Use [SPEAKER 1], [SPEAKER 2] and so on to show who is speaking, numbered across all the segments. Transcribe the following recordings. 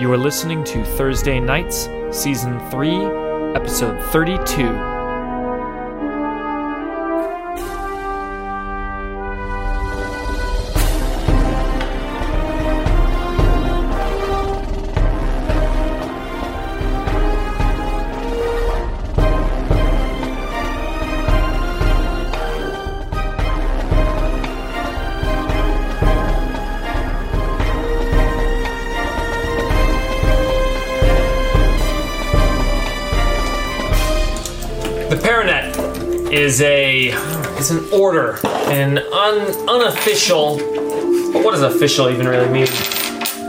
[SPEAKER 1] You are listening to Thursday Nights, Season 3, Episode 32. The Paranet is a is an order, an un, unofficial. But what does official even really mean?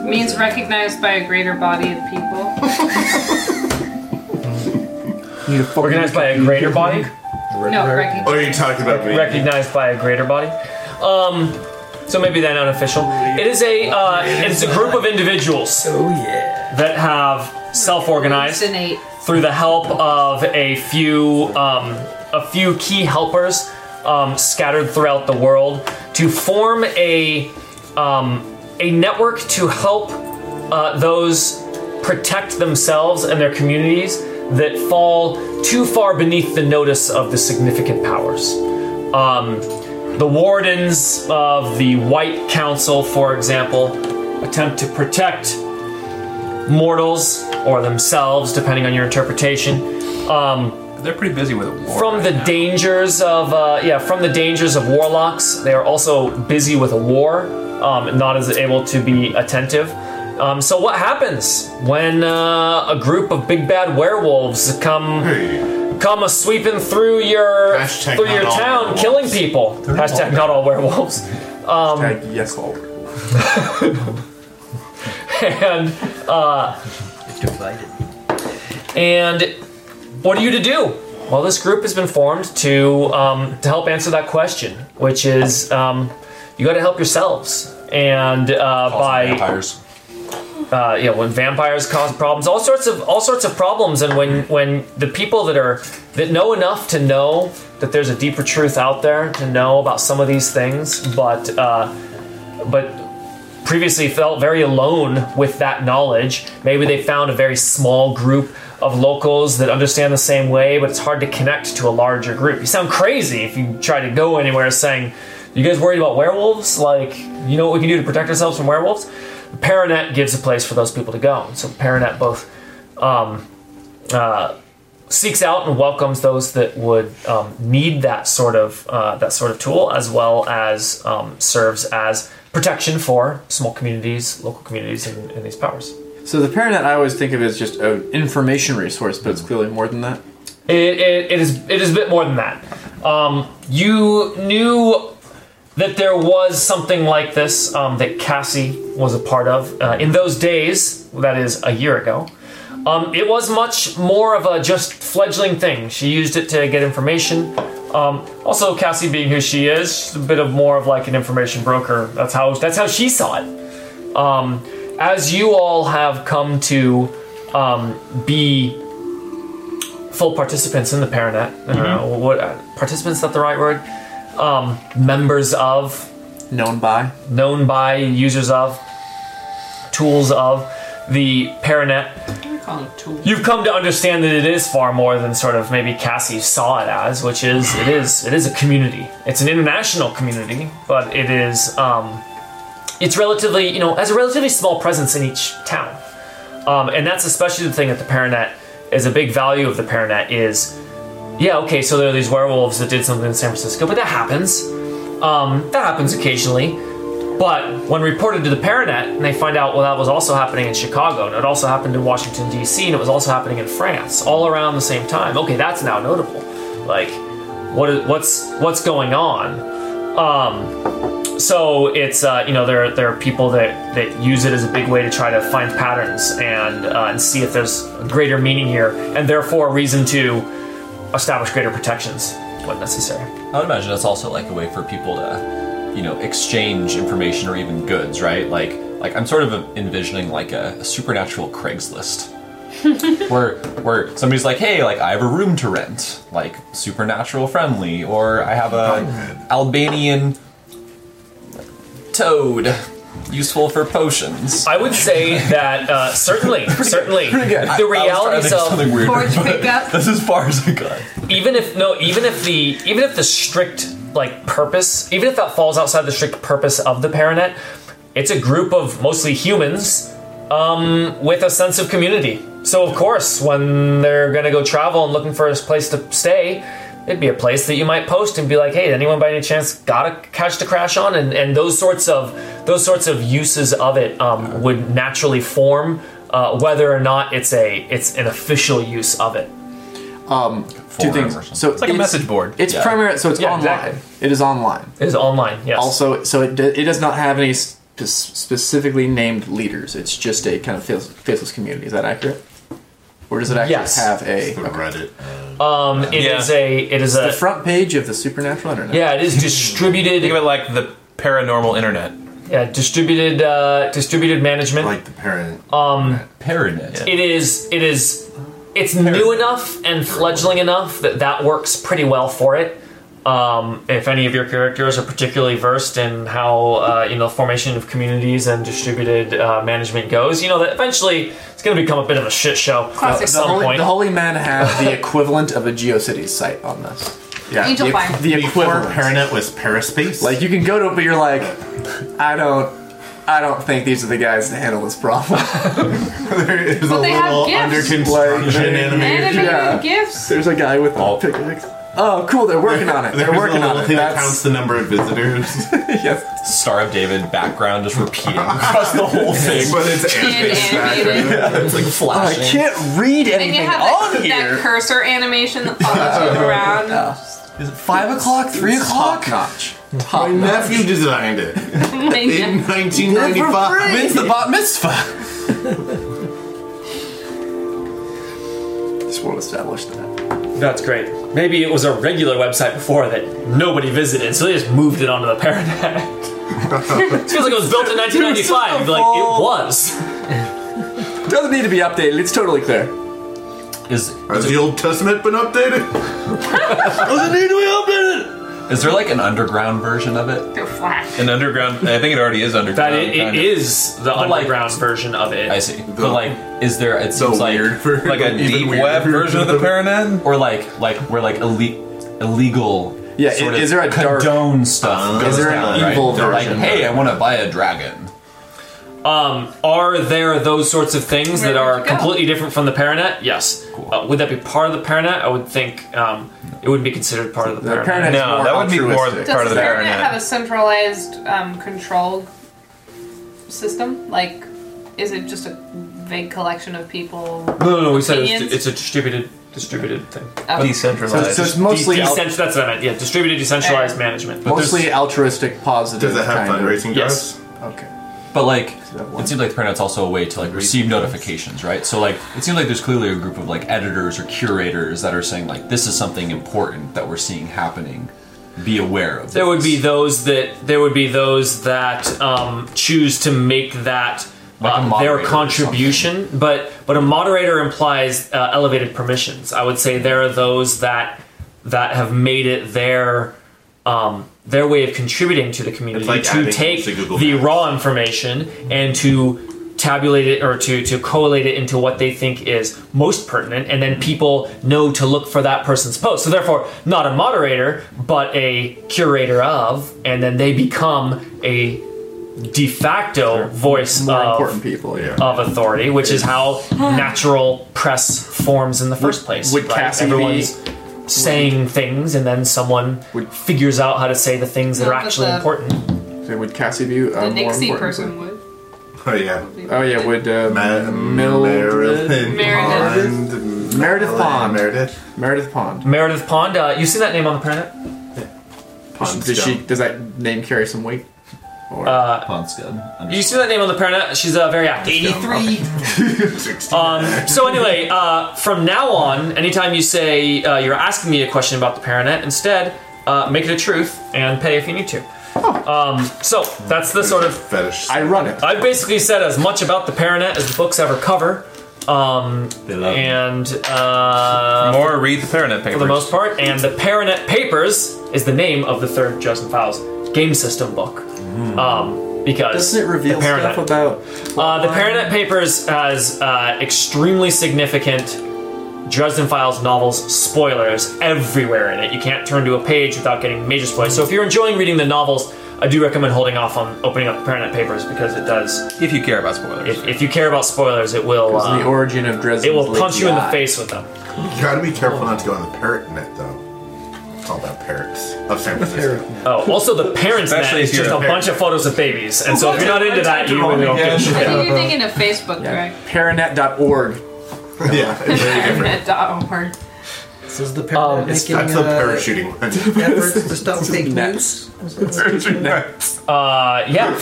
[SPEAKER 2] means recognized by a greater body of people.
[SPEAKER 1] Organized by a greater body.
[SPEAKER 2] No, recognized.
[SPEAKER 3] What are you talking about me?
[SPEAKER 1] Recognized by a greater body. Um, so maybe that unofficial. It is a uh, it's a group of individuals. That have self-organized.
[SPEAKER 2] It's an eight.
[SPEAKER 1] through the help of a few um, a few key helpers um, scattered throughout the world to form a um, a network to help uh, those protect themselves and their communities that fall too far beneath the notice of the significant powers. Um, the wardens of the White Council, for example, attempt to protect mortals or themselves, depending on your interpretation, um,
[SPEAKER 4] They're pretty busy with war.
[SPEAKER 1] from the dangers of uh, yeah, from the dangers of warlocks. They are also busy with a war, um, and not as able to be attentive. Um, so what happens when uh, a group of big bad werewolves come
[SPEAKER 3] Hey,
[SPEAKER 1] come a sweeping through your
[SPEAKER 3] Hashtag
[SPEAKER 1] through your
[SPEAKER 3] not all
[SPEAKER 1] town,
[SPEAKER 3] werewolves.
[SPEAKER 1] killing people? Hashtag not all werewolves. Um,
[SPEAKER 4] Tag yes, all.
[SPEAKER 1] and uh,
[SPEAKER 5] divided.
[SPEAKER 1] And what are you to do? Well, this group has been formed to um, to help answer that question, which is um, you got to help yourselves. And uh, by
[SPEAKER 4] vampires.
[SPEAKER 1] uh, yeah, when vampires cause problems, all sorts of all sorts of problems, and when when the people that are that know enough to know that there's a deeper truth out there to know about some of these things, but uh, but previously felt very alone with that knowledge. Maybe they found a very small group of locals that understand the same way, but it's hard to connect to a larger group. You sound crazy if you try to go anywhere saying, You guys worried about werewolves? Like, you know what we can do to protect ourselves from werewolves? Paranet gives a place for those people to go. So Paranet both um, uh, seeks out and welcomes those that would um, need that sort of uh, that sort of tool, as well as um, serves as protection for small communities, local communities, and, and these powers.
[SPEAKER 6] So the Paranet I always think of as just an information resource, but it's clearly more than that.
[SPEAKER 1] It, it, it is it is a bit more than that. Um, you knew that there was something like this um, that Cassie was a part of uh, in those days. That is a year ago. Um, it was much more of a just fledgling thing. She used it to get information. Um, also, Cassie being who she is, she's a bit of more of like an information broker. That's how that's how she saw it. Um, as you all have come to um, be full participants in the Paranet. I don't know, what uh, participants? Is that the right word? Um, members of,
[SPEAKER 6] Known by.
[SPEAKER 1] known by, users of, tools of the Paranet.
[SPEAKER 2] We call it tool.
[SPEAKER 1] You've come to understand that it is far more than sort of maybe Cassie saw it as, which is it is it is a community. It's an international community, but it is um, it's relatively you know has a relatively small presence in each town, um, and that's especially the thing that the Paranet is a big value of the Paranet is yeah okay so there are these werewolves that did something in San Francisco, but that happens um, that happens occasionally. But when reported to the Paranet, and they find out, well, that was also happening in Chicago, and it also happened in Washington, D.C., and it was also happening in France, all around the same time. Okay, that's now notable. Like, what is, what's what's going on? Um, so it's uh, you know there there are people that that use it as a big way to try to find patterns and uh, and see if there's a greater meaning here, and therefore a reason to establish greater protections when necessary.
[SPEAKER 4] I would imagine that's also like a way for people to, you know, exchange information or even goods, right? Like, like I'm sort of envisioning like a, a supernatural Craigslist, where where somebody's like, hey, like I have a room to rent, like supernatural friendly, or I have a Albanian toad
[SPEAKER 3] useful for potions.
[SPEAKER 1] I would say that uh, certainly, certainly,
[SPEAKER 3] good. I- I
[SPEAKER 1] the
[SPEAKER 3] was trying to
[SPEAKER 1] realities
[SPEAKER 3] think
[SPEAKER 1] of
[SPEAKER 3] something weirder,
[SPEAKER 7] Forge
[SPEAKER 3] but
[SPEAKER 7] pickup.
[SPEAKER 3] That's as far as I got.
[SPEAKER 1] even if no even if the even if the strict like purpose even if that falls outside the strict purpose of the paranet it's a group of mostly humans um, with a sense of community so of course when they're gonna go travel and looking for a place to stay it'd be a place that you might post and be like hey anyone by any chance got a couch to crash on and, and those sorts of those sorts of uses of it um, would naturally form uh, whether or not it's a it's an official use of it
[SPEAKER 8] Two
[SPEAKER 3] Forum or something.
[SPEAKER 8] things. So
[SPEAKER 9] It's like a message board.
[SPEAKER 8] It's
[SPEAKER 3] Yeah.
[SPEAKER 8] primary, so it's
[SPEAKER 1] Yeah,
[SPEAKER 8] online.
[SPEAKER 1] exactly.
[SPEAKER 8] It is online.
[SPEAKER 1] it is online yes
[SPEAKER 8] Also, so it, do- it does not have any sp- specifically named leaders. It's just a kind of faceless, faceless community. Is that accurate? Or does it actually
[SPEAKER 1] Yes.
[SPEAKER 8] have a
[SPEAKER 10] The Reddit.
[SPEAKER 1] Um, it is
[SPEAKER 9] Yeah.
[SPEAKER 1] a. It is
[SPEAKER 8] the
[SPEAKER 1] a.
[SPEAKER 8] front page of the supernatural internet?
[SPEAKER 1] Yeah, it is distributed.
[SPEAKER 9] Think of it like the paranormal internet.
[SPEAKER 1] Yeah, distributed. Uh, distributed management.
[SPEAKER 10] Like the parent.
[SPEAKER 1] Um,
[SPEAKER 3] Paranet.
[SPEAKER 1] it is. It is. It's new enough and fledgling enough that that works pretty well for it. Um, if any of your characters are particularly versed in how uh, you know formation of communities and distributed uh, management goes, you know that eventually it's going to become a bit of a shit show
[SPEAKER 8] The,
[SPEAKER 1] at some
[SPEAKER 8] holy,
[SPEAKER 1] point.
[SPEAKER 8] the holy man have the equivalent of a GeoCities site on this.
[SPEAKER 10] Yeah.
[SPEAKER 7] Angel
[SPEAKER 8] the,
[SPEAKER 7] fire.
[SPEAKER 8] the
[SPEAKER 10] Before
[SPEAKER 8] equivalent.
[SPEAKER 10] Paranet was Paraspace.
[SPEAKER 8] Like you can go to it, but you're like, I don't, I don't think these are the guys to handle this problem.
[SPEAKER 10] there's
[SPEAKER 7] Well,
[SPEAKER 10] a
[SPEAKER 7] they have
[SPEAKER 10] little
[SPEAKER 7] gifts.
[SPEAKER 10] under
[SPEAKER 8] Like,
[SPEAKER 10] construction
[SPEAKER 8] they-
[SPEAKER 10] anime.
[SPEAKER 7] Animated
[SPEAKER 8] Yeah.
[SPEAKER 7] gifts.
[SPEAKER 8] There's a guy with all picnics. Oh, cool! They're working on it. They're
[SPEAKER 10] There's a
[SPEAKER 8] working
[SPEAKER 10] little
[SPEAKER 8] on it.
[SPEAKER 10] thing that counts
[SPEAKER 8] That's
[SPEAKER 10] the number of visitors.
[SPEAKER 8] yes.
[SPEAKER 3] Star of David background just repeating across the whole thing.
[SPEAKER 10] but it's
[SPEAKER 7] And
[SPEAKER 10] anime
[SPEAKER 7] animated.
[SPEAKER 3] It's like
[SPEAKER 8] I
[SPEAKER 3] flashing.
[SPEAKER 8] can't
[SPEAKER 7] And
[SPEAKER 8] read
[SPEAKER 7] you
[SPEAKER 8] anything
[SPEAKER 7] have
[SPEAKER 8] on
[SPEAKER 7] that,
[SPEAKER 8] here.
[SPEAKER 7] that cursor animation that follows you around.
[SPEAKER 3] Five o'clock, three
[SPEAKER 8] Top notch. Top
[SPEAKER 10] My
[SPEAKER 8] notch.
[SPEAKER 10] nephew designed it in
[SPEAKER 7] Maybe.
[SPEAKER 10] 1995.
[SPEAKER 9] When's the bat mitzvah?
[SPEAKER 8] This world established that.
[SPEAKER 1] That's great. Maybe it was a regular website before that nobody visited, so they just moved it onto the Paranet. it feels like it was built in 1995. Like it was.
[SPEAKER 8] Doesn't need to be updated. It's totally clear.
[SPEAKER 3] Is,
[SPEAKER 10] Has the Old Testament been updated?
[SPEAKER 3] is there like an underground version of it?
[SPEAKER 7] They're flat.
[SPEAKER 9] An underground. I think it already is
[SPEAKER 1] That
[SPEAKER 9] underground.
[SPEAKER 1] it, it
[SPEAKER 9] kinda.
[SPEAKER 1] is the
[SPEAKER 3] like-
[SPEAKER 1] underground version of it.
[SPEAKER 3] I see. But like, is there? It seems like
[SPEAKER 10] for
[SPEAKER 9] like a
[SPEAKER 10] even
[SPEAKER 9] deep
[SPEAKER 10] weirder
[SPEAKER 9] web
[SPEAKER 10] for
[SPEAKER 9] version of the Paranet.
[SPEAKER 3] or like like where like elite illegal
[SPEAKER 8] Yeah,
[SPEAKER 3] sort
[SPEAKER 8] i-
[SPEAKER 3] of
[SPEAKER 8] is there a dark-
[SPEAKER 3] condone stuff
[SPEAKER 10] Uh,
[SPEAKER 3] goes
[SPEAKER 10] is there an
[SPEAKER 3] down, right?
[SPEAKER 8] evil
[SPEAKER 3] They're like
[SPEAKER 8] version?
[SPEAKER 3] hey i want to buy a dragon
[SPEAKER 1] Um, Are there those sorts of things
[SPEAKER 7] Where
[SPEAKER 1] that
[SPEAKER 7] would
[SPEAKER 1] are
[SPEAKER 7] you go?
[SPEAKER 1] completely different from the Paranet? Yes. Uh, would that be part of the Paranet? I would think um, it would be considered part of the
[SPEAKER 8] The
[SPEAKER 1] Paranet.
[SPEAKER 8] parent
[SPEAKER 9] No, that would be more
[SPEAKER 7] Does
[SPEAKER 9] Part of
[SPEAKER 7] the
[SPEAKER 9] the
[SPEAKER 7] Paranet
[SPEAKER 9] Paranet.
[SPEAKER 7] have a centralized um, control system? Like, is it just a vague collection of people?
[SPEAKER 1] No, no, no. We said
[SPEAKER 7] Opinions?
[SPEAKER 1] it's, it's a distributed, distributed thing.
[SPEAKER 8] So,
[SPEAKER 7] Oh,
[SPEAKER 9] Decentralized.
[SPEAKER 8] so it's mostly al-
[SPEAKER 1] Decent, that's what I meant. Yeah, distributed, decentralized
[SPEAKER 7] Uh,
[SPEAKER 1] management.
[SPEAKER 8] mostly altruistic, positive.
[SPEAKER 10] Does it have
[SPEAKER 8] kind of-
[SPEAKER 10] fundraising
[SPEAKER 1] Yes.
[SPEAKER 10] drives?
[SPEAKER 8] Okay.
[SPEAKER 3] but like
[SPEAKER 8] that one?
[SPEAKER 3] it seems like the internet's also a way to like receive notifications right so like it seems like there's clearly a group of like editors or curators that are saying like this is something important that we're seeing happening be aware of
[SPEAKER 1] There would
[SPEAKER 3] this.
[SPEAKER 1] be those that there would be those that um, choose to make that
[SPEAKER 3] Like
[SPEAKER 1] uh,
[SPEAKER 3] a moderator
[SPEAKER 1] their
[SPEAKER 3] or
[SPEAKER 1] contribution, but but a moderator implies uh, elevated permissions. I would say there are those that that have made it their um, their way of contributing to the community
[SPEAKER 10] It's like
[SPEAKER 1] to
[SPEAKER 10] adding
[SPEAKER 1] take
[SPEAKER 10] to Google
[SPEAKER 1] the
[SPEAKER 10] Maps.
[SPEAKER 1] raw information and to tabulate it or to to collate it into what they think is most pertinent and then people know to look for that person's post so therefore not a moderator but a curator of and then they become a de facto voice
[SPEAKER 8] More
[SPEAKER 1] of,
[SPEAKER 8] important people. Yeah.
[SPEAKER 1] of authority which is how natural press forms in the first place
[SPEAKER 8] would Cassie be-
[SPEAKER 1] everyone's saying things and then someone
[SPEAKER 8] Would-
[SPEAKER 1] figures out how to say the things that
[SPEAKER 7] No,
[SPEAKER 1] are
[SPEAKER 7] but
[SPEAKER 1] actually
[SPEAKER 7] the-
[SPEAKER 1] important
[SPEAKER 8] So would Cassie be uh,
[SPEAKER 7] The
[SPEAKER 8] more
[SPEAKER 7] Nixie
[SPEAKER 8] important?
[SPEAKER 7] person would.
[SPEAKER 10] Oh yeah.
[SPEAKER 8] Oh yeah, would uh,
[SPEAKER 6] um,
[SPEAKER 10] Ma-
[SPEAKER 8] Mildred-
[SPEAKER 10] Marilyn
[SPEAKER 7] Meredith.
[SPEAKER 8] Meredith Pond.
[SPEAKER 10] Pond. Marilyn Meredith.
[SPEAKER 8] Meredith Pond.
[SPEAKER 1] Meredith Pond. Uh, you seen that name on the planet?
[SPEAKER 10] Pond
[SPEAKER 8] Does she?
[SPEAKER 10] Stone.
[SPEAKER 8] Does that name carry some weight? Or
[SPEAKER 1] Uh,
[SPEAKER 3] Ponscud.
[SPEAKER 1] You seen that name on the planet? She's uh, very active. Eighty-three.
[SPEAKER 10] Sixteen.
[SPEAKER 1] Um, so anyway, uh, from now on, anytime you say uh, you're asking me a question about the Paranet, instead uh, make it a truth and pay if you need to. Um, so that's the sort of.
[SPEAKER 10] fetish.
[SPEAKER 8] I run it.
[SPEAKER 1] I've basically said as much about the Paranet as the books ever cover, um,
[SPEAKER 3] They love me.
[SPEAKER 1] and uh,
[SPEAKER 9] More read the Paranet papers.
[SPEAKER 1] for the most part. And the Paranet Papers is the name of the third Justin Fowles game system book. Um, because
[SPEAKER 6] Doesn't it reveal
[SPEAKER 1] the Paranet-
[SPEAKER 6] stuff about?
[SPEAKER 1] Uh, the Paranet Papers has uh, extremely significant Dresden Files novels spoilers everywhere in it. You can't turn to a page without getting major spoilers. So if you're enjoying reading the novels, I do recommend holding off on opening up the Paranet Papers because it does.
[SPEAKER 3] If you care about spoilers.
[SPEAKER 1] If, if you care about spoilers, it will.
[SPEAKER 6] the
[SPEAKER 1] Uh,
[SPEAKER 6] origin of Dresden?
[SPEAKER 1] it will punch you in the face with them.
[SPEAKER 10] You gotta be careful not to go on the parrot net, though. It's all about parrots of San Francisco.
[SPEAKER 1] Oh, also the parents' net
[SPEAKER 3] Especially
[SPEAKER 1] is
[SPEAKER 3] if
[SPEAKER 1] just
[SPEAKER 3] you're
[SPEAKER 1] a
[SPEAKER 3] a
[SPEAKER 1] bunch of photos of babies, and so if you're not into that, you really don't give a shit.
[SPEAKER 2] I think you're thinking of Facebook,
[SPEAKER 6] Yeah.
[SPEAKER 2] Greg.
[SPEAKER 6] Paranet.org.
[SPEAKER 10] yeah, it's very different.
[SPEAKER 2] Internet.org.
[SPEAKER 5] So is the parent
[SPEAKER 1] it's-
[SPEAKER 5] Oh, making
[SPEAKER 10] That's a
[SPEAKER 5] uh,
[SPEAKER 10] parachuting one.
[SPEAKER 5] efforts to stop fake
[SPEAKER 6] Nets.
[SPEAKER 5] news?
[SPEAKER 1] Uh, yeah,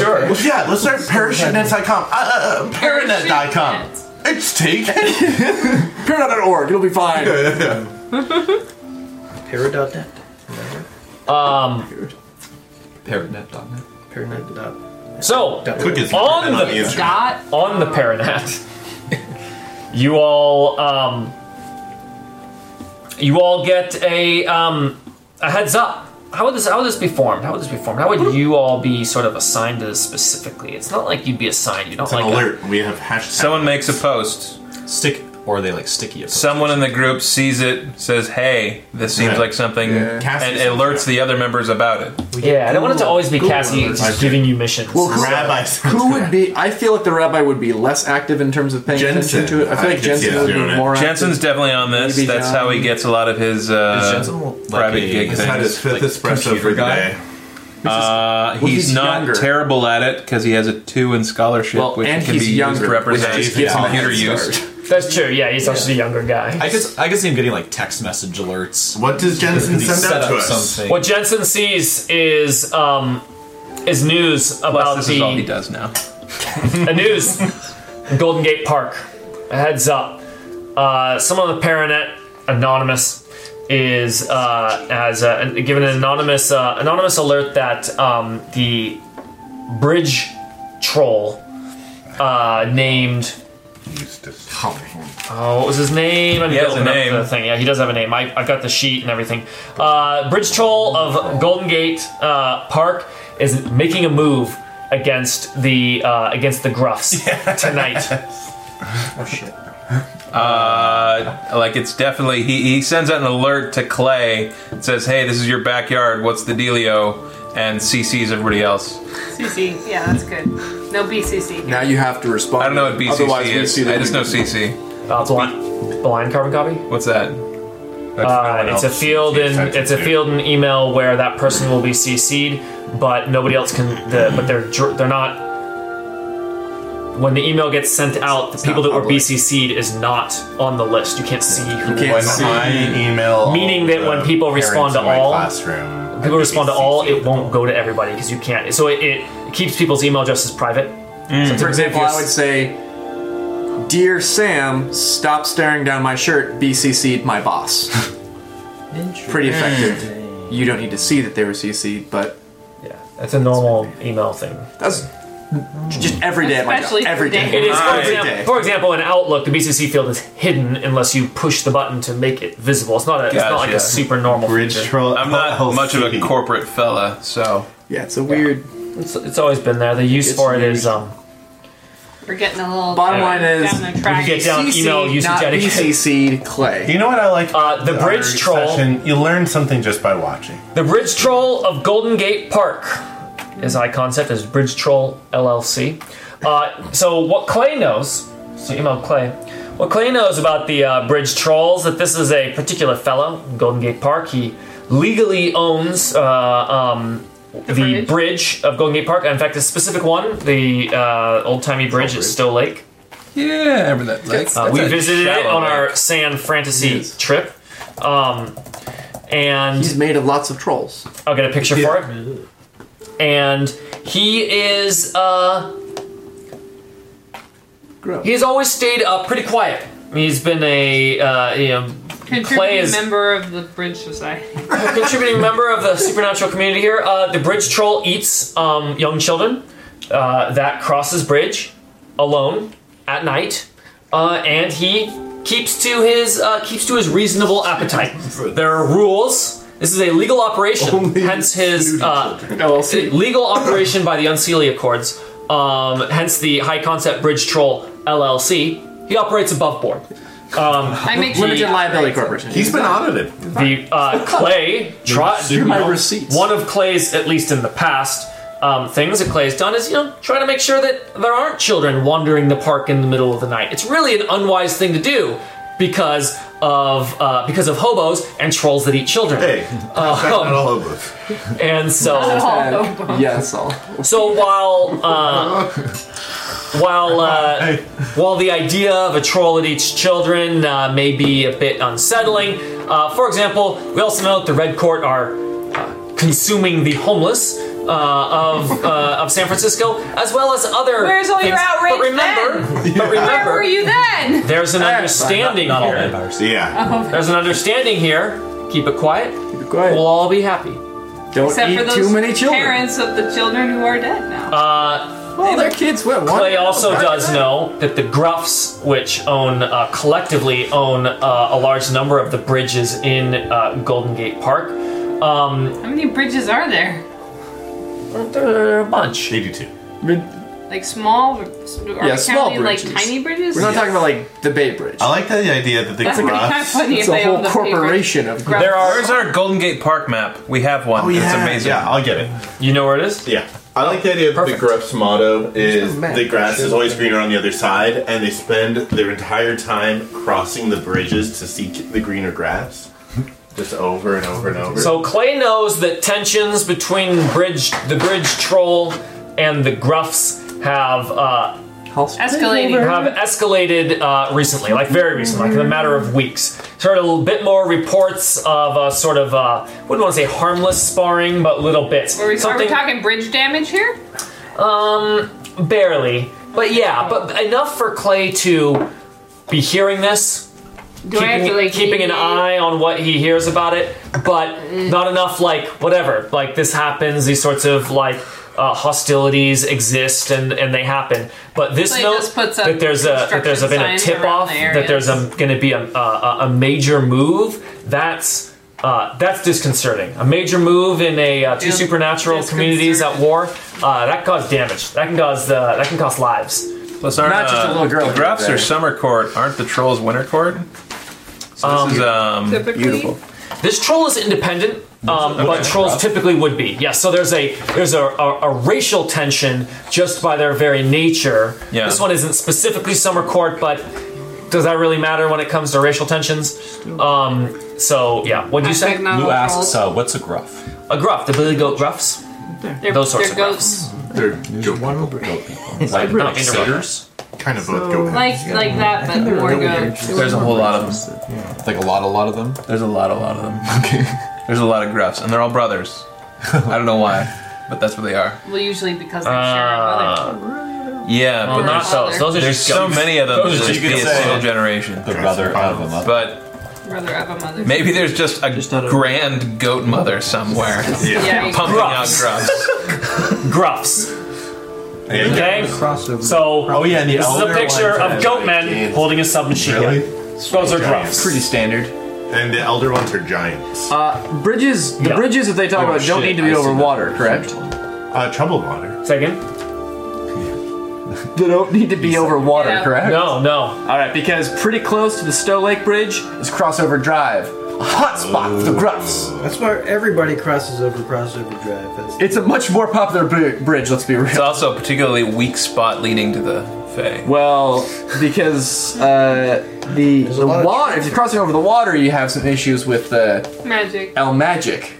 [SPEAKER 1] sure.
[SPEAKER 10] yeah, let's start parachutenets.com. Uh,
[SPEAKER 2] Paranet.com.
[SPEAKER 10] It's taken.
[SPEAKER 6] Paranet.org. It'll be fine.
[SPEAKER 5] Para.net.
[SPEAKER 1] Um,
[SPEAKER 4] Paranet.net.
[SPEAKER 5] Paranet.net.
[SPEAKER 1] so
[SPEAKER 10] Quick as
[SPEAKER 1] On
[SPEAKER 10] not
[SPEAKER 1] the-
[SPEAKER 10] answer.
[SPEAKER 2] Dot.
[SPEAKER 1] on the Paranet, you all um, you all get a um, a heads up. How would this how would this be formed? How would this be formed? How would you all be sort of assigned to this specifically? It's not like you'd be assigned. You don't
[SPEAKER 10] It's an
[SPEAKER 1] like
[SPEAKER 10] alert. We have hashtag.
[SPEAKER 3] Someone makes a post.
[SPEAKER 4] Stick, or are they like sticky? approaches?
[SPEAKER 3] Someone in the group sees it, says, "Hey, this seems
[SPEAKER 10] Yeah.
[SPEAKER 3] like something,"
[SPEAKER 6] Yeah.
[SPEAKER 3] and
[SPEAKER 10] Cassie's-
[SPEAKER 3] alerts the other members about it.
[SPEAKER 1] A, yeah, I don't want it to always be Cassie just giving you missions.
[SPEAKER 6] Well, who-
[SPEAKER 10] Rabbi.
[SPEAKER 6] Who would be? I feel like the rabbi would be less active in terms of paying
[SPEAKER 10] Jensen.
[SPEAKER 6] attention to it. I feel
[SPEAKER 10] I
[SPEAKER 6] like
[SPEAKER 10] could see
[SPEAKER 6] Jensen
[SPEAKER 10] us
[SPEAKER 6] would
[SPEAKER 10] doing
[SPEAKER 6] be
[SPEAKER 10] it.
[SPEAKER 6] more.
[SPEAKER 3] Jensen's
[SPEAKER 6] active.
[SPEAKER 3] definitely on this.
[SPEAKER 6] Maybe
[SPEAKER 3] That's
[SPEAKER 6] John-
[SPEAKER 3] how he gets a lot of his
[SPEAKER 4] Is
[SPEAKER 3] uh,
[SPEAKER 4] Jensen, like,
[SPEAKER 3] private
[SPEAKER 4] a-
[SPEAKER 3] gig
[SPEAKER 10] He's had his
[SPEAKER 3] things.
[SPEAKER 10] fifth
[SPEAKER 4] like,
[SPEAKER 10] espresso for
[SPEAKER 4] computer
[SPEAKER 10] the
[SPEAKER 4] guy?
[SPEAKER 10] day.
[SPEAKER 3] Uh,
[SPEAKER 6] Well,
[SPEAKER 3] he's,
[SPEAKER 6] he's
[SPEAKER 3] not
[SPEAKER 6] younger.
[SPEAKER 3] terrible at it because he has a two in scholarship,
[SPEAKER 6] Well,
[SPEAKER 3] which
[SPEAKER 6] and
[SPEAKER 3] can
[SPEAKER 6] he's
[SPEAKER 3] be used
[SPEAKER 6] younger,
[SPEAKER 3] to
[SPEAKER 6] which
[SPEAKER 3] represent
[SPEAKER 6] just gives him a
[SPEAKER 3] computer
[SPEAKER 6] head
[SPEAKER 3] use.
[SPEAKER 6] start.
[SPEAKER 1] That's true. Yeah, he's actually a younger guy.
[SPEAKER 4] I guess I could see him getting like text message alerts.
[SPEAKER 10] What does Jensen
[SPEAKER 4] He
[SPEAKER 10] send
[SPEAKER 4] set
[SPEAKER 10] out
[SPEAKER 4] up
[SPEAKER 10] to us?
[SPEAKER 4] something.
[SPEAKER 1] What Jensen sees is um, is news about
[SPEAKER 3] Plus, this
[SPEAKER 1] the
[SPEAKER 3] is all he does now.
[SPEAKER 1] a news. Golden Gate Park. A heads up. Uh, someone on the Paranet, anonymous, is uh, has uh, given an anonymous uh, anonymous alert that um, the bridge troll uh, named
[SPEAKER 10] Eustace.
[SPEAKER 1] oh what was his name? I'm
[SPEAKER 3] He has a
[SPEAKER 1] building up
[SPEAKER 3] name.
[SPEAKER 1] The thing. Yeah, he does have a name. I, I got the sheet and everything. Uh, bridge troll of Golden Gate uh, Park is making a move against the uh, against the gruffs tonight.
[SPEAKER 5] Oh shit.
[SPEAKER 3] Uh, like it's definitely he, he sends out an alert to Clay. It says, "Hey, this is your backyard. What's the dealio?" And CCs everybody else.
[SPEAKER 2] CC. Yeah, that's good. No BCC.
[SPEAKER 6] Now you have to respond.
[SPEAKER 3] I don't know what BCC
[SPEAKER 6] Otherwise, we
[SPEAKER 3] is.
[SPEAKER 6] see that
[SPEAKER 3] I just
[SPEAKER 6] we-
[SPEAKER 3] know CC.
[SPEAKER 1] Uh, blind, blind carbon copy.
[SPEAKER 3] What's that? That's
[SPEAKER 1] Uh, it's a field in it's a field in email where that person will be CC'd, but nobody else can. The, but they're dr- they're not. When the email gets sent out, the people
[SPEAKER 6] not
[SPEAKER 1] that were
[SPEAKER 6] public.
[SPEAKER 1] BCC'd is not on the list. You can't see who.
[SPEAKER 6] Can't
[SPEAKER 1] was.
[SPEAKER 6] see.
[SPEAKER 10] email.
[SPEAKER 1] Meaning
[SPEAKER 10] all
[SPEAKER 1] that when
[SPEAKER 10] the
[SPEAKER 1] people respond
[SPEAKER 10] parents
[SPEAKER 1] to
[SPEAKER 10] in my
[SPEAKER 1] all,
[SPEAKER 10] classroom,
[SPEAKER 1] People
[SPEAKER 10] I
[SPEAKER 1] respond to
[SPEAKER 10] could be
[SPEAKER 1] all.
[SPEAKER 10] CC'd.
[SPEAKER 1] It won't go to everybody because you can't. So it, it keeps people's email addresses private.
[SPEAKER 6] For example, I would say, "Dear Sam, stop staring down my shirt. BCC'd my boss. Pretty effective. You don't need to see that they were CC'd, but
[SPEAKER 1] Yeah, that's a normal email thing.
[SPEAKER 6] that's just every day. at my job.
[SPEAKER 2] Especially for
[SPEAKER 6] every day.
[SPEAKER 2] dating.
[SPEAKER 1] It is, for
[SPEAKER 8] Ah,
[SPEAKER 3] Right.
[SPEAKER 1] example,
[SPEAKER 6] Day.
[SPEAKER 1] for example, in Outlook, the BCC field is hidden unless you push the button to make it visible. It's not a, it's not like
[SPEAKER 3] Gotcha.
[SPEAKER 1] a super normal
[SPEAKER 10] Bridge
[SPEAKER 1] feature.
[SPEAKER 10] troll.
[SPEAKER 3] I'm not much of a corporate fella, so
[SPEAKER 6] Yeah, it's a weird.
[SPEAKER 1] It's, it's always been there. The use
[SPEAKER 6] It's
[SPEAKER 1] for it
[SPEAKER 6] weird.
[SPEAKER 1] is um,
[SPEAKER 2] We're getting a little
[SPEAKER 6] Bottom line is,
[SPEAKER 2] down the track.
[SPEAKER 1] you get down email
[SPEAKER 6] CC,
[SPEAKER 1] usage
[SPEAKER 6] not
[SPEAKER 1] etiquette.
[SPEAKER 6] BCC'd Clay.
[SPEAKER 10] You know what I like?
[SPEAKER 1] Uh, the
[SPEAKER 10] about
[SPEAKER 1] bridge
[SPEAKER 10] our
[SPEAKER 1] troll-
[SPEAKER 10] session? You learn something just by watching.
[SPEAKER 1] the bridge troll of Golden Gate Park. His eye concept is Bridge Troll LLC. Uh, so what Clay knows, so email Clay. What Clay knows about the uh, bridge trolls that this is a particular fellow, Golden Gate Park. He legally owns uh, um, the,
[SPEAKER 2] bridge?
[SPEAKER 1] bridge of Golden Gate Park. In fact, a specific one, the uh, old timey bridge at Stowe Lake.
[SPEAKER 3] yeah. Remember that? Like,
[SPEAKER 1] Uh,
[SPEAKER 3] that's
[SPEAKER 1] we
[SPEAKER 3] a
[SPEAKER 1] visited it
[SPEAKER 3] shallow
[SPEAKER 1] on
[SPEAKER 3] lake.
[SPEAKER 1] our San Francisco
[SPEAKER 6] Yes.
[SPEAKER 1] trip. Um, and
[SPEAKER 6] He's made of lots of trolls.
[SPEAKER 1] I'll get a picture for it. And he is uh
[SPEAKER 6] Gross.
[SPEAKER 1] he's always stayed uh, pretty quiet. He's been a uh, you know Clay
[SPEAKER 2] Contributing
[SPEAKER 1] is-
[SPEAKER 2] member of the Bridge Society.
[SPEAKER 1] a contributing member of the supernatural community here. Uh, the bridge troll eats um, young children uh, that crosses bridge alone at night, uh, and he keeps to his uh, keeps to his reasonable appetite. There are rules. This is a legal operation,
[SPEAKER 10] Only
[SPEAKER 1] hence his
[SPEAKER 10] snooty
[SPEAKER 1] uh,
[SPEAKER 10] children.
[SPEAKER 1] uh, legal operation by the Unseelie Accords, um, hence the High Concept Bridge Troll LLC. He operates above board.
[SPEAKER 7] I make sure
[SPEAKER 8] Limited
[SPEAKER 7] he
[SPEAKER 8] liability
[SPEAKER 7] operates it.
[SPEAKER 8] corporation.
[SPEAKER 10] He's been audited.
[SPEAKER 1] The uh, Clay try,
[SPEAKER 8] my receipts.
[SPEAKER 1] One of Clay's, at least in the past, um, things that Clay's done is you know try to make sure that there aren't children wandering the park in the middle of the night. It's really an unwise thing to do because of uh, because of hobos and trolls that eat children. Um,
[SPEAKER 10] Hey,
[SPEAKER 1] Oh.
[SPEAKER 10] that's not all of us.
[SPEAKER 1] And so
[SPEAKER 7] Oh,
[SPEAKER 8] yes, all.
[SPEAKER 1] so while uh, while uh, while the idea of a troll that eats children uh, may be a bit unsettling, uh, for example, we also know that the Red Court are uh, consuming the homeless. Uh, of uh, of San Francisco, as well as other.
[SPEAKER 7] Where's all your
[SPEAKER 1] things.
[SPEAKER 7] outrage
[SPEAKER 1] But remember, but
[SPEAKER 7] Where were
[SPEAKER 1] remember,
[SPEAKER 7] you then?
[SPEAKER 1] there's an understanding
[SPEAKER 11] Eh, Not all
[SPEAKER 1] here.
[SPEAKER 11] vampires.
[SPEAKER 10] Yeah.
[SPEAKER 1] There's an understanding here. Keep it quiet.
[SPEAKER 8] Go ahead.
[SPEAKER 1] We'll all be happy.
[SPEAKER 8] Don't
[SPEAKER 7] Except
[SPEAKER 8] eat
[SPEAKER 7] for those
[SPEAKER 8] too many children. Uh,
[SPEAKER 7] parents of the children who are dead now.
[SPEAKER 8] Well, their kids. What? One?
[SPEAKER 1] Clay also does know that the Gruffs, which own uh, collectively own uh, a large number of the bridges in uh, Golden Gate Park, um,
[SPEAKER 7] How many bridges are there?
[SPEAKER 1] they're a bunch.
[SPEAKER 10] 82.
[SPEAKER 7] Like small, are we
[SPEAKER 8] small
[SPEAKER 7] counting, like
[SPEAKER 8] bridges.
[SPEAKER 7] tiny bridges?
[SPEAKER 8] We're not talking about like the Bay Bridge.
[SPEAKER 10] I like the idea that the
[SPEAKER 7] That's gonna be kind of
[SPEAKER 10] Gruffs.
[SPEAKER 7] funny if
[SPEAKER 8] It's a
[SPEAKER 7] they
[SPEAKER 8] whole
[SPEAKER 7] own the
[SPEAKER 8] corporation
[SPEAKER 7] paper.
[SPEAKER 8] of-
[SPEAKER 7] Gruff-
[SPEAKER 1] There are,
[SPEAKER 3] Where's our Golden Gate Park map? We have one.
[SPEAKER 10] Oh, yeah.
[SPEAKER 3] It's amazing.
[SPEAKER 10] Yeah, I'll get it.
[SPEAKER 1] you know where it is.
[SPEAKER 10] Yeah. I like the idea
[SPEAKER 1] Perfect.
[SPEAKER 10] that the Gruff's motto
[SPEAKER 5] It's
[SPEAKER 10] is
[SPEAKER 5] a map.
[SPEAKER 10] the grass is always greener on the other side, and they spend their entire time crossing the bridges to seek the greener grass. Just over and over and over.
[SPEAKER 1] So Clay knows that tensions between bridge, the bridge troll, and the Gruffs have uh,
[SPEAKER 7] Escalating.
[SPEAKER 1] have escalated uh, recently, like very recently, like in a matter of weeks. Sort of a little bit more reports of uh, sort of uh, wouldn't want to say harmless sparring, but little bits.
[SPEAKER 7] Are we, are we
[SPEAKER 1] Something-
[SPEAKER 7] talking bridge damage here?
[SPEAKER 1] Barely. But yeah, but enough for Clay to be hearing this,
[SPEAKER 7] Do I have
[SPEAKER 1] keeping,
[SPEAKER 7] to like
[SPEAKER 1] keeping an
[SPEAKER 7] mediate?
[SPEAKER 1] eye on what he hears about it, but not enough like whatever. Like this happens, these sorts of like uh, hostilities exist and, and they happen. But this
[SPEAKER 7] Clay
[SPEAKER 1] note
[SPEAKER 7] just puts up
[SPEAKER 1] that there's a that there's a, been a tip
[SPEAKER 7] construction signs
[SPEAKER 1] off
[SPEAKER 7] around the
[SPEAKER 1] that there's a,
[SPEAKER 7] areas.
[SPEAKER 1] gonna be a, a, a major move. That's uh, that's disconcerting. A major move in a uh, two
[SPEAKER 7] Yeah.
[SPEAKER 1] supernatural communities at
[SPEAKER 7] Disconcerting.
[SPEAKER 1] war uh, that caused damage. That can cause uh, that can cost lives.
[SPEAKER 3] Plus, aren't,
[SPEAKER 8] Not just a
[SPEAKER 3] uh,
[SPEAKER 8] little girl
[SPEAKER 3] The
[SPEAKER 8] here,
[SPEAKER 3] Gruffs are
[SPEAKER 8] right?
[SPEAKER 3] summer court. Aren't the trolls winter court? So this is um.
[SPEAKER 7] Typically?
[SPEAKER 8] Beautiful.
[SPEAKER 1] This troll is independent, um, but trolls typically would be. Yes, so there's a there's a, a, a racial tension just by their very nature.
[SPEAKER 3] Yeah.
[SPEAKER 1] This one isn't specifically summer court, but does that really matter when it comes to racial tensions? Um, so yeah, what do you say?
[SPEAKER 7] Hashtag not
[SPEAKER 11] Lou
[SPEAKER 7] all
[SPEAKER 11] asks,
[SPEAKER 7] trolls.
[SPEAKER 11] uh, "What's a gruff?"
[SPEAKER 1] A gruff, the billy goat gruffs.
[SPEAKER 7] They're-
[SPEAKER 1] those sorts
[SPEAKER 7] they're
[SPEAKER 1] of
[SPEAKER 7] goats.
[SPEAKER 11] Like
[SPEAKER 1] Not
[SPEAKER 11] not
[SPEAKER 1] interrupt.
[SPEAKER 11] satyrs.
[SPEAKER 10] kind of both go
[SPEAKER 7] Like like that, but more goats.
[SPEAKER 3] There's a whole lot of them.
[SPEAKER 11] Like a lot, a lot of them.
[SPEAKER 3] There's a lot, a lot of them. Okay. There's a lot of gruffs, and they're all brothers. I don't know why, but that's what they are.
[SPEAKER 7] Well, usually because they share a mother.
[SPEAKER 3] Yeah,
[SPEAKER 1] Well,
[SPEAKER 3] but
[SPEAKER 1] not
[SPEAKER 3] there's,
[SPEAKER 1] those. Those are
[SPEAKER 3] there's
[SPEAKER 1] just
[SPEAKER 3] so
[SPEAKER 1] goats.
[SPEAKER 3] many of them.
[SPEAKER 1] Those
[SPEAKER 3] There's
[SPEAKER 1] are
[SPEAKER 3] just
[SPEAKER 1] just
[SPEAKER 3] be a
[SPEAKER 1] goats.
[SPEAKER 3] single generation.
[SPEAKER 11] The brother of a mother.
[SPEAKER 3] But
[SPEAKER 7] Brother of a mother.
[SPEAKER 3] maybe there's just a grand goat mother somewhere
[SPEAKER 7] Yeah, you-
[SPEAKER 3] pumping out
[SPEAKER 1] Gruffs.
[SPEAKER 3] gruffs.
[SPEAKER 1] Gruffs.
[SPEAKER 10] Yeah.
[SPEAKER 1] Okay.
[SPEAKER 5] Crossover.
[SPEAKER 1] So
[SPEAKER 10] Oh, yeah, and the
[SPEAKER 1] this is a
[SPEAKER 10] elder
[SPEAKER 1] picture
[SPEAKER 10] ones
[SPEAKER 1] of
[SPEAKER 10] have
[SPEAKER 1] goat men
[SPEAKER 10] giants.
[SPEAKER 1] holding a submachine
[SPEAKER 10] Really?
[SPEAKER 1] gun. Those are gruffs.
[SPEAKER 8] Pretty standard.
[SPEAKER 10] And the elder ones are giants.
[SPEAKER 8] Uh, bridges. The
[SPEAKER 1] Yeah.
[SPEAKER 8] bridges that they talk about don't
[SPEAKER 11] shit,
[SPEAKER 8] need to be
[SPEAKER 11] I see
[SPEAKER 8] over
[SPEAKER 11] that.
[SPEAKER 8] water, correct?
[SPEAKER 10] Uh, troubled water.
[SPEAKER 1] Second.
[SPEAKER 8] They don't need to be over water,
[SPEAKER 7] Yeah.
[SPEAKER 8] correct?
[SPEAKER 1] No, no.
[SPEAKER 8] All right, because pretty close to the Stowe Lake Bridge is Crossover Drive, a hot spot for the Gruffs.
[SPEAKER 5] That's where everybody crosses over Crossover Drive. That's
[SPEAKER 8] It's a much more popular bri- bridge. Let's be real.
[SPEAKER 3] It's also a particularly weak spot leading to the Fae.
[SPEAKER 8] Well, because uh, the, the
[SPEAKER 5] lot of
[SPEAKER 8] water, if you're crossing over the water, you have some issues with the
[SPEAKER 7] magic.
[SPEAKER 8] El Magic.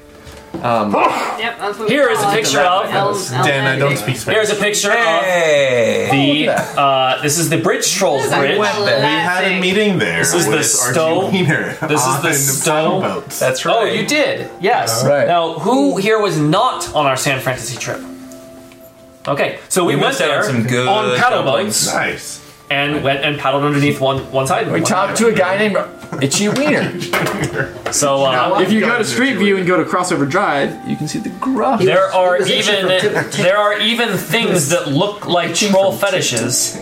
[SPEAKER 7] Yep, that's what
[SPEAKER 1] Here
[SPEAKER 7] we
[SPEAKER 1] is a
[SPEAKER 7] call it.
[SPEAKER 1] picture of-
[SPEAKER 7] El-
[SPEAKER 10] Dan, I don't
[SPEAKER 7] magic.
[SPEAKER 10] speak Spanish.
[SPEAKER 1] Here's a picture
[SPEAKER 3] Hey!
[SPEAKER 1] of the. Uh, this is the bridge trolls
[SPEAKER 7] is a
[SPEAKER 1] bridge.
[SPEAKER 7] weapon.
[SPEAKER 10] We had a
[SPEAKER 7] Classic.
[SPEAKER 10] meeting there.
[SPEAKER 1] This is the
[SPEAKER 10] with RG
[SPEAKER 1] stove.
[SPEAKER 10] Wiener
[SPEAKER 1] This is the
[SPEAKER 10] on
[SPEAKER 1] stove.
[SPEAKER 10] Sunboats.
[SPEAKER 3] That's right.
[SPEAKER 1] Oh, you did. Yes.
[SPEAKER 8] Right.
[SPEAKER 1] Now, who here was not on our San Francisco trip? Okay, so we,
[SPEAKER 3] We
[SPEAKER 1] went
[SPEAKER 3] missed out on
[SPEAKER 1] there
[SPEAKER 3] some good
[SPEAKER 1] on paddle
[SPEAKER 3] dumplings.
[SPEAKER 1] boats
[SPEAKER 10] Nice.
[SPEAKER 1] and went and paddled underneath one one side.
[SPEAKER 8] We talked to a guy named Itchy Wiener.
[SPEAKER 1] So uh,
[SPEAKER 8] if you go to Street View and go to Crossover Drive, you can see the Gruff.
[SPEAKER 1] there are
[SPEAKER 5] It was actually
[SPEAKER 1] even
[SPEAKER 5] from Tip-
[SPEAKER 1] there are even things that look like troll fetishes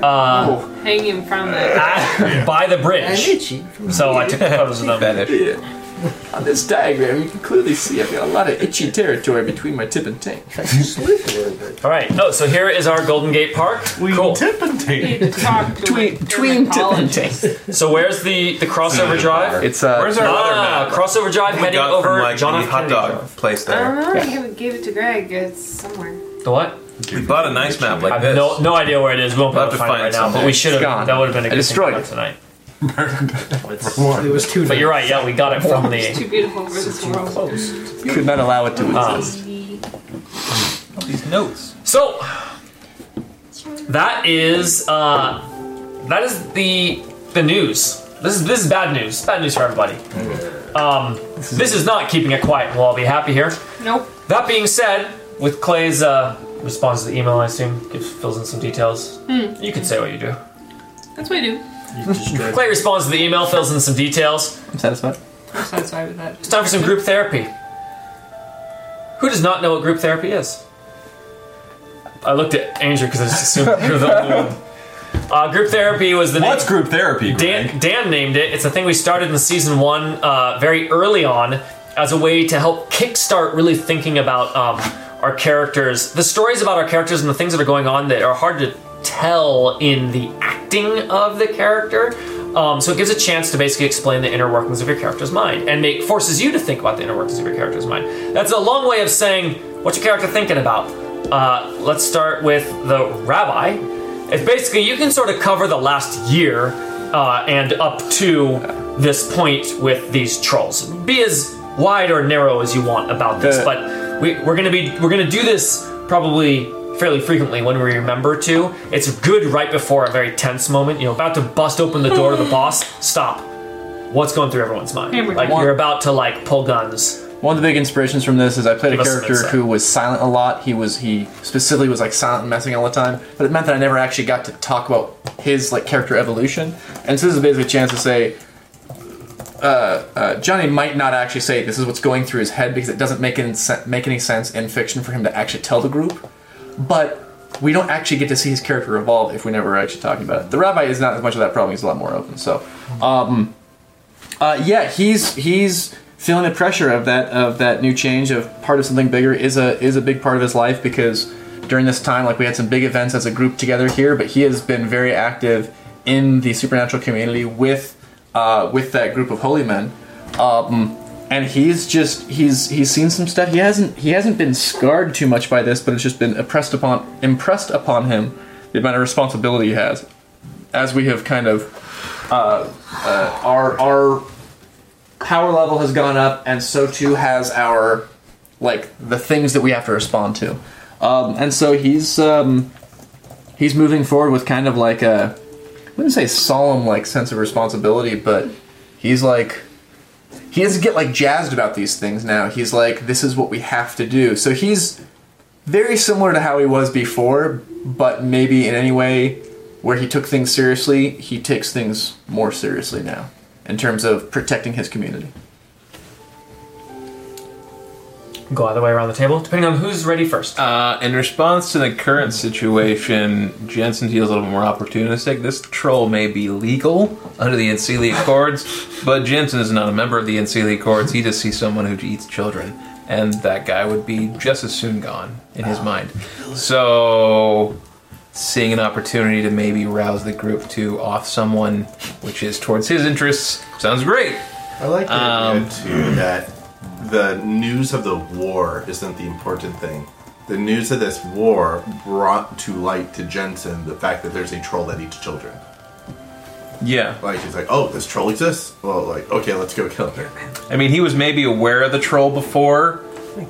[SPEAKER 7] Hanging from the
[SPEAKER 1] Ah. at- by the bridge.
[SPEAKER 5] itchy.
[SPEAKER 1] So I took photos of them.
[SPEAKER 3] Fetish.
[SPEAKER 8] On this diagram, you can clearly see I've got a lot of itchy territory between my tip and tank.
[SPEAKER 5] Sleep a little bit.
[SPEAKER 1] All right. Oh, so here is our Golden Gate Park. cool.
[SPEAKER 7] Need to talk to
[SPEAKER 8] Tween-
[SPEAKER 7] a
[SPEAKER 8] tween tip and tank.
[SPEAKER 7] dermatologist.
[SPEAKER 1] So where's the the crossover drive?
[SPEAKER 8] It's uh,
[SPEAKER 3] Where's our other
[SPEAKER 1] Ah,
[SPEAKER 3] map?
[SPEAKER 1] crossover drive
[SPEAKER 3] We
[SPEAKER 1] heading
[SPEAKER 3] got
[SPEAKER 1] over
[SPEAKER 3] from like
[SPEAKER 1] John F.
[SPEAKER 3] the hot
[SPEAKER 1] Kennedy
[SPEAKER 3] dog
[SPEAKER 1] Drive.
[SPEAKER 3] place
[SPEAKER 7] I don't
[SPEAKER 1] Uh-huh.
[SPEAKER 3] there.
[SPEAKER 7] know. I give- Uh-huh, gave it to Greg. It's somewhere.
[SPEAKER 1] The what?
[SPEAKER 3] We bought a nice map
[SPEAKER 1] I
[SPEAKER 3] like
[SPEAKER 1] have
[SPEAKER 3] this.
[SPEAKER 1] no, no idea where it is. We won't be
[SPEAKER 3] We'll
[SPEAKER 1] able to
[SPEAKER 3] have
[SPEAKER 1] find it right
[SPEAKER 3] to find it
[SPEAKER 1] now, but
[SPEAKER 3] someday.
[SPEAKER 1] we should
[SPEAKER 8] It's
[SPEAKER 1] have.
[SPEAKER 8] gone.
[SPEAKER 1] That would have been a good
[SPEAKER 8] I destroyed
[SPEAKER 1] thing
[SPEAKER 8] it.
[SPEAKER 1] to tonight.
[SPEAKER 5] It was two.
[SPEAKER 1] But you're right. Yeah, we got it from the.
[SPEAKER 7] Too beautiful for this world.
[SPEAKER 8] could not allow it to
[SPEAKER 7] Ah.
[SPEAKER 8] exist.
[SPEAKER 3] These notes.
[SPEAKER 1] So that is uh, that is the the news. This is this is bad news. Bad news for everybody.
[SPEAKER 8] Mm.
[SPEAKER 1] Um, this is not keeping it quiet. We'll all be happy here.
[SPEAKER 7] Nope.
[SPEAKER 1] That being said, with Clay's uh, response to the email, I assume gives fills in some details. You can say what you do.
[SPEAKER 7] That's what I do.
[SPEAKER 1] Clay responds to the email, fills in some details.
[SPEAKER 8] I'm satisfied.
[SPEAKER 7] I'm satisfied with that.
[SPEAKER 1] It's time for some group therapy. Who does not know what group therapy is? I looked at Andrew because I just assumed you're the only one. Uh, group therapy was the
[SPEAKER 12] What's
[SPEAKER 1] name.
[SPEAKER 12] group therapy, Greg?
[SPEAKER 1] Dan, Dan named it. It's a thing we started in season one uh, very early on as a way to help kickstart really thinking about um, our characters, the stories about our characters, and the things that are going on that are hard to tell in the acting of the character. Um, so it gives a chance to basically explain the inner workings of your character's mind and make forces you to think about the inner workings of your character's mind. That's a long way of saying what's your character thinking about. Uh, let's start with the rabbi. It's basically you can sort of cover the last year uh, and up to this point with these trolls. Be as wide or narrow as you want about this,
[SPEAKER 8] The-
[SPEAKER 1] but we, we're gonna be we're gonna do this probably fairly frequently when we remember to. It's good right before a very tense moment. You know, about to bust open the door to the boss. Stop. What's going through everyone's
[SPEAKER 7] Here
[SPEAKER 1] mind?
[SPEAKER 7] we
[SPEAKER 1] Like
[SPEAKER 7] go.
[SPEAKER 1] you're about to like pull guns.
[SPEAKER 8] One of the big inspirations from this is I played
[SPEAKER 1] Give
[SPEAKER 8] a
[SPEAKER 1] us some
[SPEAKER 8] character
[SPEAKER 1] insight.
[SPEAKER 8] who was silent a lot. He was he specifically was like silent and messing all the time, but it meant that I never actually got to talk about his like character evolution. And so this is basically a chance to say, uh, uh, Johnny might not actually say this is what's going through his head because it doesn't make any sen- make any sense in fiction for him to actually tell the group. But we don't actually get to see his character evolve if we never actually talking about it. The rabbi is not as much of that problem; he's a lot more open. So. Uh, yeah, he's he's feeling the pressure of that of that new change of part of something bigger is a is a big part of his life because during this time, like we had some big events as a group together here, but he has been very active in the supernatural community with uh, with that group of holy men. Um, and he's just he's he's seen some stuff. He hasn't he hasn't been scarred too much by this, but it's just been impressed upon impressed upon him the amount of responsibility he has. As we have kind of uh, uh, our our power level has gone up, and so too has our like the things that we have to respond to. Um, and so he's um, he's moving forward with kind of like a I wouldn't say solemn like sense of responsibility, but he's like he doesn't get like jazzed about these things now. He's like, this is what we have to do. So he's very similar to how he was before, but maybe in any way where he took things seriously, he takes things more seriously now in terms of protecting his community.
[SPEAKER 1] Go either way around the table, depending on who's ready first.
[SPEAKER 3] Uh, in response to the current situation, Jensen feels a little more opportunistic. This troll may be legal under the Ancilia Accords, but Jensen is not a member of the Ancilia Accords. He just sees someone who eats children, and that guy would be just as soon gone in his mind. So, seeing an opportunity to maybe rouse the group to off someone, which is towards his interests, sounds great.
[SPEAKER 5] I like that.
[SPEAKER 3] Um,
[SPEAKER 10] too that the news of the war isn't the important thing. The news of this war brought to light to Jensen the fact that there's a troll that eats children.
[SPEAKER 3] yeah.
[SPEAKER 10] Like he's like, oh, this troll exists. Well, like, okay, let's go kill her.
[SPEAKER 3] I mean, he was maybe aware of the troll before,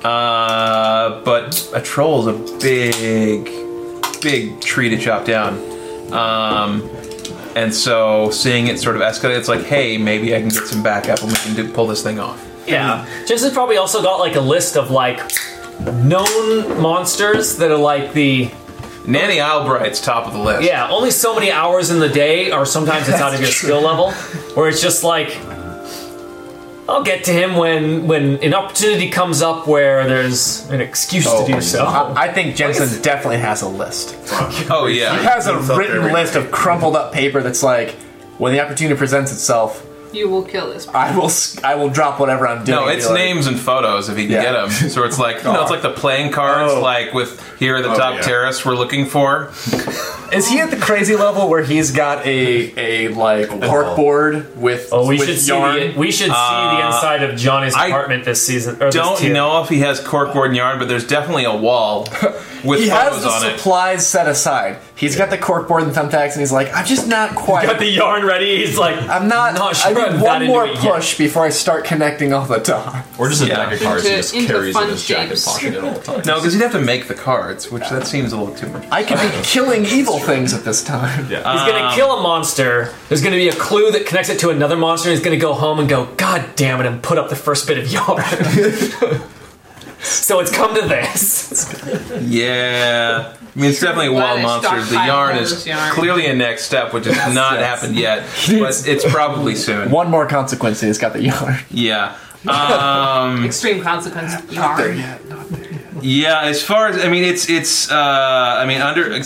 [SPEAKER 3] uh, but a troll is a big, big tree to chop down. Um, and so seeing it sort of escalate, it's like, hey, maybe I can get some backup and we can do, pull this thing off.
[SPEAKER 1] Yeah. Jason's probably also got like a list of like known monsters that are like the
[SPEAKER 3] Nanny Albright's top of the list.
[SPEAKER 1] yeah, only so many hours in the day or sometimes it's out of your skill level where it's just like I'll get to him when when an opportunity comes up where there's an excuse
[SPEAKER 8] Oh,
[SPEAKER 1] to do so.
[SPEAKER 8] I, I think Jensen definitely has a list.
[SPEAKER 3] Oh yeah.
[SPEAKER 8] He has a
[SPEAKER 10] It's up there
[SPEAKER 8] written
[SPEAKER 10] right
[SPEAKER 8] list of crumpled up paper that's like, when the opportunity presents itself,
[SPEAKER 7] You will kill this.
[SPEAKER 8] I will. s- I will drop whatever I'm doing.
[SPEAKER 3] No,
[SPEAKER 8] and
[SPEAKER 3] it's
[SPEAKER 8] be like,
[SPEAKER 3] names and photos if he can
[SPEAKER 8] Yeah. Oh.
[SPEAKER 3] get 'em. get them. So it's like you know, it's like the playing cards, like with here are the
[SPEAKER 10] Oh,
[SPEAKER 3] top
[SPEAKER 10] yeah.
[SPEAKER 3] terrorists we're looking for.
[SPEAKER 8] Is he at the crazy level where he's got a a like corkboard with
[SPEAKER 1] Oh, we
[SPEAKER 8] with
[SPEAKER 1] should see
[SPEAKER 8] yarn?
[SPEAKER 1] the, we should see the inside of Johnny's
[SPEAKER 3] I
[SPEAKER 1] apartment this season. Or
[SPEAKER 3] Don't
[SPEAKER 1] this tier.
[SPEAKER 3] know if he has corkboard and yarn, but there's definitely a wall with
[SPEAKER 8] he has
[SPEAKER 3] photos
[SPEAKER 8] the
[SPEAKER 3] on it.
[SPEAKER 8] supplies set aside. He's got the corkboard and thumbtacks, and he's like, I'm just not
[SPEAKER 1] Got
[SPEAKER 8] quite.
[SPEAKER 1] the yarn ready. He's like,
[SPEAKER 8] I'm not.
[SPEAKER 1] Not sure
[SPEAKER 8] I
[SPEAKER 1] I'm
[SPEAKER 8] need
[SPEAKER 1] that
[SPEAKER 8] one
[SPEAKER 1] into
[SPEAKER 8] more
[SPEAKER 1] it yet."
[SPEAKER 8] push before I start connecting all the dots.
[SPEAKER 4] Or just a
[SPEAKER 3] Yeah.
[SPEAKER 4] deck of cards he
[SPEAKER 7] Into-
[SPEAKER 4] just
[SPEAKER 7] into
[SPEAKER 4] carries in
[SPEAKER 7] fun
[SPEAKER 4] his jacket
[SPEAKER 7] shapes.
[SPEAKER 4] pocket at all times.
[SPEAKER 3] No, because he'd Oh, have to make the cards, which that seems a little too much.
[SPEAKER 8] I could be killing evil things at this time. Yeah.
[SPEAKER 1] he's
[SPEAKER 6] Um,
[SPEAKER 1] gonna kill a monster. There's gonna be a clue that connects it to another monster. And he's gonna go home and go, God damn it, and put up the first bit of yarn. so it's come to this.
[SPEAKER 3] Yeah. I mean, it's definitely a wall
[SPEAKER 7] But it's
[SPEAKER 3] monster. The
[SPEAKER 7] stockpiled
[SPEAKER 3] yarn
[SPEAKER 7] with
[SPEAKER 3] is
[SPEAKER 7] yarn.
[SPEAKER 3] clearly a next step, which has not happened yet, but it's probably soon.
[SPEAKER 8] One more consequence, and he's got the yarn.
[SPEAKER 3] Yeah.
[SPEAKER 7] Extreme consequence. Yarn.
[SPEAKER 3] Yeah, as far as I mean, it's it's uh, I mean, under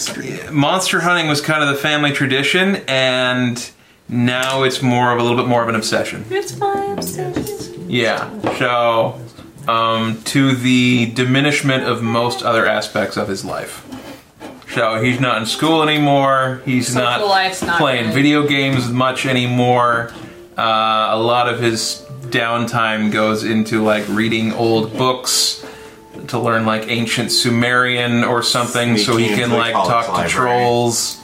[SPEAKER 3] monster hunting was kind of the family tradition, and now it's more of a little bit more of an obsession.
[SPEAKER 7] It's my obsession.
[SPEAKER 3] Yeah, so um, to the diminishment of most other aspects of his life. So he's not in school anymore. He's
[SPEAKER 7] Social
[SPEAKER 3] not,
[SPEAKER 7] life's not
[SPEAKER 3] playing
[SPEAKER 7] good.
[SPEAKER 3] video games much anymore. Uh, a lot of his downtime goes into like reading old books to learn like ancient Sumerian or something, so he
[SPEAKER 10] Sneaking
[SPEAKER 3] can
[SPEAKER 10] into the
[SPEAKER 3] like
[SPEAKER 10] college
[SPEAKER 3] talk to
[SPEAKER 10] library.
[SPEAKER 3] trolls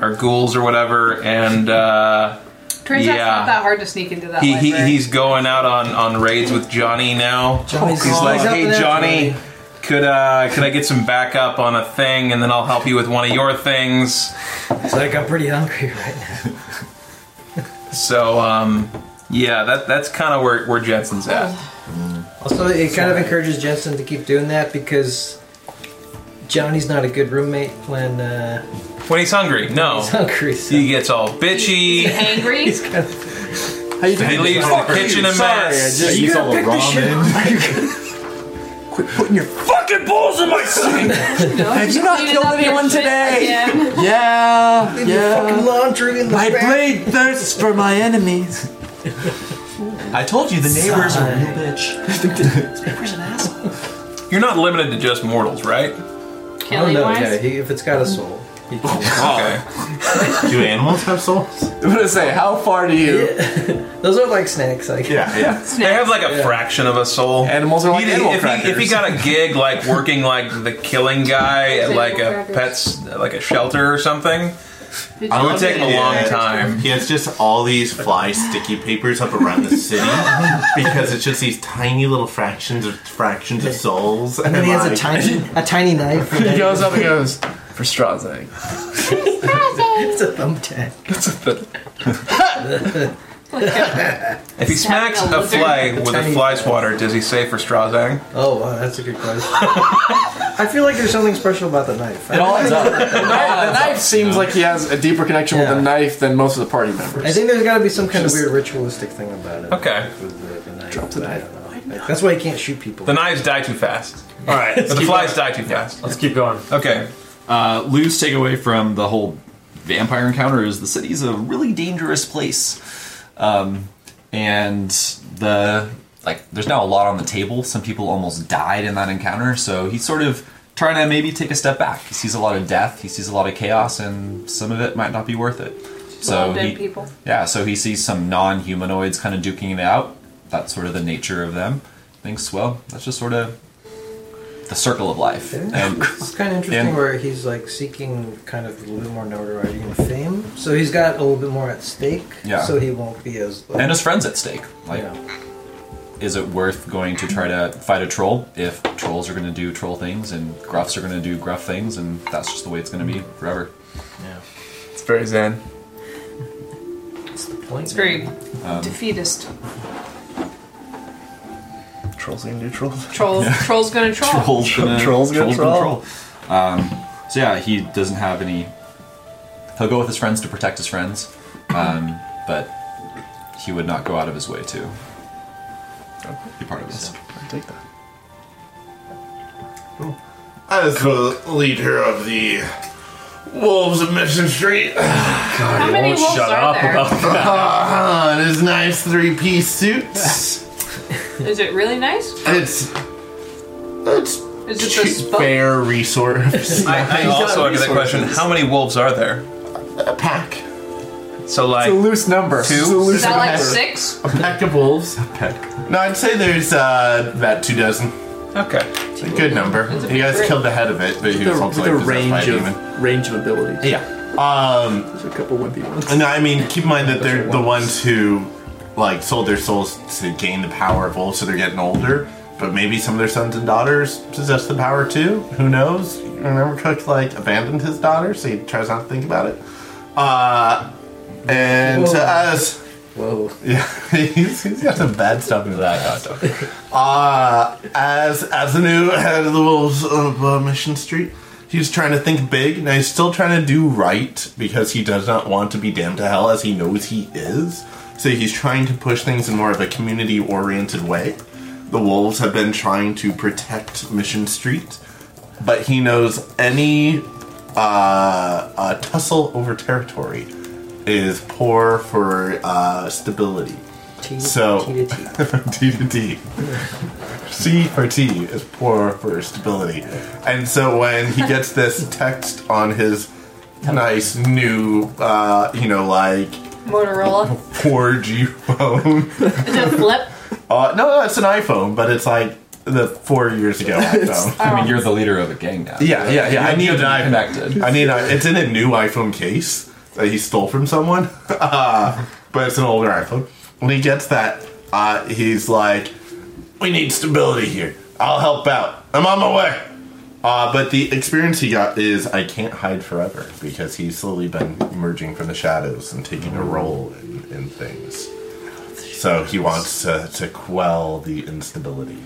[SPEAKER 3] or ghouls or whatever. And uh,
[SPEAKER 7] Turns out it's
[SPEAKER 3] Yeah.
[SPEAKER 7] not that hard to sneak into that
[SPEAKER 3] he, he
[SPEAKER 7] library.
[SPEAKER 3] he's going out on, on raids with Johnny now.
[SPEAKER 5] Johnny's
[SPEAKER 3] He's
[SPEAKER 5] gone.
[SPEAKER 3] like,
[SPEAKER 5] Oh, He's up
[SPEAKER 3] hey
[SPEAKER 5] in there,
[SPEAKER 3] Johnny, could uh, could I get some backup on a thing, and then I'll help you with one of your things.
[SPEAKER 5] It's like I'm pretty hungry right now.
[SPEAKER 3] So um, yeah, that that's kind of where where Jensen's at.
[SPEAKER 5] Also, it kind of encourages Jensen to keep doing that because Johnny's not a good roommate when uh,
[SPEAKER 3] When he's hungry, no,
[SPEAKER 5] he's hungry. So.
[SPEAKER 3] he gets all bitchy.
[SPEAKER 7] angry.
[SPEAKER 8] How you
[SPEAKER 3] He leaves the kitchen a mess.
[SPEAKER 8] Sorry, I just used all the ramen. Quit putting your fucking balls in my sink.
[SPEAKER 7] Have
[SPEAKER 8] you not killed anyone today? yeah, yeah.
[SPEAKER 5] laundry in the
[SPEAKER 8] I played thirst for my enemies.
[SPEAKER 4] I told you the neighbors are
[SPEAKER 5] Uh,
[SPEAKER 4] real bitch.
[SPEAKER 3] You're not limited to just mortals, right?
[SPEAKER 5] Oh
[SPEAKER 7] Killing
[SPEAKER 5] no,
[SPEAKER 7] wise.
[SPEAKER 5] yeah, he, if it's got a soul. He can.
[SPEAKER 3] Okay.
[SPEAKER 10] Do animals have souls?
[SPEAKER 8] I'm gonna say, how far do you?
[SPEAKER 5] Those are like snacks, I guess.
[SPEAKER 10] Yeah, yeah.
[SPEAKER 3] They have like a fraction of a soul.
[SPEAKER 8] Animals are like
[SPEAKER 3] He-
[SPEAKER 8] animal
[SPEAKER 3] if, he, if he
[SPEAKER 8] crackers.
[SPEAKER 3] got a gig like working like the killing guy at like a
[SPEAKER 7] crackers.
[SPEAKER 3] pet's like a shelter or something,
[SPEAKER 10] I
[SPEAKER 3] it would take him a long time.
[SPEAKER 10] He has just all these fly sticky papers up around the city because it's just these tiny little fractions of fractions of souls.
[SPEAKER 5] And then he has a tiny, a tiny knife.
[SPEAKER 8] He goes up and goes for Straw's egg.
[SPEAKER 5] It's a thumbtack.
[SPEAKER 3] If he smacks
[SPEAKER 7] having a
[SPEAKER 3] a
[SPEAKER 7] lizard.
[SPEAKER 3] fly with a fly swatter, does he say for Strazang?
[SPEAKER 5] Oh wow, that's a good question. I feel like there's something special about the knife.
[SPEAKER 8] It all adds up. The knife, the knife seems like he has a deeper connection with
[SPEAKER 5] Yeah.
[SPEAKER 8] the knife than most of the party
[SPEAKER 5] I
[SPEAKER 8] members.
[SPEAKER 5] think there's got to be some kind of weird ritualistic thing about it.
[SPEAKER 3] Okay.
[SPEAKER 5] With the, the knife.
[SPEAKER 8] Drop the knife.
[SPEAKER 5] I don't know. Like, that's why you can't shoot people.
[SPEAKER 3] The knives die too fast.
[SPEAKER 1] All right, let's
[SPEAKER 3] But the
[SPEAKER 1] keep,
[SPEAKER 3] flies die too fast.
[SPEAKER 1] let's keep going.
[SPEAKER 3] Okay.
[SPEAKER 4] Uh, Lou's takeaway from the whole vampire encounter is the city's a really dangerous place. Um, and the like there's now a lot on the table. Some people almost died in that encounter, so he's sort of trying to maybe take a step back. He sees a lot of death, he sees a lot of chaos, and some of it might not be worth it. So
[SPEAKER 7] Well, dead
[SPEAKER 4] he,
[SPEAKER 7] people.
[SPEAKER 4] yeah, so he sees some non-humanoids kind of duking it out. That's sort of the nature of them. Thinks, well, that's just sort of the circle of life. And
[SPEAKER 5] It's kind of interesting
[SPEAKER 4] And-
[SPEAKER 5] where he's like seeking kind of a little bit more notoriety and fame. So he's got a little bit more at stake.
[SPEAKER 4] Yeah.
[SPEAKER 5] So he won't be as. Like,
[SPEAKER 4] and his friends at stake. Like,
[SPEAKER 5] yeah.
[SPEAKER 4] is it worth going to try to fight a troll if trolls are going to do troll things and gruffs are going to do gruff things and that's just the way it's going to be forever
[SPEAKER 8] It's very zen.
[SPEAKER 7] It's very defeatist.
[SPEAKER 8] Trolls and neutrals.
[SPEAKER 7] Troll. Troll's gonna troll.
[SPEAKER 4] gonna,
[SPEAKER 8] Troll's gonna troll.
[SPEAKER 4] Um, so yeah he doesn't have any he'll go with his friends to protect his friends um, but he would not go out of his way to be part of this
[SPEAKER 8] I take that.
[SPEAKER 10] As the leader of the Wolves of Mission Street.
[SPEAKER 7] How many
[SPEAKER 13] won't
[SPEAKER 7] wolves
[SPEAKER 13] shut up
[SPEAKER 7] are there?
[SPEAKER 13] about that.
[SPEAKER 10] Ah, and his nice three piece suits.
[SPEAKER 7] Is it really nice?
[SPEAKER 10] It's. It's.
[SPEAKER 7] Is it
[SPEAKER 10] cheap,
[SPEAKER 7] the spell?
[SPEAKER 10] fair resource.
[SPEAKER 3] I, I also have that question: How many wolves are there?
[SPEAKER 10] a pack.
[SPEAKER 3] So
[SPEAKER 8] It's a
[SPEAKER 3] like,
[SPEAKER 8] loose number.
[SPEAKER 3] Two?
[SPEAKER 8] It's a loose
[SPEAKER 7] Is that like
[SPEAKER 8] number.
[SPEAKER 7] six?
[SPEAKER 10] A pack of wolves. No, I'd say there's uh, about two dozen.
[SPEAKER 3] okay,
[SPEAKER 10] It's a good number.
[SPEAKER 7] It's a
[SPEAKER 10] He guys
[SPEAKER 7] big-
[SPEAKER 10] killed the head of it, but he
[SPEAKER 8] The,
[SPEAKER 10] was also
[SPEAKER 8] the
[SPEAKER 10] like,
[SPEAKER 8] range of
[SPEAKER 10] demon.
[SPEAKER 8] range of abilities.
[SPEAKER 10] Yeah. Um,
[SPEAKER 8] There's a couple wimpy ones.
[SPEAKER 10] No, I mean, keep in mind that they're the ones who, like, sold their souls to gain the power of wolves, so they're getting older. But maybe some of their sons and daughters possess the power too. Who knows? Remember, Cook like abandoned his daughter, so he tries not to think about it. Uh, and to
[SPEAKER 5] Whoa.
[SPEAKER 10] us,
[SPEAKER 5] Whoa.
[SPEAKER 10] yeah, he's, he's got some bad stuff into that hot dog. Uh, as as the new head of the wolves of uh, Mission Street, he's trying to think big. Now he's still trying to do right because he does not want to be damned to hell, as he knows he is. So he's trying to push things in more of a community-oriented way. The wolves have been trying to protect Mission Street, but he knows any uh, uh, tussle over territory is poor for uh, stability.
[SPEAKER 5] T-
[SPEAKER 10] So-
[SPEAKER 5] T to T.
[SPEAKER 10] From T to D. C for T is poor for stability. And so when he gets this text on his nice new, uh, you know, like
[SPEAKER 7] Motorola.
[SPEAKER 10] 4G phone.
[SPEAKER 7] Is it flip?
[SPEAKER 10] Uh, no, no, it's an iPhone, but it's like the four years ago iPhone.
[SPEAKER 7] um,
[SPEAKER 4] I mean, you're the leader of a gang now.
[SPEAKER 10] Yeah, yeah, yeah. I need an iPhone.
[SPEAKER 4] connected.
[SPEAKER 10] I mean, uh, it's in a new iPhone case that he stole from someone, uh, but it's an older iPhone. When he gets that, uh, he's like, "We need stability here. I'll help out. I'm on my way." Uh, but the experience he got is I can't hide forever because he's slowly been emerging from the shadows and taking a role in, in things. So he wants to, to quell the instability.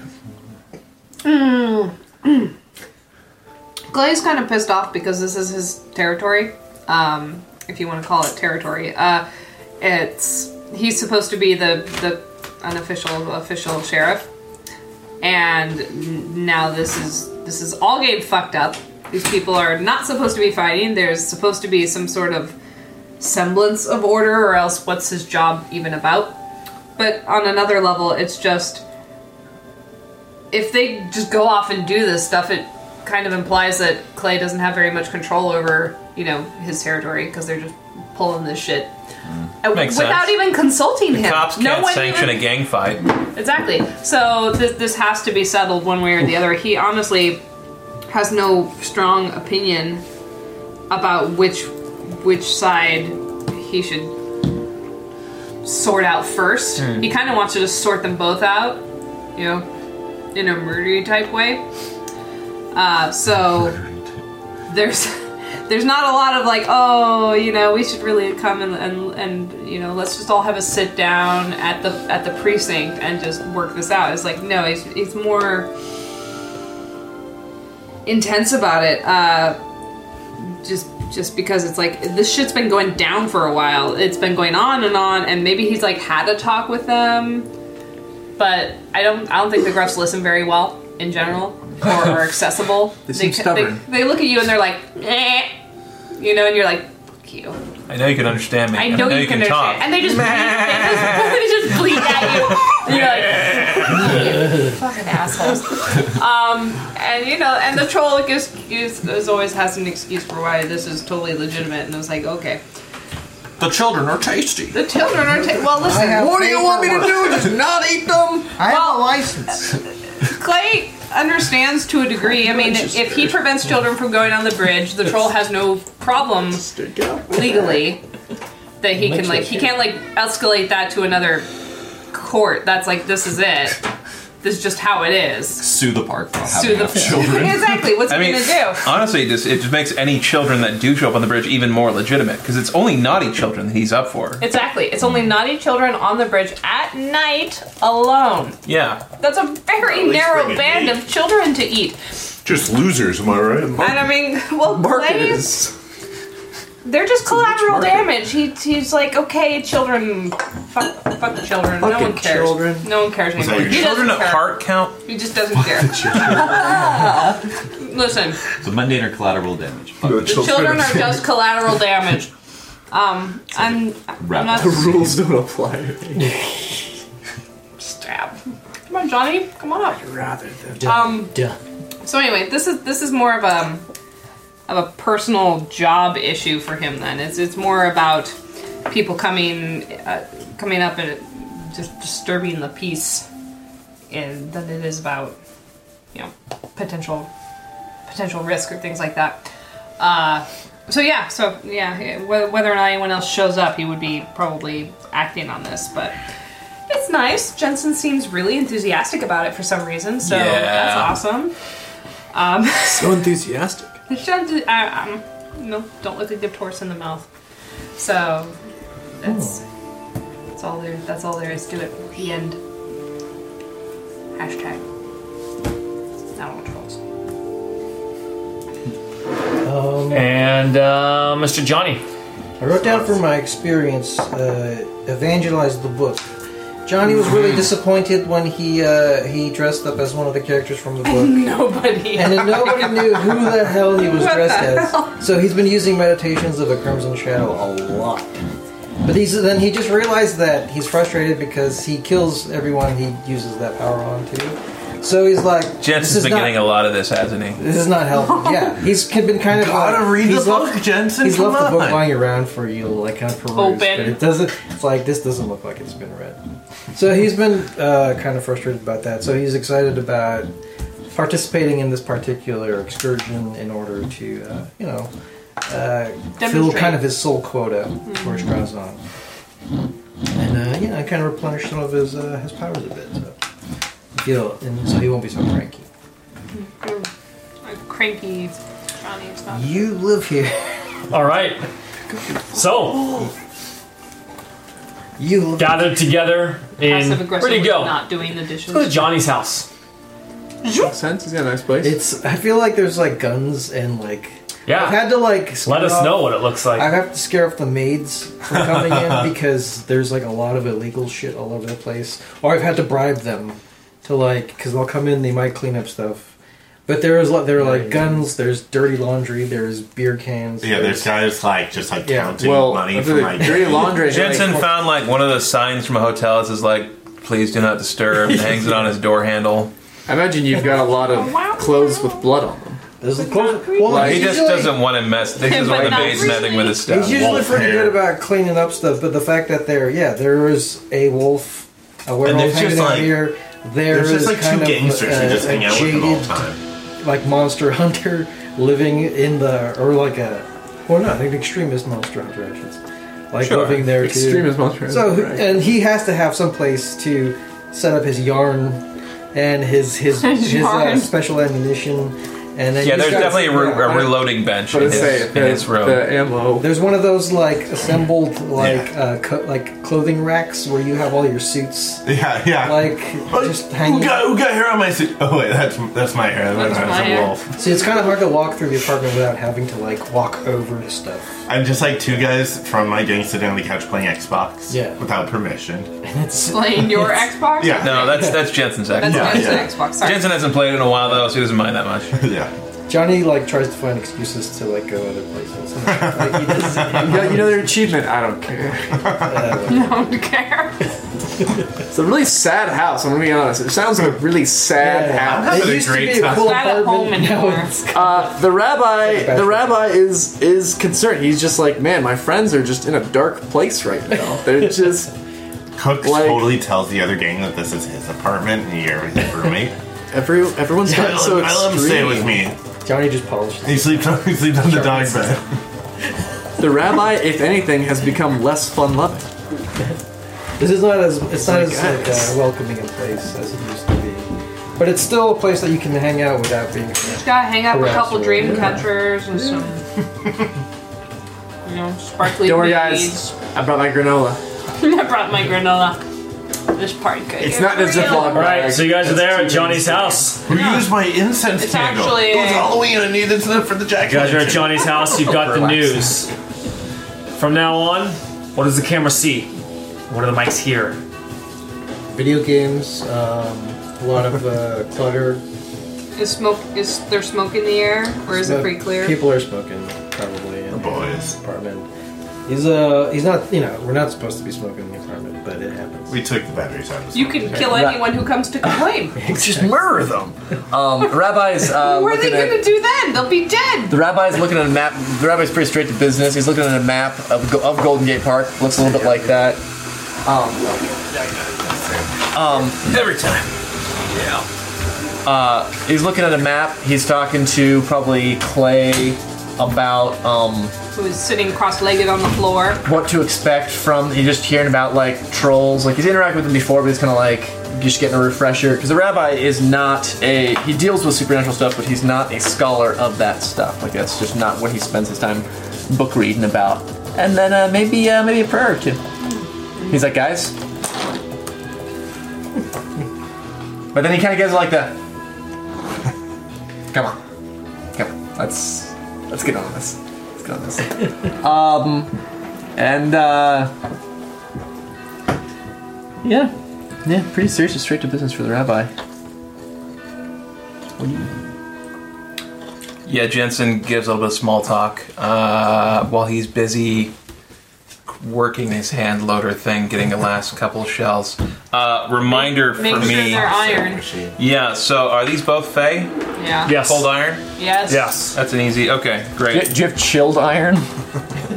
[SPEAKER 7] Clay's kind of pissed off because this is his territory, um, if you want to call it territory. Uh, it's he's supposed to be the the unofficial official sheriff, and n- now this is this is all getting fucked up. These people are not supposed to be fighting. There's supposed to be some sort of semblance of order, or else what's his job even about? But on another level, it's just if they just go off and do this stuff, it kind of implies that Clay doesn't have very much control over, you know, his territory because they're just pulling this shit Uh,
[SPEAKER 3] Makes
[SPEAKER 7] without
[SPEAKER 3] sense.
[SPEAKER 7] even consulting him.
[SPEAKER 3] cops
[SPEAKER 7] no
[SPEAKER 3] can't
[SPEAKER 7] one
[SPEAKER 3] sanction
[SPEAKER 7] even-
[SPEAKER 3] a gang fight.
[SPEAKER 7] Exactly. So this this has to be settled one way or the other. He honestly has no strong opinion about which which side he should sort out first. He kind of wants to just sort them both out, you know, in a murdery type way. Uh, so there's there's not a lot of like oh you know we should really come and, and and you know let's just all have a sit down at the at the precinct and just work this out it's like no it's, it's more intense about it uh just just because it's like this shit's been going down for a while it's been going on and on and maybe he's like had a talk with them but i don't i don't think the gruffs listen very well in general or are accessible
[SPEAKER 8] They seem stubborn.
[SPEAKER 7] they, look at you and they're like eh. you know and you're like fuck you
[SPEAKER 3] I know you can understand me.
[SPEAKER 7] i know you can,
[SPEAKER 3] talk.
[SPEAKER 7] understand and they just bleed, they just, they just bleed at you and you're like fucking assholes. um, and you know, and the troll gives, gives, as always has an excuse for why this is totally legitimate, and I was like, okay,
[SPEAKER 3] The children are tasty.
[SPEAKER 7] the children are. Ta- well, listen,
[SPEAKER 5] What do you want me to do?
[SPEAKER 8] Just not eat them.
[SPEAKER 5] I have
[SPEAKER 7] Well-
[SPEAKER 5] a license.
[SPEAKER 7] Clay understands to a degree. I mean, if he prevents children from going on the bridge, the troll has no problem
[SPEAKER 8] Stick up.
[SPEAKER 7] legally that he can like he can't like escalate that to another court. That's like this is it. This is just how it is.
[SPEAKER 4] Sue the park for
[SPEAKER 7] To
[SPEAKER 4] having
[SPEAKER 7] the
[SPEAKER 4] enough children.
[SPEAKER 7] exactly. What's
[SPEAKER 3] I
[SPEAKER 7] he
[SPEAKER 3] mean,
[SPEAKER 7] gonna do?
[SPEAKER 3] honestly, it just, it just makes any children that do show up on the bridge even more legitimate because it's only naughty children that he's up for.
[SPEAKER 7] Exactly. It's only naughty children on the bridge at night alone.
[SPEAKER 3] Yeah,
[SPEAKER 7] That's a very
[SPEAKER 10] least
[SPEAKER 7] narrow
[SPEAKER 10] bring it
[SPEAKER 7] band
[SPEAKER 10] eight.
[SPEAKER 7] of children to eat.
[SPEAKER 10] Just losers, am I right?
[SPEAKER 7] And I mean, well,
[SPEAKER 8] Mark it
[SPEAKER 7] Clay,
[SPEAKER 8] is.
[SPEAKER 7] They're just collateral damage. He, he's like, okay, children, fuck, fuck children. no one
[SPEAKER 6] Fucking
[SPEAKER 7] cares.
[SPEAKER 6] children.
[SPEAKER 7] No one cares anymore.
[SPEAKER 10] your
[SPEAKER 7] He doesn't
[SPEAKER 3] Children at
[SPEAKER 7] care.
[SPEAKER 3] heart count.
[SPEAKER 7] He just doesn't care. Listen,
[SPEAKER 4] So mundane or collateral damage. Fuck.
[SPEAKER 7] the children are just collateral damage. Um, I'm, I'm not
[SPEAKER 4] Rabbit.
[SPEAKER 6] Rules don't apply to me.
[SPEAKER 7] stab. Come on, Johnny, come on up.
[SPEAKER 5] Rather than
[SPEAKER 7] Um,
[SPEAKER 5] Duh.
[SPEAKER 7] So anyway, this is this is more of a of a personal job issue for him. Then it's it's more about people coming uh, coming up and just disturbing the peace, and than it is about you know potential potential risk or things like that. Uh, so yeah, so yeah, yeah, wh- whether or not anyone else shows up, he would be probably acting on this, but. It's nice. Jensen seems really enthusiastic about it for some reason, so that's
[SPEAKER 3] Yeah.
[SPEAKER 7] awesome. Um,
[SPEAKER 6] So enthusiastic.
[SPEAKER 7] Jensen, I, um, no, don't look a gift horse in the mouth. So that's that's all there. That's all there is to it. The end. Hashtag. Animal trolls.
[SPEAKER 1] And uh, Mr. Johnny.
[SPEAKER 5] Um, I wrote down from my experience, uh, evangelize the book. Johnny was really disappointed when he uh, he dressed up as one of the characters from the book,
[SPEAKER 7] Nobody.
[SPEAKER 5] and then nobody knew who the hell he was
[SPEAKER 7] What
[SPEAKER 5] dressed
[SPEAKER 7] the
[SPEAKER 5] as. So he's been using meditations of a crimson shadow a lot. But he's, then he just realized that he's frustrated because he kills everyone he uses that power on to. So he's like, this
[SPEAKER 3] Jensen's
[SPEAKER 5] is
[SPEAKER 3] been
[SPEAKER 5] not,
[SPEAKER 3] getting a lot of this, hasn't he?
[SPEAKER 5] This is not helping. Yeah, he's been kind of
[SPEAKER 10] Gotta
[SPEAKER 5] like-
[SPEAKER 10] read the
[SPEAKER 5] he's left-
[SPEAKER 10] book, Jensen.
[SPEAKER 5] He's
[SPEAKER 10] come
[SPEAKER 5] left the book
[SPEAKER 10] on.
[SPEAKER 5] lying around for you to like kind of peruse,
[SPEAKER 7] Open.
[SPEAKER 5] but it doesn't. It's like this doesn't look like it's been read. So he's been uh, kind of frustrated about that. So he's excited about participating in this particular excursion in order to, uh, you know, uh, fill
[SPEAKER 7] Demonstrate. Mm-hmm.
[SPEAKER 5] kind of his soul quota for Strazon, and uh, yeah, kind of replenish some of his uh, his powers a bit. So he'll and so he won't be so cranky.
[SPEAKER 7] Cranky. Johnny's not.
[SPEAKER 5] You live here.
[SPEAKER 1] All right. So
[SPEAKER 5] You live
[SPEAKER 1] gathered together in
[SPEAKER 7] Passive
[SPEAKER 1] where'd you
[SPEAKER 7] aggressively
[SPEAKER 1] go?
[SPEAKER 7] not doing the dishes.
[SPEAKER 1] Go to Johnny's house.
[SPEAKER 6] Makes sense. He's got a nice place.
[SPEAKER 5] It's. I feel like there's like guns and like.
[SPEAKER 1] Yeah.
[SPEAKER 5] I've had to like. scare
[SPEAKER 1] Let us
[SPEAKER 5] off-
[SPEAKER 1] know what it looks like.
[SPEAKER 5] I have to scare off the maids from coming in because there's like a lot of illegal shit all over the place, or I've had to bribe them to like because they'll come in, they might clean up stuff. But there's lo- there are like guns, there's dirty laundry, there's beer cans.
[SPEAKER 10] Yeah, there's guys like just like
[SPEAKER 5] Yeah.
[SPEAKER 10] counting money for like
[SPEAKER 6] dirty laundry.
[SPEAKER 3] Jensen found like one of those signs from a hotel that says like, "Please do not disturb," and hangs it on his door handle.
[SPEAKER 6] I imagine you've got a lot of clothes with blood on them.
[SPEAKER 5] there's the clothes. Well,
[SPEAKER 6] Like,
[SPEAKER 3] He
[SPEAKER 5] he's
[SPEAKER 3] just
[SPEAKER 5] usually-
[SPEAKER 3] doesn't want to mess. He doesn't
[SPEAKER 7] But
[SPEAKER 3] want the
[SPEAKER 7] not
[SPEAKER 3] maids nothing with his
[SPEAKER 5] He's
[SPEAKER 3] stuff.
[SPEAKER 5] usually
[SPEAKER 10] wolf
[SPEAKER 5] pretty
[SPEAKER 10] hair.
[SPEAKER 5] good about cleaning up stuff, but the fact that there, yeah, there is a wolf, a werewolf
[SPEAKER 10] there's just,
[SPEAKER 5] hanging out
[SPEAKER 10] like-
[SPEAKER 5] here.
[SPEAKER 10] There's just like two
[SPEAKER 5] kind of,
[SPEAKER 10] gangsters
[SPEAKER 5] uh,
[SPEAKER 10] who just hang
[SPEAKER 5] a
[SPEAKER 10] out with him all the
[SPEAKER 5] jaded
[SPEAKER 10] time.
[SPEAKER 5] like monster hunter living in the or like a well not an extremist monster hunter I should say. like
[SPEAKER 3] Sure.
[SPEAKER 5] living there
[SPEAKER 6] Extremist
[SPEAKER 5] too.
[SPEAKER 6] monster.
[SPEAKER 5] so
[SPEAKER 6] right.
[SPEAKER 5] and he has to have some place to set up his yarn and his his, his, uh,
[SPEAKER 7] Yarn.
[SPEAKER 5] special ammunition and then
[SPEAKER 3] Yeah,
[SPEAKER 5] he's
[SPEAKER 3] there's
[SPEAKER 5] got-
[SPEAKER 3] definitely a, re-
[SPEAKER 5] yeah.
[SPEAKER 3] a reloading bench in
[SPEAKER 6] But I
[SPEAKER 3] his,
[SPEAKER 6] say
[SPEAKER 3] in his
[SPEAKER 6] the,
[SPEAKER 3] room.
[SPEAKER 6] the ammo.
[SPEAKER 5] there's one of those like assembled like uh, co- like clothing racks where you have all your suits
[SPEAKER 10] Yeah, yeah.
[SPEAKER 5] like
[SPEAKER 10] Oh,
[SPEAKER 5] just hanging
[SPEAKER 10] Who got, who got hair on my suit? Oh wait, that's that's my hair. That's,
[SPEAKER 7] That's my hair.
[SPEAKER 10] a wolf.
[SPEAKER 5] See, it's kind of hard to walk through the apartment without having to like walk over to stuff
[SPEAKER 10] I'm just like two guys from my gang sitting on the couch playing Xbox.
[SPEAKER 5] Yeah.
[SPEAKER 10] Without permission.
[SPEAKER 5] and it's
[SPEAKER 7] Playing your Xbox.
[SPEAKER 10] Yeah.
[SPEAKER 3] no, that's that's Jensen's
[SPEAKER 7] That's
[SPEAKER 3] actually.
[SPEAKER 10] Yeah,
[SPEAKER 7] Jensen's
[SPEAKER 10] yeah.
[SPEAKER 7] Xbox. Sorry.
[SPEAKER 3] Jensen hasn't played in a while though, so he doesn't mind that much.
[SPEAKER 10] yeah.
[SPEAKER 5] Johnny like tries to find excuses to like go other places. like, he doesn't,
[SPEAKER 6] You got- you know their achievement. I don't care.
[SPEAKER 5] uh,
[SPEAKER 7] don't care.
[SPEAKER 6] It's a really sad house. I'm gonna be honest. It sounds like a really sad
[SPEAKER 5] yeah.
[SPEAKER 6] house.
[SPEAKER 10] having a
[SPEAKER 5] It used to
[SPEAKER 10] great
[SPEAKER 5] be a
[SPEAKER 10] time.
[SPEAKER 5] cool
[SPEAKER 7] Not at home
[SPEAKER 5] apartment. Now
[SPEAKER 7] anymore.
[SPEAKER 5] it's
[SPEAKER 6] Uh, the rabbi, the
[SPEAKER 5] Bastard.
[SPEAKER 6] rabbi is is concerned. He's just like, man, my friends are just in a dark place right now. They're just
[SPEAKER 10] Cook
[SPEAKER 6] Like-
[SPEAKER 10] totally tells the other gang that this is his apartment and you're his roommate.
[SPEAKER 6] every everyone's
[SPEAKER 10] I
[SPEAKER 6] gotten
[SPEAKER 10] let,
[SPEAKER 6] so
[SPEAKER 10] I let him stay
[SPEAKER 6] extreme.
[SPEAKER 10] with me.
[SPEAKER 5] Johnny just polished.
[SPEAKER 10] He sleeps on he sleeps on the dog bed.
[SPEAKER 6] The rabbi, if anything, has become less fun loving.
[SPEAKER 5] This is not as it's not
[SPEAKER 10] Oh
[SPEAKER 6] my
[SPEAKER 5] as like,
[SPEAKER 6] goodness.
[SPEAKER 5] uh, welcoming a place as it used to be, but it's still a place that you can hang out without being.
[SPEAKER 7] Gotta hang up a
[SPEAKER 5] Correct.
[SPEAKER 7] couple dream
[SPEAKER 5] Yeah.
[SPEAKER 7] catchers and some, you know, sparkly
[SPEAKER 6] Don't worry,
[SPEAKER 7] beads.
[SPEAKER 6] guys. I brought my granola.
[SPEAKER 7] I brought my granola. This part could.
[SPEAKER 6] It's not a Ziploc
[SPEAKER 1] All
[SPEAKER 7] Real.
[SPEAKER 1] right, so you guys are
[SPEAKER 6] That's
[SPEAKER 1] there
[SPEAKER 6] two
[SPEAKER 1] at Johnny's
[SPEAKER 6] rings.
[SPEAKER 1] house.
[SPEAKER 10] Who used my incense
[SPEAKER 7] It's
[SPEAKER 10] candle?
[SPEAKER 7] actually-
[SPEAKER 10] it was Halloween. I needed this for the jacket.
[SPEAKER 1] You guys are at Johnny's house. You've got the news. From now on, what does the camera see? What do the mics hear?
[SPEAKER 5] Video games, um, a lot of uh, clutter.
[SPEAKER 7] Is smoke? Is there smoke in the air, or is it
[SPEAKER 5] But
[SPEAKER 7] pretty clear?
[SPEAKER 5] People are smoking, probably. In the
[SPEAKER 10] boys.
[SPEAKER 5] apartment. He's uh, he's not. You know, we're not supposed to be smoking in the apartment, but it happens.
[SPEAKER 10] We took the batteries out of
[SPEAKER 7] You could kill anyone who comes to complain.
[SPEAKER 10] just murder them.
[SPEAKER 8] Um, rabbis. Uh,
[SPEAKER 7] what are they
[SPEAKER 8] looking at-
[SPEAKER 7] gonna do then? They'll be dead.
[SPEAKER 8] The rabbi's looking at a map. The rabbi's pretty straight to business. He's looking at a map of, Go- of Golden Gate Park. Looks a little bit like that.
[SPEAKER 3] Every time.
[SPEAKER 8] He's looking at a map. He's talking to probably Clay about um,
[SPEAKER 7] Who's sitting cross-legged on the floor?
[SPEAKER 8] what to expect from. He's just hearing about like trolls. Like he's interacted with them before, but he's kind of like just getting a refresher because the rabbi is not a. He deals with supernatural stuff, but he's not a scholar of that stuff. Like that's just not what he spends his time book reading about. And then uh, maybe uh, maybe a prayer or two. He's like, guys. But then he kind of gives like the, come on, come on, let's let's get on with this, let's get on with this. And uh Yeah. Yeah, pretty serious and straight to business for the rabbi.
[SPEAKER 3] Yeah, Jensen gives a little bit of small talk uh, while he's busy working his hand loader thing, getting the last couple shells. Uh, reminder
[SPEAKER 7] Make
[SPEAKER 3] for
[SPEAKER 7] sure
[SPEAKER 3] me.
[SPEAKER 7] they're iron.
[SPEAKER 3] Yeah, so are these both Fey?
[SPEAKER 7] Yeah.
[SPEAKER 1] Yes.
[SPEAKER 3] Cold iron?
[SPEAKER 7] Yes.
[SPEAKER 1] Yes.
[SPEAKER 3] That's an easy. Okay,
[SPEAKER 8] Do, do
[SPEAKER 3] great.
[SPEAKER 8] you have chilled iron?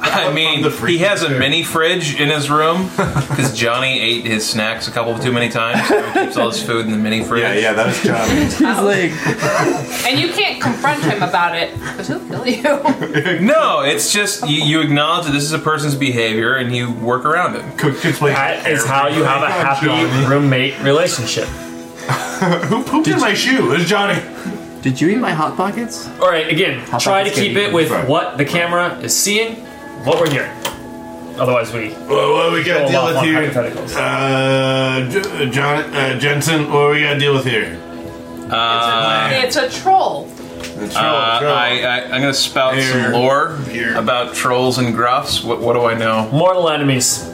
[SPEAKER 3] I mean, he has a mini fridge in his room because Johnny ate his snacks a couple too many times. So he keeps all his food in the mini fridge.
[SPEAKER 10] Yeah, yeah, that was John.
[SPEAKER 7] And you can't confront him about it, but he'll kill you.
[SPEAKER 3] No, it's just you, you acknowledge that this is a person's behavior and you work around it.
[SPEAKER 10] Cook explains.
[SPEAKER 1] That is how you have a happy roommate relationship.
[SPEAKER 10] Who pooped in my shoe? It's Johnny.
[SPEAKER 8] Did you eat my hot pockets?
[SPEAKER 1] All right, again, try to
[SPEAKER 8] about this
[SPEAKER 1] keep
[SPEAKER 8] game?
[SPEAKER 1] it with
[SPEAKER 10] Right.
[SPEAKER 1] what the camera is seeing, what we're hearing. Otherwise, we
[SPEAKER 10] Well, what we
[SPEAKER 1] go
[SPEAKER 10] gotta
[SPEAKER 1] a
[SPEAKER 10] deal
[SPEAKER 1] lot
[SPEAKER 10] with
[SPEAKER 1] on
[SPEAKER 10] here?
[SPEAKER 1] hypotheticals.
[SPEAKER 10] Uh, J- John, uh, Jensen, what we gotta deal with here?
[SPEAKER 7] it's a troll.
[SPEAKER 10] It's
[SPEAKER 3] Uh, I, I, I'm gonna spout
[SPEAKER 10] Here.
[SPEAKER 3] some lore
[SPEAKER 10] Here.
[SPEAKER 3] about trolls and gruffs. What, what do I know?
[SPEAKER 1] Mortal enemies,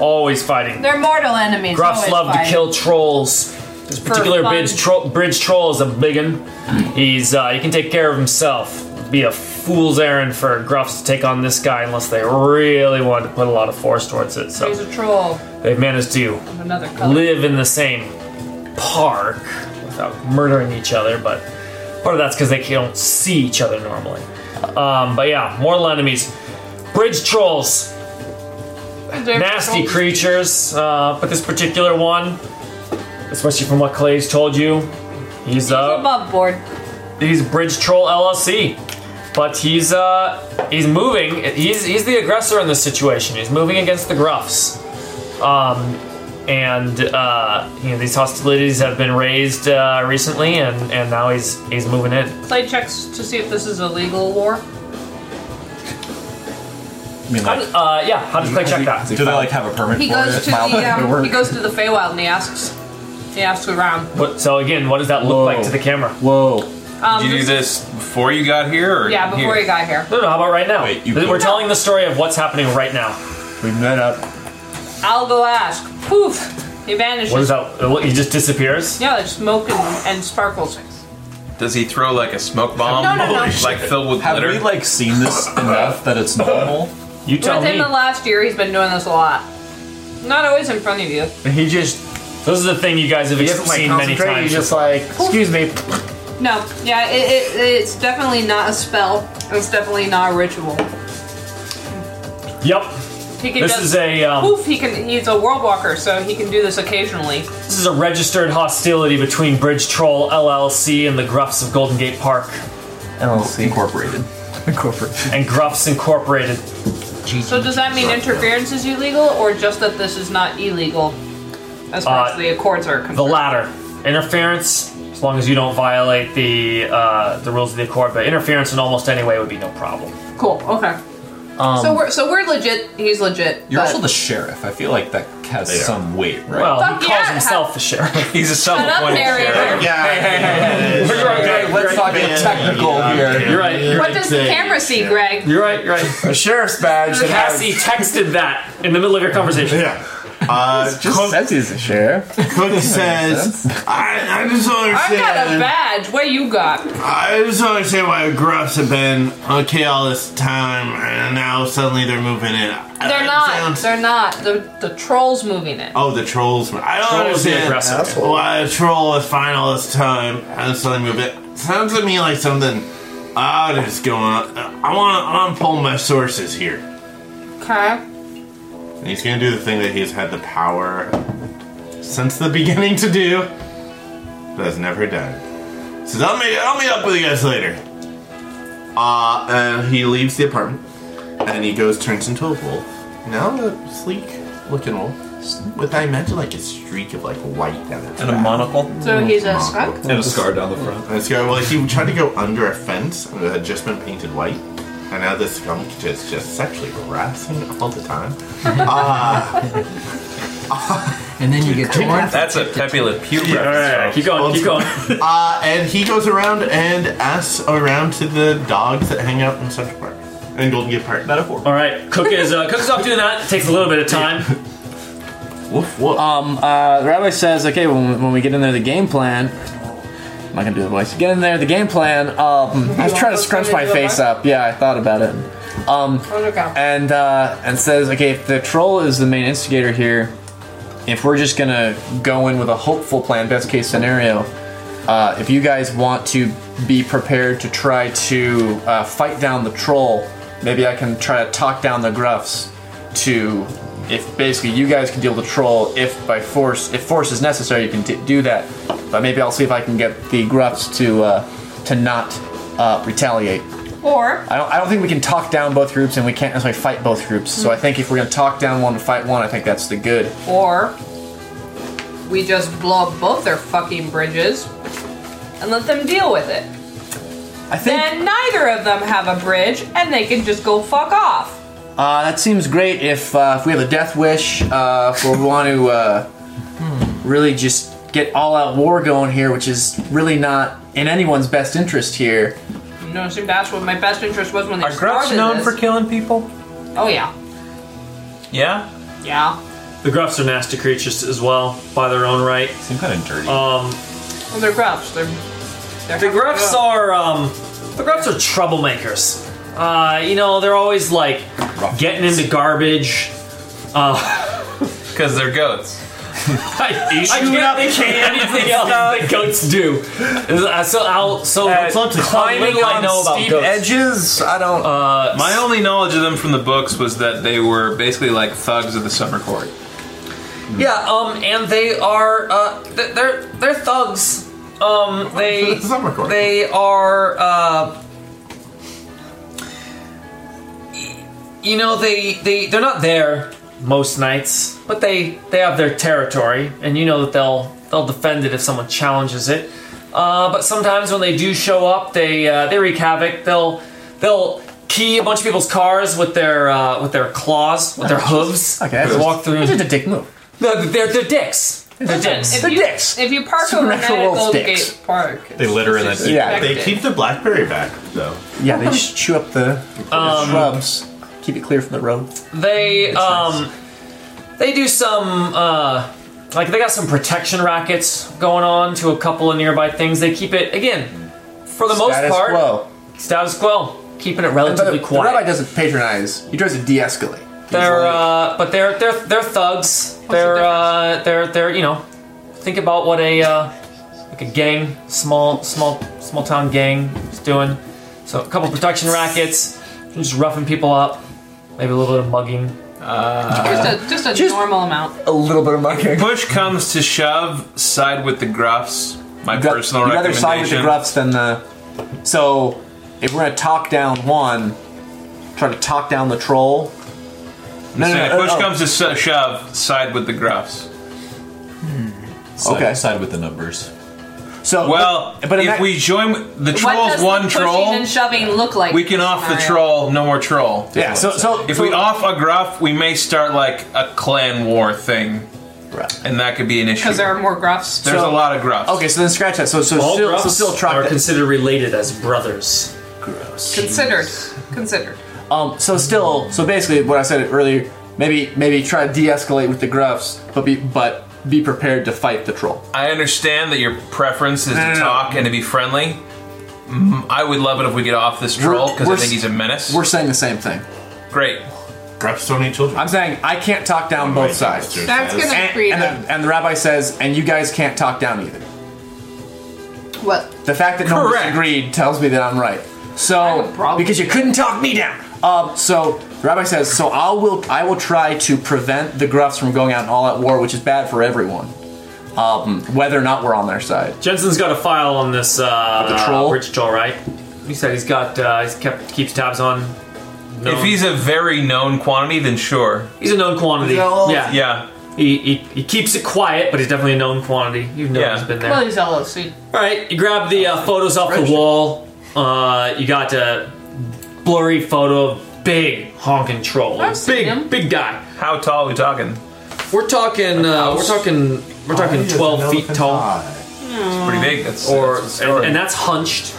[SPEAKER 1] always fighting.
[SPEAKER 7] They're mortal enemies.
[SPEAKER 1] Gruffs
[SPEAKER 7] always
[SPEAKER 1] love to
[SPEAKER 7] fight.
[SPEAKER 1] kill trolls. This particular
[SPEAKER 7] fun.
[SPEAKER 1] bridge, tro- bridge troll is a biggin. He's uh, he can take care of himself. Be a fool's errand for Gruffs to take on this guy unless they really want to put a lot of force towards it.
[SPEAKER 7] He's
[SPEAKER 1] So
[SPEAKER 7] a troll
[SPEAKER 1] they've managed to
[SPEAKER 7] of another color.
[SPEAKER 1] live in the same park without murdering each other, but part of that's because they don't see each other normally. Um, but yeah, mortal enemies. Bridge trolls,
[SPEAKER 7] They're
[SPEAKER 1] nasty
[SPEAKER 7] trolls.
[SPEAKER 1] creatures, uh, but this particular one, especially from what Clay's told you, he's uh,
[SPEAKER 7] Above board.
[SPEAKER 1] he's Bridge Troll LLC. But he's uh, he's moving. He's he's the aggressor in this situation. He's moving against the Gruffs. Um, and uh, you know these hostilities have been raised uh, recently, and, and now he's he's moving in.
[SPEAKER 7] Clay checks to see if this is a legal war.
[SPEAKER 4] I mean,
[SPEAKER 1] How
[SPEAKER 4] like,
[SPEAKER 1] do- uh, yeah, how does Clay check that?
[SPEAKER 4] do they like have a permit
[SPEAKER 7] He
[SPEAKER 4] for
[SPEAKER 7] goes
[SPEAKER 4] it?
[SPEAKER 7] to the
[SPEAKER 4] File that
[SPEAKER 7] um,
[SPEAKER 4] paperwork?
[SPEAKER 7] he goes to the Feywild and he asks he asks around.
[SPEAKER 1] What, so again, what does that look
[SPEAKER 4] Whoa.
[SPEAKER 1] like to the camera?
[SPEAKER 4] Whoa!
[SPEAKER 7] Um,
[SPEAKER 3] Did you do this before you got here? Or
[SPEAKER 7] Yeah, before
[SPEAKER 3] here?
[SPEAKER 7] he got here.
[SPEAKER 1] No, no. How about right now?
[SPEAKER 4] Wait, you-
[SPEAKER 1] We're telling the story of what's happening right now.
[SPEAKER 8] We met up.
[SPEAKER 7] I'll go ask. Poof! He vanishes.
[SPEAKER 1] What is that? He just disappears.
[SPEAKER 7] Yeah, there's smoke and, and sparkles.
[SPEAKER 3] Does he throw like a smoke bomb?
[SPEAKER 7] No, no, no.
[SPEAKER 3] Like filled with
[SPEAKER 4] Have
[SPEAKER 3] glitter?
[SPEAKER 4] we like seen this enough that it's normal?
[SPEAKER 1] You tell
[SPEAKER 7] Within
[SPEAKER 1] me.
[SPEAKER 7] the last year, he's been doing this a lot. Not always in front of you.
[SPEAKER 8] He just
[SPEAKER 1] This is the thing you guys have
[SPEAKER 8] he doesn't like
[SPEAKER 1] seen many
[SPEAKER 8] concentrate.
[SPEAKER 1] times.
[SPEAKER 8] He's just like, excuse me.
[SPEAKER 7] No, yeah, it, it, it's definitely not a spell. It's definitely not a ritual.
[SPEAKER 1] yep.
[SPEAKER 7] He can
[SPEAKER 1] This
[SPEAKER 7] just
[SPEAKER 1] is a um,
[SPEAKER 7] poof. He can. He's a world walker, so he can do this occasionally.
[SPEAKER 1] this is a registered hostility between Bridge Troll LLC and the Gruffs of Golden Gate Park
[SPEAKER 8] LLC
[SPEAKER 4] Incorporated.
[SPEAKER 8] Incorporated.
[SPEAKER 1] and Gruffs Incorporated.
[SPEAKER 7] So does that mean interference is illegal, or just that this is not illegal, as far
[SPEAKER 1] Uh,
[SPEAKER 7] as the accords are concerned?
[SPEAKER 1] The latter, interference, as long as you don't violate the uh, the rules of the accord. But interference in almost any way would be no problem.
[SPEAKER 7] cool. Okay. so we're so we're legit. He's legit.
[SPEAKER 4] Um, You're
[SPEAKER 7] but-
[SPEAKER 4] also the sheriff. I feel like that has
[SPEAKER 10] They are.
[SPEAKER 4] some weight, right?
[SPEAKER 1] Well,
[SPEAKER 7] Fuck
[SPEAKER 1] he
[SPEAKER 7] yeah,
[SPEAKER 1] calls
[SPEAKER 7] ha-
[SPEAKER 1] himself the sheriff.
[SPEAKER 4] he's a
[SPEAKER 7] Shut up,
[SPEAKER 4] self-appointed
[SPEAKER 7] Harry.
[SPEAKER 4] sheriff.
[SPEAKER 10] Yeah.
[SPEAKER 4] Okay, let's not get technical here.
[SPEAKER 1] You're right. You're
[SPEAKER 7] What
[SPEAKER 1] right.
[SPEAKER 7] does the camera see, Greg?
[SPEAKER 1] You're right. You're right.
[SPEAKER 8] A sheriff's badge that has
[SPEAKER 1] Cassie texted that in the middle of your conversation.
[SPEAKER 10] Yeah. Uh, Cook,
[SPEAKER 8] says he's a sheriff.
[SPEAKER 10] Cook says, I, I just don't
[SPEAKER 7] I've
[SPEAKER 10] understand.
[SPEAKER 7] got a badge. What you got?
[SPEAKER 10] I just don't understand why gruffs have been okay all this time, and now suddenly they're moving in.
[SPEAKER 7] They're not. They're not. The the trolls moving it.
[SPEAKER 10] Oh, the trolls. I don't
[SPEAKER 1] Trolls the
[SPEAKER 10] understand
[SPEAKER 1] aggressor.
[SPEAKER 5] Asshole.
[SPEAKER 10] why a troll is fine all this time and suddenly move it. Sounds to me like something odd is going on. I want to unpull my sources here.
[SPEAKER 7] Okay.
[SPEAKER 10] And he's going to do the thing that he's had the power since the beginning to do, but has never done. Says, I'll meet, I'll meet up with you guys later. Uh, and he leaves the apartment, and he goes, turns into a wolf. Now a sleek looking wolf, with I imagine like a streak of like white down its
[SPEAKER 4] And a
[SPEAKER 10] back.
[SPEAKER 4] monocle.
[SPEAKER 7] So he's a skunk.
[SPEAKER 4] And a scar down the front.
[SPEAKER 10] And This guy, well, he tried to go under a fence and it had just been painted white. And now this skunk is just sexually harassing all the time.
[SPEAKER 14] And then you get torn.
[SPEAKER 3] That's a Pepe Le Pew reference.
[SPEAKER 1] Alright, keep going, keep going.
[SPEAKER 10] Uh, and he goes around and asks around to the dogs that hang out in Central Park and Golden Gate Park.
[SPEAKER 4] Metaphor.
[SPEAKER 1] All right, Cook is uh, Cook is off doing that. It takes a little bit of time.
[SPEAKER 10] Woof woof.
[SPEAKER 8] Um, uh, the rabbi says, okay, when, when we get in there, the game plan. I'm not gonna do the voice. Get in there, the game plan. Um, I was trying to scrunch my face up. Yeah, I thought about it. Um,
[SPEAKER 7] Okay.
[SPEAKER 8] and uh, and says, okay, if the troll is the main instigator here, if we're just gonna go in with a hopeful plan, best case scenario, uh, if you guys want to be prepared to try to uh, fight down the troll, maybe I can try to talk down the gruffs to. If basically you guys can deal with the troll, if by force, if force is necessary, you can t- do that. But maybe I'll see if I can get the gruffs to uh, to not uh, retaliate.
[SPEAKER 7] Or
[SPEAKER 8] I don't, I don't think we can talk down both groups, and we can't necessarily fight both groups. So I think if we're going to talk down one to fight one, I think that's the good.
[SPEAKER 7] or we just blow up both their fucking bridges and let them deal with it.
[SPEAKER 8] I think
[SPEAKER 7] Then neither of them have a bridge, and they can just go fuck off.
[SPEAKER 8] uh, that seems great. If uh, if we have a death wish, uh, if we want to uh, really just get all out war going here, which is really not in anyone's best interest here.
[SPEAKER 7] You know, see, that's what my best interest was when they
[SPEAKER 3] Are gruffs
[SPEAKER 7] started
[SPEAKER 3] known
[SPEAKER 7] this.
[SPEAKER 3] for killing people?
[SPEAKER 7] oh yeah,
[SPEAKER 3] Yeah.
[SPEAKER 7] yeah.
[SPEAKER 1] The gruffs are nasty creatures as well, by their own right.
[SPEAKER 4] Seem kind of dirty.
[SPEAKER 1] Um,
[SPEAKER 7] Well, they're gruffs. They're they're
[SPEAKER 1] the gruffs are um, the gruffs are troublemakers. Uh, you know, they're always like getting into garbage.
[SPEAKER 3] Because they're goats.
[SPEAKER 1] I, I can't think of anything else that goats do. Uh, so I'll so
[SPEAKER 3] Uh,
[SPEAKER 1] so little
[SPEAKER 3] climbing
[SPEAKER 1] I
[SPEAKER 3] on
[SPEAKER 1] know
[SPEAKER 8] Oh,
[SPEAKER 1] about
[SPEAKER 3] steep
[SPEAKER 1] goats.
[SPEAKER 8] Edges, I don't.
[SPEAKER 1] Uh,
[SPEAKER 3] My only knowledge of them from the books was that they were basically like thugs of the summer court.
[SPEAKER 1] Yeah, um, and they are uh, th- they're they're thugs. Um, they
[SPEAKER 10] It's not recording.
[SPEAKER 1] they are uh, you know they they they're not there most nights, but they they have their territory, and you know that they'll they'll defend it if someone challenges it. Uh, but sometimes when they do show up, they uh, they wreak havoc. They'll they'll key a bunch of people's cars with their uh, with their claws, with their hooves.
[SPEAKER 8] Ah, okay, that's
[SPEAKER 1] They walk through.
[SPEAKER 8] I did a dick move.
[SPEAKER 1] No, they're they're dicks. They're dicks.
[SPEAKER 7] If you,
[SPEAKER 8] dicks.
[SPEAKER 7] if you park overnight at
[SPEAKER 8] Supernatural world
[SPEAKER 7] Golden
[SPEAKER 8] sticks.
[SPEAKER 7] Gate Park,
[SPEAKER 4] They litter in that.
[SPEAKER 8] Yeah,
[SPEAKER 10] They keep the blackberry back, though.
[SPEAKER 8] yeah, they just chew up the, the
[SPEAKER 1] Um,
[SPEAKER 8] shrubs, keep it clear from the road.
[SPEAKER 1] They um they do some uh like they got some protection rackets going on to a couple of nearby things. They keep it again for the
[SPEAKER 8] Status
[SPEAKER 1] most part
[SPEAKER 8] quo.
[SPEAKER 1] status quo, keeping it
[SPEAKER 8] But the,
[SPEAKER 1] relatively
[SPEAKER 8] the rabbi
[SPEAKER 1] quiet.
[SPEAKER 8] doesn't patronize. He tries to de-escalate. He's
[SPEAKER 1] They're
[SPEAKER 8] like-
[SPEAKER 1] uh but they're they're they're thugs. they're uh they're they're you know think about what a uh like a gang, small small small town gang is doing. So a couple protection rackets, just roughing people up, maybe a little bit of mugging.
[SPEAKER 7] just a just a
[SPEAKER 8] just-
[SPEAKER 7] normal amount.
[SPEAKER 8] a little bit of mucking.
[SPEAKER 3] Push comes to shove, side with the gruffs. My personal
[SPEAKER 8] You'd rather
[SPEAKER 3] recommendation.
[SPEAKER 8] side with the gruffs than the. So, if we're gonna talk down one, try to talk down the troll. No, no, oh,
[SPEAKER 3] Yeah,
[SPEAKER 8] no, no,
[SPEAKER 3] push
[SPEAKER 8] no.
[SPEAKER 3] comes to so- shove, side with the gruffs.
[SPEAKER 4] Side,
[SPEAKER 8] Okay.
[SPEAKER 4] side with the numbers.
[SPEAKER 8] So
[SPEAKER 3] Well,
[SPEAKER 8] but, but in
[SPEAKER 3] if
[SPEAKER 8] that-
[SPEAKER 3] we join the
[SPEAKER 7] What
[SPEAKER 3] trolls
[SPEAKER 7] does
[SPEAKER 3] one
[SPEAKER 7] the pushing
[SPEAKER 3] troll,
[SPEAKER 7] and shoving look like?
[SPEAKER 3] we can off the
[SPEAKER 7] Mario?
[SPEAKER 3] troll. No more troll.
[SPEAKER 8] yeah, so so
[SPEAKER 3] If
[SPEAKER 8] so-
[SPEAKER 3] we off a gruff, we may start like a clan war thing,
[SPEAKER 8] Right.
[SPEAKER 3] and that could be an issue.
[SPEAKER 7] Because there are more gruffs.
[SPEAKER 3] There's
[SPEAKER 8] So-
[SPEAKER 3] a lot of gruffs.
[SPEAKER 8] Okay, so then scratch that. So so
[SPEAKER 1] All
[SPEAKER 8] still
[SPEAKER 1] gruffs
[SPEAKER 8] so still
[SPEAKER 1] are
[SPEAKER 8] truck.
[SPEAKER 1] considered related as brothers.
[SPEAKER 7] Considered. Considered.
[SPEAKER 8] Um, so still, so basically, what I said earlier, maybe maybe try to de-escalate with the gruffs, but be but be prepared to fight the troll.
[SPEAKER 3] I understand that your preference is to talk and to be friendly. Mm, I would love it if we get off this
[SPEAKER 8] We're-
[SPEAKER 3] troll because I
[SPEAKER 8] we're
[SPEAKER 3] think
[SPEAKER 8] s-
[SPEAKER 3] he's a menace.
[SPEAKER 8] We're saying the same thing.
[SPEAKER 3] Great.
[SPEAKER 10] Grab so many children.
[SPEAKER 8] I'm saying I can't talk down both sides.
[SPEAKER 7] That's
[SPEAKER 10] Yes.
[SPEAKER 7] gonna
[SPEAKER 8] And,
[SPEAKER 7] create
[SPEAKER 8] and
[SPEAKER 7] a
[SPEAKER 8] the, and the rabbi says, and you guys can't talk down either.
[SPEAKER 2] What?
[SPEAKER 8] The fact that no one
[SPEAKER 3] Correct.
[SPEAKER 8] disagreed tells me that I'm right. So because you couldn't talk me down. Um, so the rabbi says, so I will I will try to prevent the gruffs from going out in all out war, which is bad for everyone. Um, whether or not we're on their side.
[SPEAKER 1] Jensen's got a file on this uh,
[SPEAKER 8] The troll?
[SPEAKER 1] bridge troll, right? He said he's got uh, he's kept keeps tabs on. known-
[SPEAKER 3] If he's a very known quantity, then sure.
[SPEAKER 1] he's a known quantity,
[SPEAKER 8] Yeah.
[SPEAKER 1] yeah,
[SPEAKER 3] Yeah.
[SPEAKER 1] He, he, he keeps it quiet, but he's definitely a known quantity. You know
[SPEAKER 3] Yeah.
[SPEAKER 1] he's been there.
[SPEAKER 7] well, he's LOC.
[SPEAKER 1] All right, you grab the uh, photos off the wall. Uh, you got a blurry photo of big honking troll,
[SPEAKER 7] I've seen
[SPEAKER 1] big
[SPEAKER 7] him.
[SPEAKER 1] big guy.
[SPEAKER 3] How tall are we talking?
[SPEAKER 1] We're talking, uh, we're talking, we're talking twelve feet tall,
[SPEAKER 3] It's pretty big. That's
[SPEAKER 1] or
[SPEAKER 3] that's the
[SPEAKER 1] and,
[SPEAKER 3] story.
[SPEAKER 1] and that's hunched.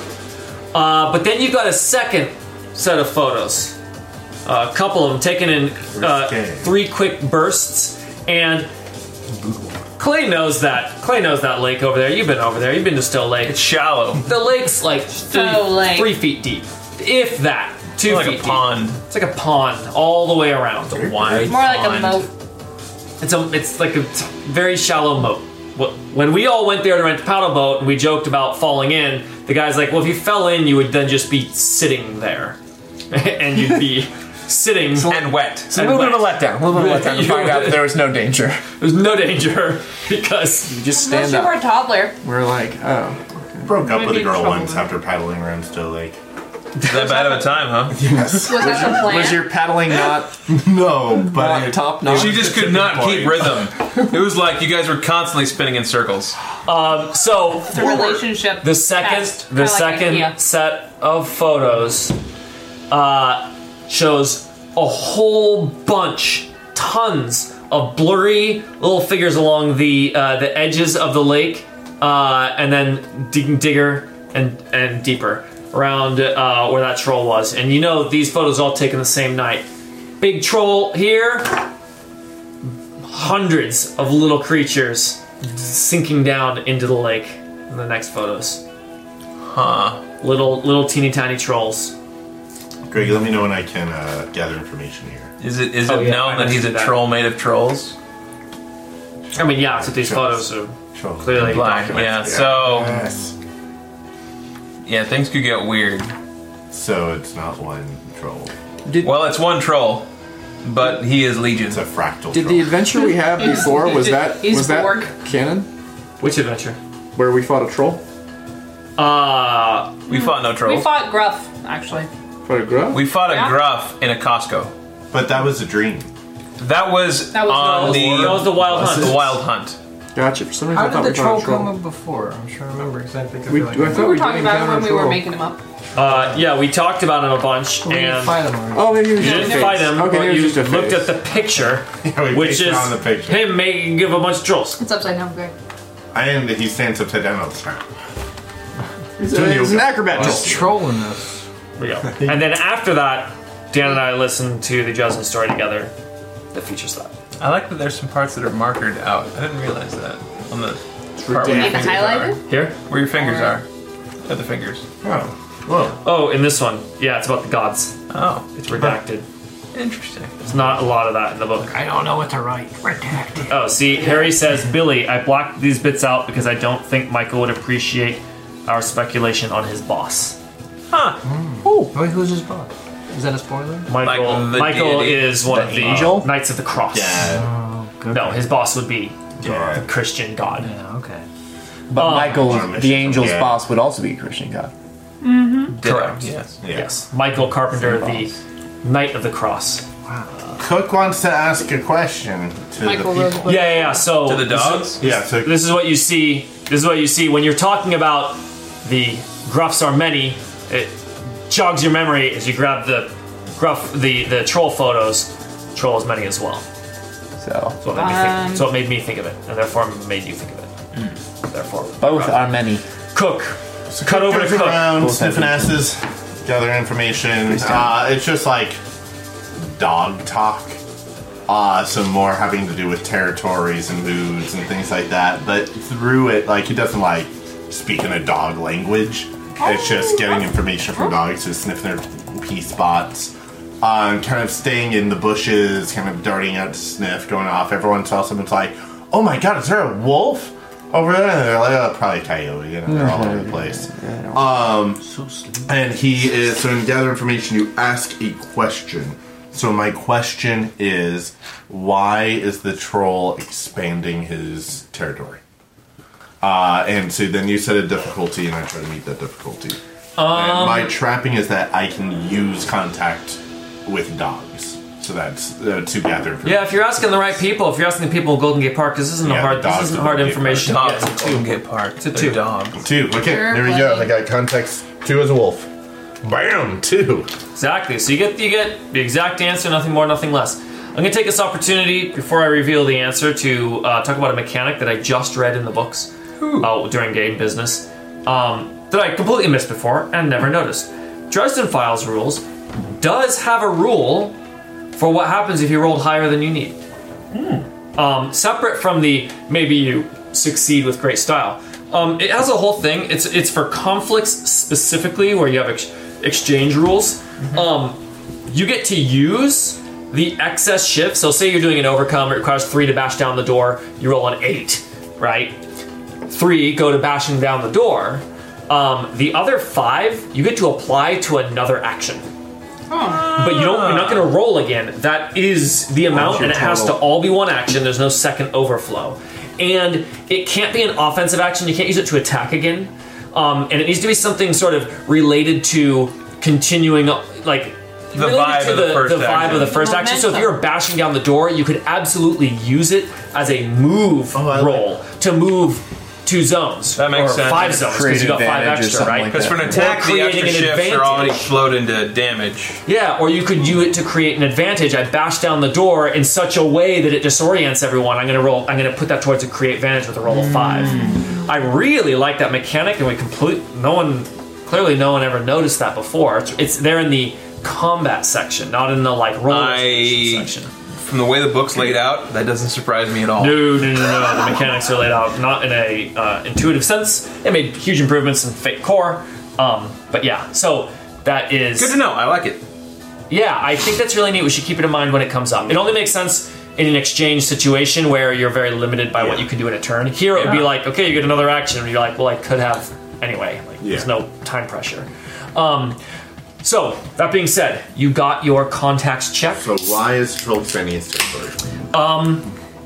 [SPEAKER 1] Uh, but then you got a second set of photos, a couple of them taken in uh,
[SPEAKER 10] Risque.
[SPEAKER 1] three quick bursts, and Clay knows that. Clay knows that lake over there. You've been over there. You've been to Still Lake.
[SPEAKER 3] it's shallow.
[SPEAKER 1] The lake's like three,
[SPEAKER 7] lake.
[SPEAKER 1] three feet deep, if that. Two
[SPEAKER 3] like
[SPEAKER 1] feet
[SPEAKER 3] a
[SPEAKER 1] deep.
[SPEAKER 3] pond.
[SPEAKER 1] It's like a pond all the way around.
[SPEAKER 3] Wide
[SPEAKER 7] More like a
[SPEAKER 3] pond.
[SPEAKER 7] moat.
[SPEAKER 1] It's a, it's like a t- very shallow moat. Wh- When we all went there to rent a paddle boat and we joked about falling in, the guy's like, "Well, if you fell in, you would then just be sitting there, and you'd be sitting."
[SPEAKER 3] And wet.
[SPEAKER 8] So a little bit of a letdown. A little bit of a letdown to find out that there was no danger.
[SPEAKER 1] There's no danger because
[SPEAKER 8] You just
[SPEAKER 7] Unless
[SPEAKER 8] stand
[SPEAKER 7] you were a
[SPEAKER 8] up.
[SPEAKER 7] toddler.
[SPEAKER 8] We're like, oh.
[SPEAKER 10] Broke up
[SPEAKER 7] Maybe
[SPEAKER 10] with a girl
[SPEAKER 7] trouble.
[SPEAKER 10] once after paddling around Still Lake.
[SPEAKER 3] Is that bad of a time, huh?
[SPEAKER 10] Yes.
[SPEAKER 7] Was that the plan?
[SPEAKER 8] Was your paddling not
[SPEAKER 10] no, but
[SPEAKER 8] on top notch?
[SPEAKER 3] She just could not keep rhythm. It was like you guys were constantly spinning in circles.
[SPEAKER 1] so
[SPEAKER 7] the relationship.
[SPEAKER 1] The second,
[SPEAKER 7] test.
[SPEAKER 1] the
[SPEAKER 7] Kinda like
[SPEAKER 1] second
[SPEAKER 7] IKEA.
[SPEAKER 1] set of photos uh, shows a whole bunch, tons of blurry little figures along the uh, the edges of the lake, uh, and then digging digger and and deeper around uh, where that troll was. And you know these photos all taken the same night. Big troll here, hundreds of little creatures sinking down into the lake in the next photos.
[SPEAKER 3] Huh.
[SPEAKER 1] Little little teeny tiny trolls.
[SPEAKER 10] Greg, let me know when I can uh, gather information here.
[SPEAKER 3] Is it is
[SPEAKER 1] Oh,
[SPEAKER 3] it
[SPEAKER 1] yeah, I
[SPEAKER 3] known that he's a
[SPEAKER 1] understood that.
[SPEAKER 3] troll made of trolls?
[SPEAKER 1] I mean, yeah, so these
[SPEAKER 10] Trolls.
[SPEAKER 1] photos are
[SPEAKER 10] Sure.
[SPEAKER 1] clearly
[SPEAKER 3] Black.
[SPEAKER 1] documented.
[SPEAKER 3] Yeah. So
[SPEAKER 10] Yes.
[SPEAKER 3] yeah, things could get weird.
[SPEAKER 10] So it's not one troll.
[SPEAKER 3] Well, it's one troll, but he is legion.
[SPEAKER 10] It's a fractal
[SPEAKER 14] Did
[SPEAKER 10] troll.
[SPEAKER 14] the adventure we had before was that
[SPEAKER 7] He's
[SPEAKER 14] was that
[SPEAKER 7] Borg.
[SPEAKER 14] canon
[SPEAKER 1] Which adventure?
[SPEAKER 14] where we fought a troll?
[SPEAKER 1] Uh,
[SPEAKER 3] We fought no troll.
[SPEAKER 7] Hmm. We fought Gruff, actually.
[SPEAKER 14] Fought a grub?
[SPEAKER 3] We fought a
[SPEAKER 7] Yeah.
[SPEAKER 3] gruff in a Costco.
[SPEAKER 10] but that was a dream.
[SPEAKER 3] That was,
[SPEAKER 7] That was
[SPEAKER 3] on
[SPEAKER 7] Wild
[SPEAKER 3] the,
[SPEAKER 1] that was the wild hunt.
[SPEAKER 3] the wild hunt.
[SPEAKER 14] Gotcha. For some reason,
[SPEAKER 5] How
[SPEAKER 14] I thought
[SPEAKER 5] did
[SPEAKER 14] we
[SPEAKER 5] the
[SPEAKER 14] fought a
[SPEAKER 5] troll
[SPEAKER 14] troll.
[SPEAKER 5] come up before? I'm trying to remember because I think I
[SPEAKER 14] we,
[SPEAKER 5] feel
[SPEAKER 14] I
[SPEAKER 5] like
[SPEAKER 14] thought
[SPEAKER 7] We were
[SPEAKER 14] did
[SPEAKER 7] talking about it
[SPEAKER 14] encounter
[SPEAKER 7] when
[SPEAKER 14] a
[SPEAKER 7] we were
[SPEAKER 14] troll.
[SPEAKER 7] making them up.
[SPEAKER 1] Uh, yeah, we talked about him a bunch,
[SPEAKER 5] we didn't
[SPEAKER 1] and
[SPEAKER 5] fight him already.
[SPEAKER 14] Oh, maybe it was
[SPEAKER 1] you
[SPEAKER 14] just
[SPEAKER 1] didn't
[SPEAKER 14] a
[SPEAKER 1] fight
[SPEAKER 14] face.
[SPEAKER 1] him,
[SPEAKER 14] Okay,
[SPEAKER 1] but
[SPEAKER 14] it was
[SPEAKER 1] you
[SPEAKER 14] just a face.
[SPEAKER 1] looked at the picture,
[SPEAKER 10] Yeah, we
[SPEAKER 1] which
[SPEAKER 10] based it
[SPEAKER 1] is
[SPEAKER 10] on the picture.
[SPEAKER 1] him making give a bunch of trolls.
[SPEAKER 7] It's upside down, Greg.
[SPEAKER 10] I am that he stands upside down all the time.
[SPEAKER 14] It's,
[SPEAKER 10] Doing
[SPEAKER 14] it's an
[SPEAKER 10] yoga.
[SPEAKER 14] acrobat
[SPEAKER 5] Just
[SPEAKER 14] troll.
[SPEAKER 5] trolling us.
[SPEAKER 1] There we go. and then after that, Dan and I listened to the Jasmine story together. That features that.
[SPEAKER 3] I like that there's some parts that are markered out. I didn't realize that on the part where your
[SPEAKER 7] Like
[SPEAKER 3] fingers
[SPEAKER 7] highlighted?
[SPEAKER 3] are.
[SPEAKER 1] Here?
[SPEAKER 3] Where your fingers are. At the fingers.
[SPEAKER 10] Oh, well,
[SPEAKER 1] Oh, in this one, yeah, it's about the gods.
[SPEAKER 3] Oh,
[SPEAKER 1] It's redacted.
[SPEAKER 3] interesting.
[SPEAKER 1] There's not a lot of that in the book.
[SPEAKER 14] I don't know what to write. Redacted.
[SPEAKER 1] Oh, see, Harry says, Billy, I blocked these bits out because I don't think Michael would appreciate our speculation on his boss.
[SPEAKER 5] Wait, Oh, who's his boss? Is that a spoiler?
[SPEAKER 1] Michael,
[SPEAKER 3] Like the
[SPEAKER 1] Michael
[SPEAKER 3] deity?
[SPEAKER 1] is one of the uh,
[SPEAKER 8] angel?
[SPEAKER 1] Knights of the Cross.
[SPEAKER 10] yeah,
[SPEAKER 1] No, his boss would be
[SPEAKER 10] yeah.
[SPEAKER 1] Christian God.
[SPEAKER 5] Yeah, Oh, okay.
[SPEAKER 8] But
[SPEAKER 1] Um,
[SPEAKER 8] Michael, the angel's
[SPEAKER 10] Yeah.
[SPEAKER 8] boss, would also be a Christian god.
[SPEAKER 3] Correct. Yes.
[SPEAKER 1] Yes, Michael Carpenter, the Knight of the Cross.
[SPEAKER 10] Cook wants to ask a question to
[SPEAKER 7] Michael
[SPEAKER 10] the
[SPEAKER 7] Rose.
[SPEAKER 10] people.
[SPEAKER 1] Yeah, yeah. yeah. So
[SPEAKER 3] To the dogs?
[SPEAKER 10] Yeah, so
[SPEAKER 1] This is what you see This is what you see when you're talking about the gruffs are many. It jogs your memory as you grab the gruff, the the troll photos. Troll is many as well.
[SPEAKER 15] So,
[SPEAKER 1] That's what made me think. That's what made me think of it, and therefore made you think of it.
[SPEAKER 10] Mm.
[SPEAKER 1] Therefore,
[SPEAKER 15] both are many.
[SPEAKER 1] cook. So cut over to
[SPEAKER 10] Turns
[SPEAKER 1] cook.
[SPEAKER 10] around, sniffing asses, gathering information. Uh, it's just like dog talk. Uh, some more having to do with territories and moods and things like that. But through it, like he doesn't like speak in a dog language. It's just getting information from dogs, just sniffing their pee spots. Um, kind of staying in the bushes, kind of darting out to sniff, going off. Everyone saw someone's like, "Oh my god, is there a wolf over there?" And they're like, "Oh, probably a coyote." You know, they're all over the place. And he is so in gather information you ask a question. So my question is why is the troll expanding his territory? Uh, and so then you set a difficulty and I try to meet that difficulty. and my
[SPEAKER 1] Um.
[SPEAKER 10] trapping is that I can use contact with dogs. So that's uh, to gather information.
[SPEAKER 1] Yeah, if you're asking the right people, if you're asking the people in Golden Gate Park, this isn't a
[SPEAKER 10] Yeah,
[SPEAKER 1] hard. This
[SPEAKER 10] dogs
[SPEAKER 1] isn't
[SPEAKER 10] in
[SPEAKER 1] hard
[SPEAKER 10] Golden Gate Park.
[SPEAKER 1] information. to get.
[SPEAKER 3] Two get parked.
[SPEAKER 1] To two.
[SPEAKER 3] dogs.
[SPEAKER 10] Two. Okay,
[SPEAKER 7] Sure,
[SPEAKER 10] there we go. I got context two as a wolf. Bam! Two.
[SPEAKER 1] Exactly. So you get you get the exact answer, nothing more, nothing less. I'm gonna take this opportunity before I reveal the answer to uh, talk about a mechanic that I just read in the books uh, during game business um, that I completely missed before and never noticed. Dresden Files rules does have a rule for what happens if you rolled higher than you need. Um, separate from the maybe you succeed with great style. Um, it has a whole thing. It's it's for conflicts specifically where you have ex- exchange rules. Um, you get to use the excess shift. So say you're doing an overcome. It requires three to bash down the door. You roll an eight, right? Three go to bashing down the door. Um, the other five you get to apply to another action but you don't. You're not going to roll again. That is the amount, and it has to all be one action. There's no second overflow, and it can't be an offensive action. You can't use it to attack again, um, and it needs to be something sort of related to continuing, uh, like
[SPEAKER 3] The
[SPEAKER 1] related
[SPEAKER 3] vibe
[SPEAKER 1] to
[SPEAKER 3] of the first
[SPEAKER 1] vibe of
[SPEAKER 3] action.
[SPEAKER 1] the first action. So if
[SPEAKER 7] Momentum.
[SPEAKER 1] you're bashing down the door, you could absolutely use it as a move
[SPEAKER 3] Oh,
[SPEAKER 10] I like-
[SPEAKER 1] roll to move. Two zones.
[SPEAKER 3] That makes
[SPEAKER 1] or
[SPEAKER 3] sense.
[SPEAKER 1] Five zones because you got five
[SPEAKER 15] advantage or
[SPEAKER 1] extra,
[SPEAKER 15] something
[SPEAKER 1] right?
[SPEAKER 15] like
[SPEAKER 3] Because for an attack, the
[SPEAKER 1] creating
[SPEAKER 3] extra
[SPEAKER 1] an
[SPEAKER 3] shifts are already
[SPEAKER 1] advantage.
[SPEAKER 3] flowed into damage.
[SPEAKER 1] Yeah, or you could do it to create an advantage. I bash down the door in such a way that it disorients everyone. I'm gonna roll. I'm gonna put that towards a create advantage with a roll of five.
[SPEAKER 3] Mm.
[SPEAKER 1] I really like that mechanic, and we complete. No one, clearly, no one ever noticed that before. It's, it's there in the combat section, not in the like roll
[SPEAKER 3] I-
[SPEAKER 1] section.
[SPEAKER 3] From the way the book's laid out, that doesn't surprise me at all.
[SPEAKER 1] No, no, no, no. The mechanics are laid out not in a uh, intuitive sense. They made huge improvements in Fate Core, um, but yeah. So that is
[SPEAKER 3] Good to know. I like it.
[SPEAKER 1] Yeah, I think that's really neat. We should keep it in mind when it comes up. It only makes sense in an exchange situation where you're very limited by what you can do in a turn. Here it would be like, okay, you get another action, and you're like, well, I could have anyway. Like, There's no time pressure. Um, so that being said, you got your contacts checked.
[SPEAKER 10] So why is troll expanding his territory?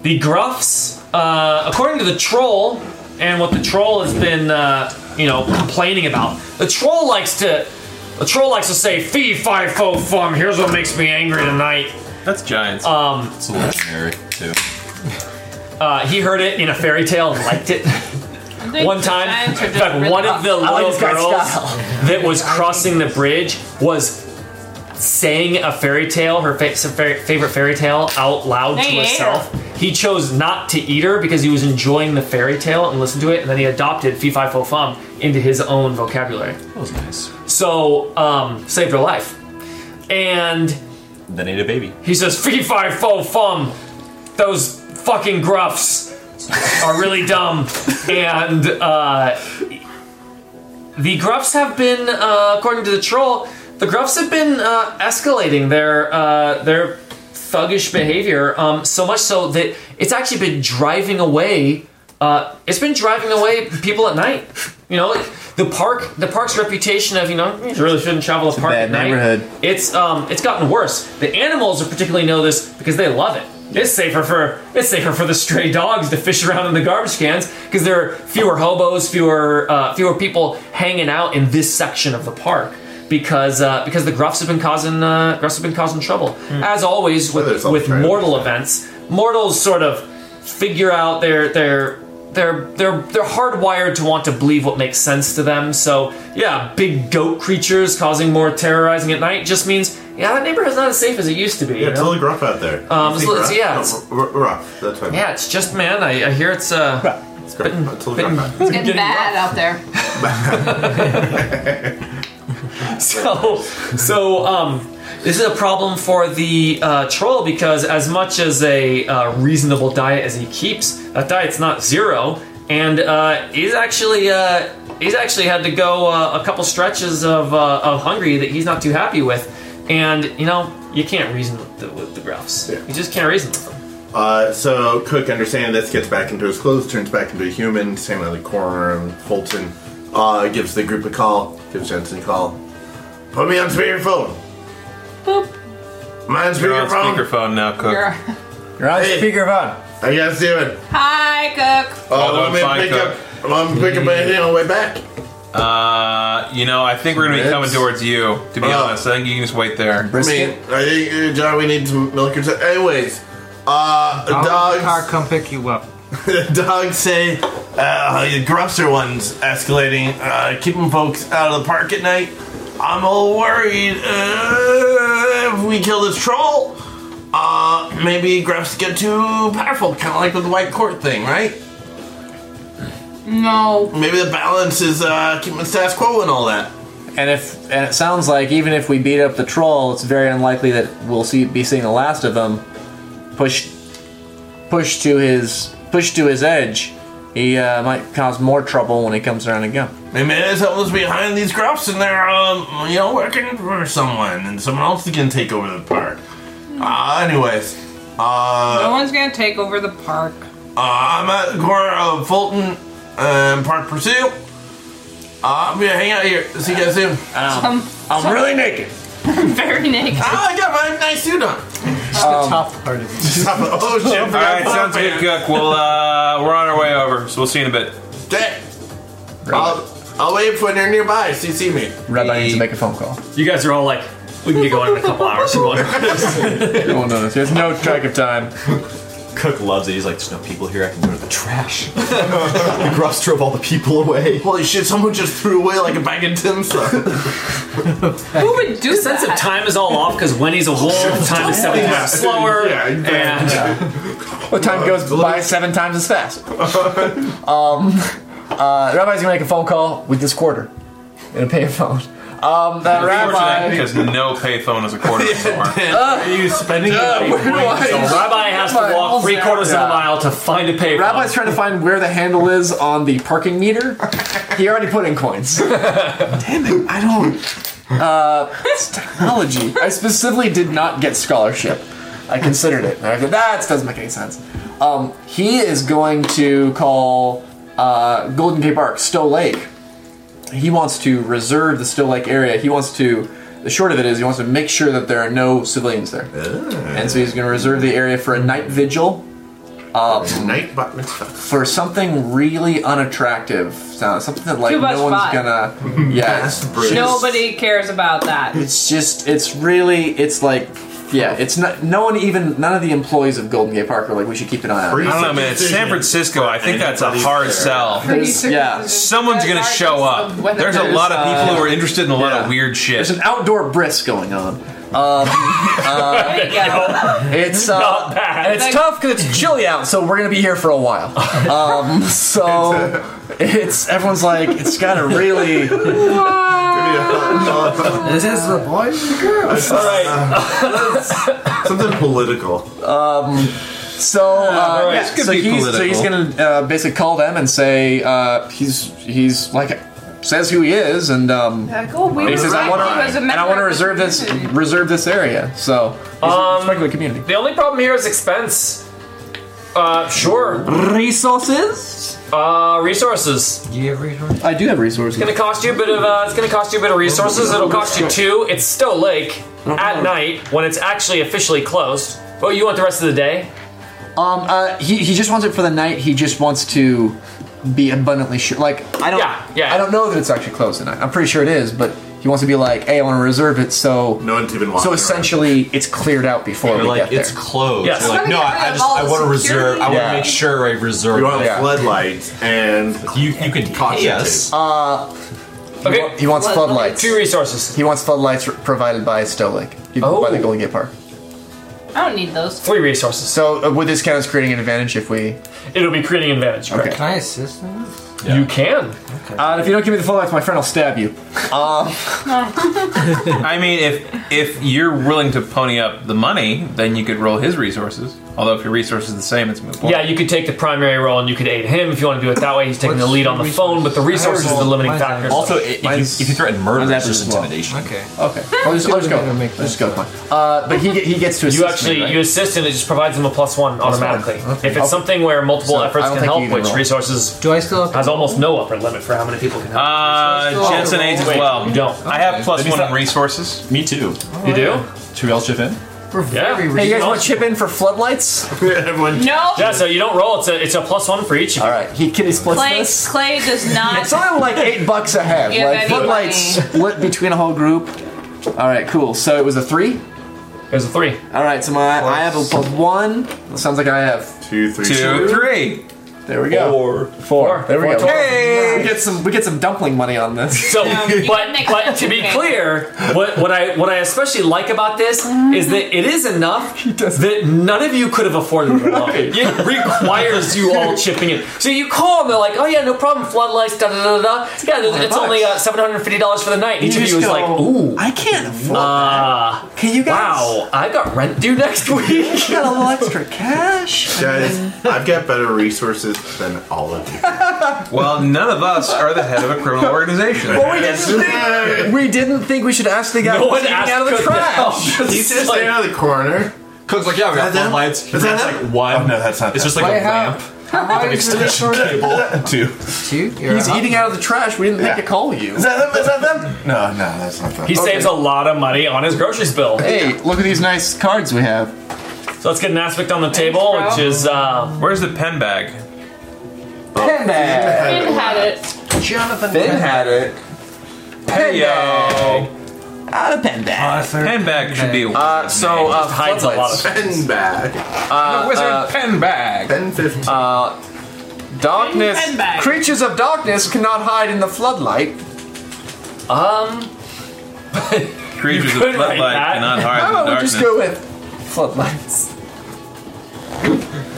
[SPEAKER 1] The gruffs, uh, according to the troll, and what the troll has been, uh, you know, complaining about, the troll likes to, the troll likes to say, "Fee fi fo fum." Here's what makes me angry tonight.
[SPEAKER 3] That's giants.
[SPEAKER 4] It's a little generic too.
[SPEAKER 1] Uh, he heard it in a fairy tale and liked it. One time, in
[SPEAKER 7] Giants are just
[SPEAKER 1] fact,
[SPEAKER 7] really
[SPEAKER 1] one of the
[SPEAKER 7] rough.
[SPEAKER 1] little girls that was crossing the bridge was saying a fairy tale, her fa- some fa- favorite fairy tale, out loud to
[SPEAKER 7] Hey, yeah.
[SPEAKER 1] herself. He chose not to eat her because he was enjoying the fairy tale and listened to it, and then he adopted Fee Fi Fo Fum into his own vocabulary.
[SPEAKER 4] That was nice.
[SPEAKER 1] So, um, saved her life. And
[SPEAKER 4] Then ate a baby.
[SPEAKER 1] he says, Fee Fi Fo Fum, those fucking gruffs are really dumb. And uh, the gruffs have been, uh, according to the troll, the gruffs have been uh, escalating their, uh, their thuggish behavior um, so much so that it's actually been driving away. Uh, it's been driving away people at night. You know, like, the park, the park's reputation of you know you really shouldn't travel the park
[SPEAKER 15] bad
[SPEAKER 1] at night.
[SPEAKER 15] neighborhood.
[SPEAKER 1] It's um, it's gotten worse. The animals are particularly know this because they love it. It's safer for it's safer for the stray dogs to fish around in the garbage cans because there are fewer hobos, fewer uh, fewer people hanging out in this section of the park because uh, because the gruffs have been causing uh, gruffs have been causing trouble
[SPEAKER 15] Hmm.
[SPEAKER 1] as always with
[SPEAKER 10] there's
[SPEAKER 1] with
[SPEAKER 10] always
[SPEAKER 1] mortal events. Mortals sort of figure out their their they're they're they're hardwired to want to believe what makes sense to them. So yeah, big goat creatures causing more terrorizing at night just means yeah, that neighborhood's not as safe as it used to be. you
[SPEAKER 10] Yeah, it's
[SPEAKER 1] know?
[SPEAKER 10] a little rough out there.
[SPEAKER 1] Um,
[SPEAKER 10] You
[SPEAKER 1] so
[SPEAKER 10] think
[SPEAKER 1] let's-
[SPEAKER 10] rough?
[SPEAKER 1] yeah,
[SPEAKER 10] No,
[SPEAKER 1] it's-
[SPEAKER 10] r- r- rough. That's fine.
[SPEAKER 1] yeah, it's just man. I, I hear it's uh,
[SPEAKER 10] it's great. It's a little
[SPEAKER 1] been-
[SPEAKER 10] rough out.
[SPEAKER 2] It's getting bad out there.
[SPEAKER 1] so so um, this is a problem for the uh, troll because as much as a uh, reasonable diet as he keeps, that diet's not zero, and uh, he's actually uh, he's actually had to go uh, a couple stretches of uh, of hungry that he's not too happy with, and you know you can't reason with the, with the grouse.
[SPEAKER 10] Yeah.
[SPEAKER 1] You just can't reason with them.
[SPEAKER 10] Uh, so Cook, understanding this, gets back into his clothes, turns back into a human, same out of the corner, and Fulton uh, gives the group a call, gives Jensen a call. Put me on speakerphone.
[SPEAKER 2] Boop.
[SPEAKER 10] Am I on
[SPEAKER 3] You're on
[SPEAKER 10] speakerphone?
[SPEAKER 3] speakerphone now, Cook.
[SPEAKER 2] You're-
[SPEAKER 8] You're on
[SPEAKER 10] Hey.
[SPEAKER 8] speakerphone.
[SPEAKER 10] How you guys doing?
[SPEAKER 2] Hi, Cook.
[SPEAKER 10] Uh,
[SPEAKER 3] doing
[SPEAKER 10] want me to
[SPEAKER 3] fine,
[SPEAKER 10] pick
[SPEAKER 3] Cook.
[SPEAKER 10] up? Want me to pick up anything on the way back?
[SPEAKER 3] Uh, you know, I think we're gonna be
[SPEAKER 10] Ribs.
[SPEAKER 3] coming towards you. To be
[SPEAKER 10] Oh.
[SPEAKER 3] honest, I think you can just wait there.
[SPEAKER 10] I mean,
[SPEAKER 8] Brisket.
[SPEAKER 10] I think, uh, John, we need some milk or something. Anyways, uh,
[SPEAKER 14] I'll have the car
[SPEAKER 10] dogs,
[SPEAKER 14] come pick you up.
[SPEAKER 10] dogs say uh, the grosser ones escalating, uh, keeping folks out of the park at night. I'm all worried uh, if we kill this troll. Uh, maybe gruffs get too powerful, kind of like with the white court thing, right?
[SPEAKER 2] No.
[SPEAKER 10] Maybe the balance is uh, keeping the status quo and all that.
[SPEAKER 8] And if and it sounds like even if we beat up the troll, it's very unlikely that we'll see be seeing the last of him. Push, push to his push to his edge. He uh, might cause more trouble when he comes around again.
[SPEAKER 10] Maybe there's something's behind these crops and they're, um, you know, working for someone and someone else is gonna take over the park. Uh, anyways,
[SPEAKER 2] No
[SPEAKER 10] uh,
[SPEAKER 2] one's gonna take over the park.
[SPEAKER 10] uh, I'm at the corner of Fulton and Park Pursuit. Uh, I'm gonna hang out here. See you guys soon.
[SPEAKER 2] Um,
[SPEAKER 8] I'm really naked.
[SPEAKER 2] very naked.
[SPEAKER 10] Oh, I got my nice suit on.
[SPEAKER 5] the top part of it.
[SPEAKER 10] Um, oh, shit.
[SPEAKER 3] All right, sounds good, Cook. Well, uh, we're on our way over, so we'll see you in a bit.
[SPEAKER 10] Okay. I'll, I'll wait when you're nearby so you see me.
[SPEAKER 8] Rabbi needs to make a phone call.
[SPEAKER 1] You guys are all like, we can get going in a couple hours. You want-
[SPEAKER 8] You won't notice. There's Oh, no track of time.
[SPEAKER 4] Cook loves it. He's like, there's no people here. I can go to the trash. the Gruffs drove all the people away.
[SPEAKER 10] Holy shit, someone just threw away like a bag of Tim Sum.
[SPEAKER 2] Who would do
[SPEAKER 1] sense of
[SPEAKER 2] that?
[SPEAKER 1] time is all off because Winnie's a whole time is seven
[SPEAKER 10] Yeah.
[SPEAKER 1] times slower.
[SPEAKER 10] Yeah, exactly.
[SPEAKER 1] and- uh,
[SPEAKER 8] What time goes by seven times as fast? um, uh, Rabbi's gonna make a phone call with this quarter and pay a phone. Um, that
[SPEAKER 3] Unfortunately,
[SPEAKER 8] rabbi.
[SPEAKER 3] because no payphone is a quarter anymore.
[SPEAKER 10] Are you spending
[SPEAKER 8] Uh, where do I-
[SPEAKER 1] Rabbi has to
[SPEAKER 8] Rabbi
[SPEAKER 1] walk
[SPEAKER 8] holds
[SPEAKER 1] three
[SPEAKER 8] down-
[SPEAKER 1] quarters of
[SPEAKER 8] yeah.
[SPEAKER 1] a mile to find a payphone.
[SPEAKER 8] Rabbi's trying to find where the handle is on the parking meter. He already put in coins. Damn it, I don't. Uh, it's technology. I specifically did not get scholarship. I considered it. And I go, that doesn't make any sense. Um, he is going to call uh, Golden Gate Park, Stowe Lake. He wants to reserve the Stowe Lake area. He wants to. The short of it is, he wants to make sure that there are no civilians there. And so he's going to reserve the area for a night vigil
[SPEAKER 10] Night bat mitzvah.
[SPEAKER 8] for something really unattractive. So- Something that like
[SPEAKER 2] Too much
[SPEAKER 8] no one's
[SPEAKER 2] fun.
[SPEAKER 8] gonna. Yeah, it's,
[SPEAKER 2] Nobody cares about that.
[SPEAKER 8] it's just it's really it's like yeah, it's not. No one even none of the employees of Golden Gate Park are like we should keep an eye on. it."
[SPEAKER 3] I don't know, man. It's San Francisco. I think that's a hard sell.
[SPEAKER 8] There's- yeah.
[SPEAKER 3] Someone's gonna show up. There's a lot of people who are interested in a lot
[SPEAKER 8] yeah.
[SPEAKER 3] of weird shit.
[SPEAKER 8] There's an outdoor brisk going on. It's uh,
[SPEAKER 1] Not bad.
[SPEAKER 8] And it's tough because it's chilly out, so we're gonna be here for a while. Um, so
[SPEAKER 3] uh,
[SPEAKER 8] it's everyone's like it's gotta really.
[SPEAKER 5] This is the boy.
[SPEAKER 1] all right.
[SPEAKER 10] Something political.
[SPEAKER 8] So, uh,
[SPEAKER 3] right.
[SPEAKER 8] yeah,
[SPEAKER 3] This could
[SPEAKER 8] so,
[SPEAKER 3] be
[SPEAKER 8] he's, so he's
[SPEAKER 3] political.
[SPEAKER 8] gonna uh, basically call them and say uh, he's he's like says who he is and um,
[SPEAKER 2] we
[SPEAKER 8] he says I want to and I want to reserve this reserve this area. So he's
[SPEAKER 1] Um,
[SPEAKER 8] a particular community.
[SPEAKER 1] The only problem here is expense. Uh, sure.
[SPEAKER 14] Resources?
[SPEAKER 1] Uh, resources. It's
[SPEAKER 14] Do you have resources?
[SPEAKER 8] I do have resources.
[SPEAKER 1] gonna cost you a bit of. Uh, it's gonna cost you a bit of resources. It'll cost you two. It's still lake at night when it's actually officially closed. Oh, you want the rest of the day?
[SPEAKER 8] Um, uh, he, he just wants it for the night. He just wants to be abundantly sure. Like I don't
[SPEAKER 1] Yeah, yeah.
[SPEAKER 8] I don't know that it's actually closed tonight. I'm pretty sure it is, but He wants to be like, hey, I want to reserve it so
[SPEAKER 10] No one's even watching.
[SPEAKER 8] so essentially it's cleared out before
[SPEAKER 4] They're
[SPEAKER 8] we
[SPEAKER 4] like,
[SPEAKER 8] get
[SPEAKER 4] it's
[SPEAKER 8] there.
[SPEAKER 4] closed.
[SPEAKER 1] Yes.
[SPEAKER 4] You're like,
[SPEAKER 1] How
[SPEAKER 4] no,
[SPEAKER 2] do we get rid
[SPEAKER 4] I, I
[SPEAKER 2] of
[SPEAKER 4] just,
[SPEAKER 2] all
[SPEAKER 4] I
[SPEAKER 2] the
[SPEAKER 4] want to
[SPEAKER 2] security?
[SPEAKER 4] reserve, I want
[SPEAKER 8] Yeah.
[SPEAKER 4] to make sure I reserve.
[SPEAKER 10] You want
[SPEAKER 4] it.
[SPEAKER 8] Yeah.
[SPEAKER 10] floodlights and
[SPEAKER 4] You, you can pay us.
[SPEAKER 8] He
[SPEAKER 1] Okay.
[SPEAKER 8] wa- He wants floodlights.
[SPEAKER 1] Two resources.
[SPEAKER 8] He wants floodlights r- provided by Stolik, by the
[SPEAKER 1] Oh.
[SPEAKER 8] Golden Gate Park.
[SPEAKER 7] I don't need those.
[SPEAKER 1] Three resources.
[SPEAKER 8] So uh, would this count as creating an advantage if we?
[SPEAKER 1] It'll be creating advantage. Correct.
[SPEAKER 8] Okay.
[SPEAKER 5] Can I assist them?
[SPEAKER 1] You can.
[SPEAKER 8] Uh, if you don't give me the floodlights, my friend will stab you.
[SPEAKER 3] I mean, if if you're willing to pony up the money, then you could roll his resources. Although if your resource is the same, it's moot point.
[SPEAKER 1] Yeah, you could take the primary role and you could aid him if you want to do it that way. He's taking the
[SPEAKER 5] What's
[SPEAKER 1] lead on the
[SPEAKER 5] the
[SPEAKER 1] phone, but the resources is the limiting
[SPEAKER 5] Mine's
[SPEAKER 1] factor.
[SPEAKER 5] not-
[SPEAKER 4] Also, i- if you,
[SPEAKER 8] Mine's-
[SPEAKER 4] if you threaten murder,
[SPEAKER 8] mine's
[SPEAKER 4] it's just
[SPEAKER 8] as well.
[SPEAKER 4] intimidation.
[SPEAKER 5] Okay.
[SPEAKER 8] Okay. Well, just, let's go. Let's just go. Fine. Uh, but he get- he gets to assist
[SPEAKER 1] you actually
[SPEAKER 8] me, right?
[SPEAKER 1] you assist and it just provides them a plus one automatically. If it's something where multiple
[SPEAKER 8] So, I
[SPEAKER 1] efforts
[SPEAKER 8] don't
[SPEAKER 1] can
[SPEAKER 8] think
[SPEAKER 1] help,
[SPEAKER 8] you can
[SPEAKER 1] which
[SPEAKER 8] roll.
[SPEAKER 1] resources
[SPEAKER 5] Do I still have
[SPEAKER 1] has almost no upper limit for how many people can help.
[SPEAKER 3] Uh, Jensen aids as
[SPEAKER 1] Wait,
[SPEAKER 3] well.
[SPEAKER 1] you don't.
[SPEAKER 3] I have plus
[SPEAKER 4] Maybe
[SPEAKER 3] one
[SPEAKER 4] it's
[SPEAKER 3] on
[SPEAKER 4] not-
[SPEAKER 3] resources.
[SPEAKER 4] Me too.
[SPEAKER 8] Oh,
[SPEAKER 1] You do?
[SPEAKER 4] Should we all chip in?
[SPEAKER 5] We're
[SPEAKER 1] Yeah.
[SPEAKER 5] very
[SPEAKER 8] Hey, you guys
[SPEAKER 5] reasonable.
[SPEAKER 8] want to chip in for floodlights?
[SPEAKER 10] everyone.
[SPEAKER 7] No,
[SPEAKER 1] Yeah, so you don't roll. It's a it's a plus one for each.
[SPEAKER 8] All right. He can he splits
[SPEAKER 7] Clay,
[SPEAKER 8] this.
[SPEAKER 7] Clay does not.
[SPEAKER 8] It's only like eight bucks a head.
[SPEAKER 7] Yeah,
[SPEAKER 8] like
[SPEAKER 7] that'd be
[SPEAKER 8] floodlights
[SPEAKER 7] funny.
[SPEAKER 8] split between a whole group. All right. Cool. So it was a three.
[SPEAKER 1] There's a three.
[SPEAKER 8] All right. So my I have a plus one. Sounds like I have.
[SPEAKER 10] Two, three,
[SPEAKER 3] Two, three.
[SPEAKER 8] There we go.
[SPEAKER 4] Or
[SPEAKER 8] Four. There we go.
[SPEAKER 3] Hey!
[SPEAKER 8] We get some. We get some dumpling money on this.
[SPEAKER 1] So,
[SPEAKER 7] you
[SPEAKER 1] but,
[SPEAKER 7] can
[SPEAKER 1] but to be
[SPEAKER 7] make-
[SPEAKER 1] clear, what, what I what I especially like about this is that it is enough that none of you could have afforded it alone. It requires you all chipping in. So you call and they're like, "Oh yeah, no problem, floodlights, da da da da." da." Yeah, it's only uh, seven hundred fifty dollars for the night. Each of you is like, "Ooh,
[SPEAKER 8] I can't afford.
[SPEAKER 1] uh,
[SPEAKER 8] Can you guys?
[SPEAKER 1] wow, I got rent due next week."
[SPEAKER 8] Got a little extra cash.
[SPEAKER 10] Guys, I've got better resources than all of you.
[SPEAKER 3] Well, none of us are the head of a criminal organization.
[SPEAKER 8] we didn't, think, we didn't think we should ask the guy
[SPEAKER 1] No
[SPEAKER 8] who's
[SPEAKER 1] one
[SPEAKER 8] eating
[SPEAKER 1] asked
[SPEAKER 8] out of the
[SPEAKER 1] Cook
[SPEAKER 8] trash.
[SPEAKER 1] to help.
[SPEAKER 10] He's just
[SPEAKER 1] Like,
[SPEAKER 10] there in the corner.
[SPEAKER 4] Cook's like, yeah, we got
[SPEAKER 10] Is that them?
[SPEAKER 4] floodlights.
[SPEAKER 10] Is that
[SPEAKER 4] It's
[SPEAKER 10] them?
[SPEAKER 4] like one.
[SPEAKER 10] Oh, no, that's not
[SPEAKER 4] It's
[SPEAKER 10] them.
[SPEAKER 4] just like
[SPEAKER 5] Wait,
[SPEAKER 4] a
[SPEAKER 5] how-
[SPEAKER 4] lamp.
[SPEAKER 5] How high is the
[SPEAKER 4] extension
[SPEAKER 5] resort?
[SPEAKER 4] cable.
[SPEAKER 10] Two.
[SPEAKER 5] Two? You're
[SPEAKER 8] He's
[SPEAKER 5] a-
[SPEAKER 8] eating out of the trash. We didn't
[SPEAKER 10] Yeah.
[SPEAKER 8] think to call you.
[SPEAKER 10] Is that them? Is that them? No, no, that's not them.
[SPEAKER 1] He saves a lot of money on his groceries bill.
[SPEAKER 8] Hey, look at these nice cards we have.
[SPEAKER 1] So let's get an aspect on the table,
[SPEAKER 7] bro.
[SPEAKER 1] which is uh,
[SPEAKER 3] Where's the pen bag?
[SPEAKER 8] Pen bag.
[SPEAKER 7] Finn had it.
[SPEAKER 5] Oh, Jonathan.
[SPEAKER 8] Ben had it. Pen bag. Out of pen bag.
[SPEAKER 5] Arthur.
[SPEAKER 3] Pen bag should be a
[SPEAKER 8] Uh, so uh,
[SPEAKER 1] hides a lot
[SPEAKER 8] floodlights. Uh,
[SPEAKER 1] of.
[SPEAKER 10] pen bag.
[SPEAKER 3] The wizard pen bag.
[SPEAKER 10] Pen fifteen.
[SPEAKER 8] Darkness.
[SPEAKER 7] Pen bag.
[SPEAKER 8] Creatures of darkness cannot hide in the floodlight.
[SPEAKER 1] um,
[SPEAKER 3] Creatures
[SPEAKER 1] could
[SPEAKER 3] with
[SPEAKER 1] write
[SPEAKER 3] floodlight
[SPEAKER 1] that.
[SPEAKER 3] cannot
[SPEAKER 8] How
[SPEAKER 3] hide in
[SPEAKER 8] about
[SPEAKER 3] the
[SPEAKER 8] we
[SPEAKER 3] darkness.
[SPEAKER 8] just go with floodlights?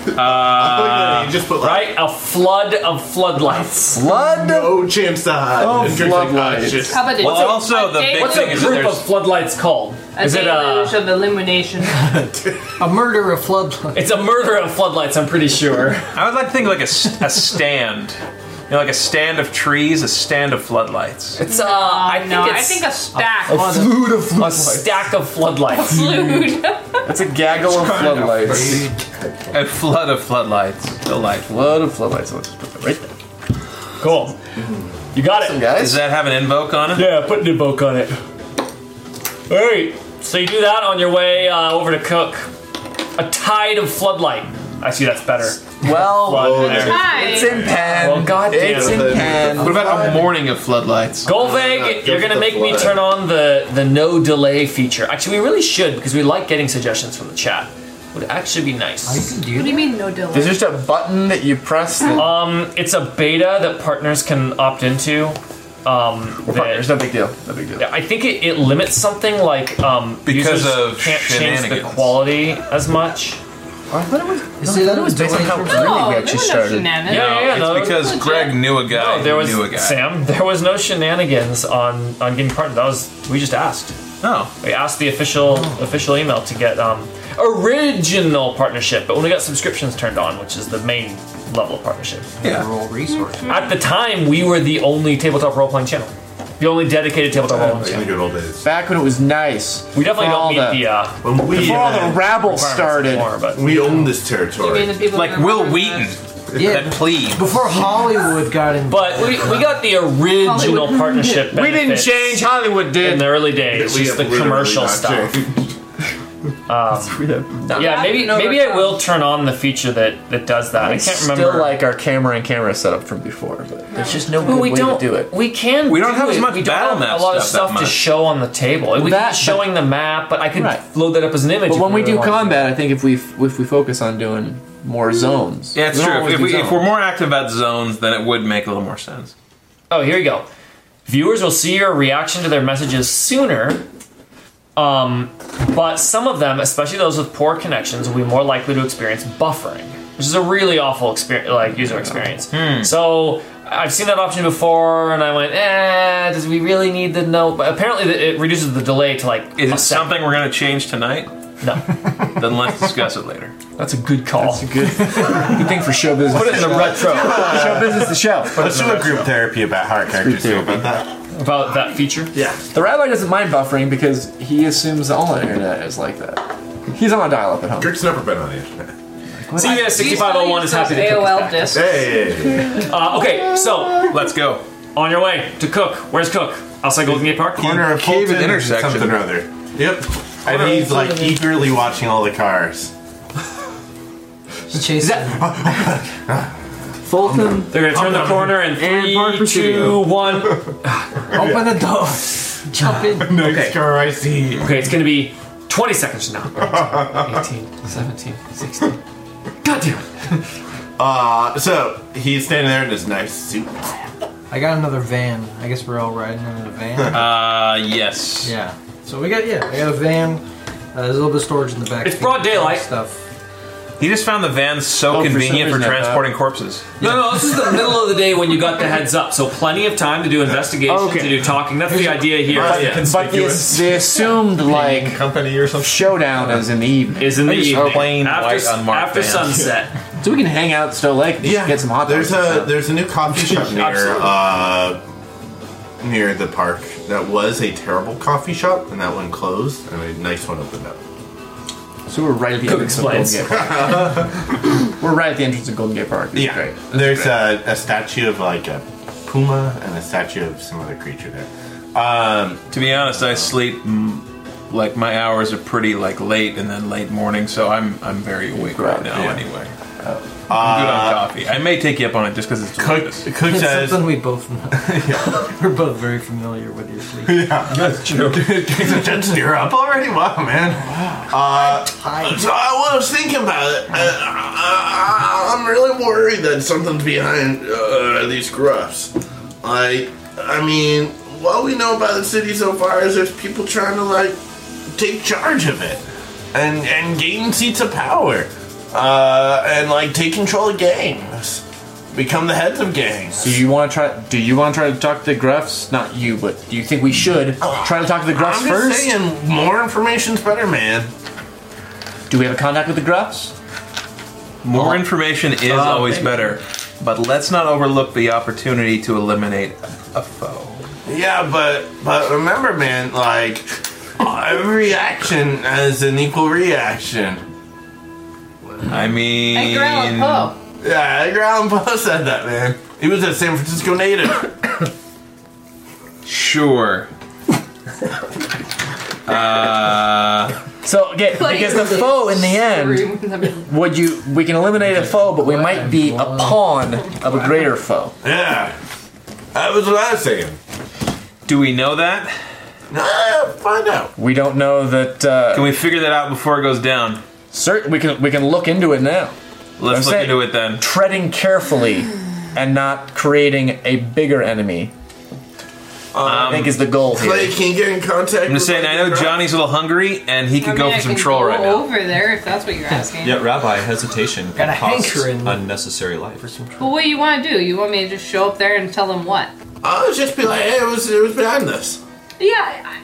[SPEAKER 10] you just put like,
[SPEAKER 1] Right? A flood of floodlights.
[SPEAKER 8] Flood.
[SPEAKER 10] no chance to hide.
[SPEAKER 8] Oh,
[SPEAKER 10] And Drake's like,
[SPEAKER 8] floodlights.
[SPEAKER 10] it's just-
[SPEAKER 7] How about it?
[SPEAKER 3] Well, also the big
[SPEAKER 1] What's
[SPEAKER 3] thing
[SPEAKER 1] a
[SPEAKER 3] is that
[SPEAKER 1] group
[SPEAKER 3] there's
[SPEAKER 1] of floodlights called?
[SPEAKER 7] A
[SPEAKER 1] Is it uh,
[SPEAKER 7] deluge
[SPEAKER 1] a.
[SPEAKER 7] of illumination? Oh,
[SPEAKER 5] A murder of floodlight.
[SPEAKER 1] It's a murder of floodlights, I'm pretty sure.
[SPEAKER 3] I would like to think of like a, s- a stand. You know, like a stand of trees, a stand of floodlights.
[SPEAKER 1] It's uh, I think
[SPEAKER 7] no, I
[SPEAKER 1] it's
[SPEAKER 7] think a stack.
[SPEAKER 8] Flood of
[SPEAKER 1] a stack of floodlights.
[SPEAKER 7] Fluid.
[SPEAKER 8] It's a gaggle of floodlights.
[SPEAKER 3] A flood of floodlights. Delightful.
[SPEAKER 8] Flood of floodlights. Let's put that right there.
[SPEAKER 1] Cool. You got it.
[SPEAKER 8] Guys,
[SPEAKER 3] Does that have an invoke on it?
[SPEAKER 1] Yeah, put an invoke on it. Alright. So you do that on your way uh, over to Cook. A tide of floodlight. Actually, that's better.
[SPEAKER 3] Oh,
[SPEAKER 8] well,
[SPEAKER 1] Flood there.
[SPEAKER 8] it's in pen.
[SPEAKER 1] Well, goddamn.
[SPEAKER 8] It's in pen.
[SPEAKER 3] What about a morning of floodlights? Uh,
[SPEAKER 1] Golveg, you're gonna
[SPEAKER 10] the
[SPEAKER 1] make me
[SPEAKER 10] flood.
[SPEAKER 1] turn on the the no delay feature. Actually, we really should because we like getting suggestions from the chat. Would actually be nice.
[SPEAKER 7] What do you mean no delay?
[SPEAKER 8] There's just a button that you press. That,
[SPEAKER 1] It's a beta that partners can opt into. Um,
[SPEAKER 8] We're
[SPEAKER 1] that-
[SPEAKER 8] partners. No big deal. No big deal.
[SPEAKER 1] I think it, it limits something like um,
[SPEAKER 3] Because
[SPEAKER 1] users
[SPEAKER 3] of
[SPEAKER 1] can't change the
[SPEAKER 3] shenanigans.
[SPEAKER 1] quality as much.
[SPEAKER 8] I thought it was.
[SPEAKER 5] See, that was
[SPEAKER 8] based on how
[SPEAKER 5] delayed.
[SPEAKER 8] early
[SPEAKER 7] no,
[SPEAKER 8] we
[SPEAKER 7] there
[SPEAKER 8] actually
[SPEAKER 7] were no
[SPEAKER 8] started.
[SPEAKER 7] shenanigans.
[SPEAKER 1] Yeah, yeah,
[SPEAKER 3] it's
[SPEAKER 1] no,
[SPEAKER 3] because
[SPEAKER 7] legit.
[SPEAKER 3] Greg knew a guy.
[SPEAKER 1] No, Oh, there
[SPEAKER 3] who
[SPEAKER 1] was
[SPEAKER 3] knew a guy.
[SPEAKER 1] Sam. There was no shenanigans on on getting partnered. That was we just asked.
[SPEAKER 3] Oh,
[SPEAKER 1] We asked the official official email to get um, original partnership, but when we got subscriptions turned on, which is the main level of partnership. Mm-hmm.
[SPEAKER 5] Roll resource.
[SPEAKER 1] At the time, we were the only tabletop role playing channel, the only dedicated tabletop role playing
[SPEAKER 10] In the
[SPEAKER 1] channel.
[SPEAKER 10] good old days.
[SPEAKER 8] Back when it was nice.
[SPEAKER 1] We definitely
[SPEAKER 8] Before all
[SPEAKER 1] don't meet the, uh,
[SPEAKER 10] When we,
[SPEAKER 8] before all the
[SPEAKER 10] uh,
[SPEAKER 8] rabble
[SPEAKER 1] requirements
[SPEAKER 8] started.
[SPEAKER 1] anymore, but
[SPEAKER 10] we own this
[SPEAKER 7] I mean,
[SPEAKER 10] territory.
[SPEAKER 7] the people
[SPEAKER 3] like
[SPEAKER 7] who were
[SPEAKER 3] Will
[SPEAKER 7] part of
[SPEAKER 3] Wheaton. That
[SPEAKER 5] Yeah.
[SPEAKER 3] plebe.
[SPEAKER 5] Before Hollywood got in.
[SPEAKER 1] but we, we got the original partnership.
[SPEAKER 8] We didn't
[SPEAKER 1] benefits
[SPEAKER 8] change. Hollywood
[SPEAKER 1] in
[SPEAKER 8] did.
[SPEAKER 1] the early days.
[SPEAKER 10] We
[SPEAKER 1] Just
[SPEAKER 10] have
[SPEAKER 1] the
[SPEAKER 10] literally
[SPEAKER 1] commercial
[SPEAKER 10] not
[SPEAKER 1] stuff.
[SPEAKER 10] changed.
[SPEAKER 8] Um,
[SPEAKER 1] Yeah, maybe
[SPEAKER 7] know
[SPEAKER 1] maybe
[SPEAKER 7] that-
[SPEAKER 1] I will turn on the feature that that does that. I can't remember.
[SPEAKER 8] Still like our camera and camera setup from before, but there's just no
[SPEAKER 1] But
[SPEAKER 8] good
[SPEAKER 1] we
[SPEAKER 8] way
[SPEAKER 1] don't
[SPEAKER 8] to do it.
[SPEAKER 1] We can.
[SPEAKER 3] We don't
[SPEAKER 1] do
[SPEAKER 3] have as
[SPEAKER 1] it.
[SPEAKER 3] much
[SPEAKER 1] we
[SPEAKER 3] battle
[SPEAKER 1] don't have
[SPEAKER 3] map
[SPEAKER 1] a lot of
[SPEAKER 3] stuff that
[SPEAKER 1] stuff to
[SPEAKER 3] much.
[SPEAKER 1] show on the table. We
[SPEAKER 8] That-
[SPEAKER 1] that, keep showing the map, but I could
[SPEAKER 8] Right.
[SPEAKER 1] load that up as an image.
[SPEAKER 8] But
[SPEAKER 1] if
[SPEAKER 8] when we do
[SPEAKER 1] really wanted.
[SPEAKER 8] combat, I think if we if we focus on doing more zones,
[SPEAKER 3] Yeah, it's
[SPEAKER 8] we don't
[SPEAKER 3] true.
[SPEAKER 8] always
[SPEAKER 3] If,
[SPEAKER 8] do
[SPEAKER 3] we, if
[SPEAKER 8] zones.
[SPEAKER 3] we're more active about zones, then it would make a little more sense.
[SPEAKER 1] Oh, here you go. Viewers will see your reaction to their messages sooner. Um, but some of them, especially those with poor connections, will be more likely to experience buffering, which is a really awful experience, like user experience.
[SPEAKER 8] Hmm.
[SPEAKER 1] So I've seen that option before, and I went, "Eh, does we really need the note?" But apparently, it reduces the delay to like
[SPEAKER 3] Is
[SPEAKER 1] a second.
[SPEAKER 3] it something we're going to change tonight?
[SPEAKER 1] No,
[SPEAKER 3] Then let's discuss it later.
[SPEAKER 1] that's a good call.
[SPEAKER 8] It's a good, good thing for show business.
[SPEAKER 1] Put it in the retro
[SPEAKER 8] show business the show.
[SPEAKER 10] Let's do a group therapy about how our characters feel about that.
[SPEAKER 1] about that feature.
[SPEAKER 10] Yeah.
[SPEAKER 8] The rabbi doesn't mind buffering because he assumes all the internet is like that. He's on a dial-up at home.
[SPEAKER 10] Kirk's never been on the internet.
[SPEAKER 1] See you guys. Sixty-five oh one is happy to cook. us
[SPEAKER 7] AOL
[SPEAKER 1] back.
[SPEAKER 7] disk.
[SPEAKER 10] Hey!
[SPEAKER 1] Uh, okay, so
[SPEAKER 3] Let's go.
[SPEAKER 1] On your way to Cook. Where's Cook? Outside Golden Gate Park.
[SPEAKER 10] Corner of
[SPEAKER 3] Cave and
[SPEAKER 10] Fulton,
[SPEAKER 3] intersection.
[SPEAKER 10] Something or other. Yep. And he's like eagerly watching all the cars.
[SPEAKER 5] Chase
[SPEAKER 14] Fulton.
[SPEAKER 1] They're gonna turn the corner in
[SPEAKER 14] And Park
[SPEAKER 1] three, two,
[SPEAKER 14] Presidio.
[SPEAKER 1] one.
[SPEAKER 5] Open the door. Jump in.
[SPEAKER 10] Next car I see.
[SPEAKER 1] Okay, it's gonna be 20 seconds from now. 18, 17, 16. God damn it.
[SPEAKER 10] Uh, so he's standing there in his nice suit.
[SPEAKER 5] I got another van. I guess we're all riding in a van.
[SPEAKER 3] Uh, yes.
[SPEAKER 5] yeah. So we got yeah. I got a van. Uh, there's a little bit of storage in the back.
[SPEAKER 1] It's broad daylight.
[SPEAKER 5] Stuff.
[SPEAKER 3] He just found the van so
[SPEAKER 8] Oh, for some
[SPEAKER 3] convenient for
[SPEAKER 8] reason I thought-
[SPEAKER 3] transporting corpses.
[SPEAKER 1] No, no, this is the middle of the day when you got the heads up, so plenty of time to do investigation,
[SPEAKER 8] Okay.
[SPEAKER 1] to do talking. That's the idea here.
[SPEAKER 10] But-
[SPEAKER 1] Yeah.
[SPEAKER 8] But the, the assumed like
[SPEAKER 10] Company or something.
[SPEAKER 8] showdown is in the evening,
[SPEAKER 1] Is in the
[SPEAKER 3] I just
[SPEAKER 1] evening
[SPEAKER 3] plain
[SPEAKER 1] after,
[SPEAKER 3] white unmarked
[SPEAKER 1] after
[SPEAKER 3] van.
[SPEAKER 1] sunset.
[SPEAKER 8] so we can hang out at Stowe Lake, and
[SPEAKER 10] Yeah.
[SPEAKER 8] get some hot dogs.
[SPEAKER 10] There's
[SPEAKER 8] and
[SPEAKER 10] a
[SPEAKER 8] stuff.
[SPEAKER 10] there's a new coffee shop near
[SPEAKER 1] Absolutely.
[SPEAKER 10] uh, near the park that was a terrible coffee shop, and that one closed, and a nice one opened up.
[SPEAKER 8] so we're right at the
[SPEAKER 1] Cook
[SPEAKER 8] entrance of Golden
[SPEAKER 1] explains.
[SPEAKER 8] Gate Park. we're right at the entrance of Golden Gate Park. It's great.
[SPEAKER 10] There's a, a statue of like a puma and a statue of some other creature there. Um,
[SPEAKER 3] To be honest, I sleep mm, like my hours are pretty like late and then late morning, so I'm I'm very awake right Uh, now.
[SPEAKER 10] Yeah.
[SPEAKER 3] Anyway, I'm good on coffee. I may take you up on it just because it's
[SPEAKER 10] Cook,
[SPEAKER 3] delicious.
[SPEAKER 10] Cook
[SPEAKER 5] It's
[SPEAKER 10] says,
[SPEAKER 5] something we both know. We're both very familiar with your sleep.
[SPEAKER 10] Jensen, you're up already? Wow, man. Uh, so I was thinking about it. Uh, I, I'm really worried that something's behind uh, these gruffs. Like, I mean, what we know about the city so far is there's people trying to, like, take charge of it and, and gain seats of power uh, and, like, take control of gangs. Become the heads of gangs.
[SPEAKER 8] Do you want to try? Do you want to try to talk to the Gruffs? Not you, but do you think we should try to talk to the Gruffs
[SPEAKER 10] I'm just
[SPEAKER 8] first?
[SPEAKER 10] saying, more information's better, man.
[SPEAKER 8] Do we have a contact with the Gruffs?
[SPEAKER 3] More information is always better, but let's not overlook the opportunity to eliminate a foe.
[SPEAKER 10] Yeah, but but remember, man, like every action has an equal reaction.
[SPEAKER 3] I mean,
[SPEAKER 7] Hey, Grandma Poe.
[SPEAKER 10] Yeah, Edgar Allan Poe said that, man. He was a San Francisco native.
[SPEAKER 3] sure.
[SPEAKER 8] So again, because the foe in the end, would you? We can eliminate a foe, but we might be a pawn of a greater foe.
[SPEAKER 10] yeah, that was what I was saying.
[SPEAKER 3] Do we know that?
[SPEAKER 10] Nah, find out.
[SPEAKER 8] We don't know that.
[SPEAKER 3] Can
[SPEAKER 8] Uh,
[SPEAKER 3] we figure that out before it goes down?
[SPEAKER 8] cert- we can we can look into it now, I'm
[SPEAKER 3] Let's look
[SPEAKER 8] saying-
[SPEAKER 3] into it then.
[SPEAKER 8] treading carefully, and not creating a bigger enemy. I think is the goal
[SPEAKER 10] Clay
[SPEAKER 8] here.
[SPEAKER 10] can you get in contact.
[SPEAKER 3] I'm just saying, I know Johnny's a little hungry, and he could go for some troll right now.
[SPEAKER 7] Over there, if that's what you're asking.
[SPEAKER 4] Yet, Rabbi, hesitation can
[SPEAKER 5] a
[SPEAKER 4] cost
[SPEAKER 5] hankering.
[SPEAKER 4] unnecessary life.
[SPEAKER 7] But what you want to do? You want me to just show up there and tell them what?
[SPEAKER 10] I'll just be like, hey, it was it was behind this.
[SPEAKER 7] Yeah. I-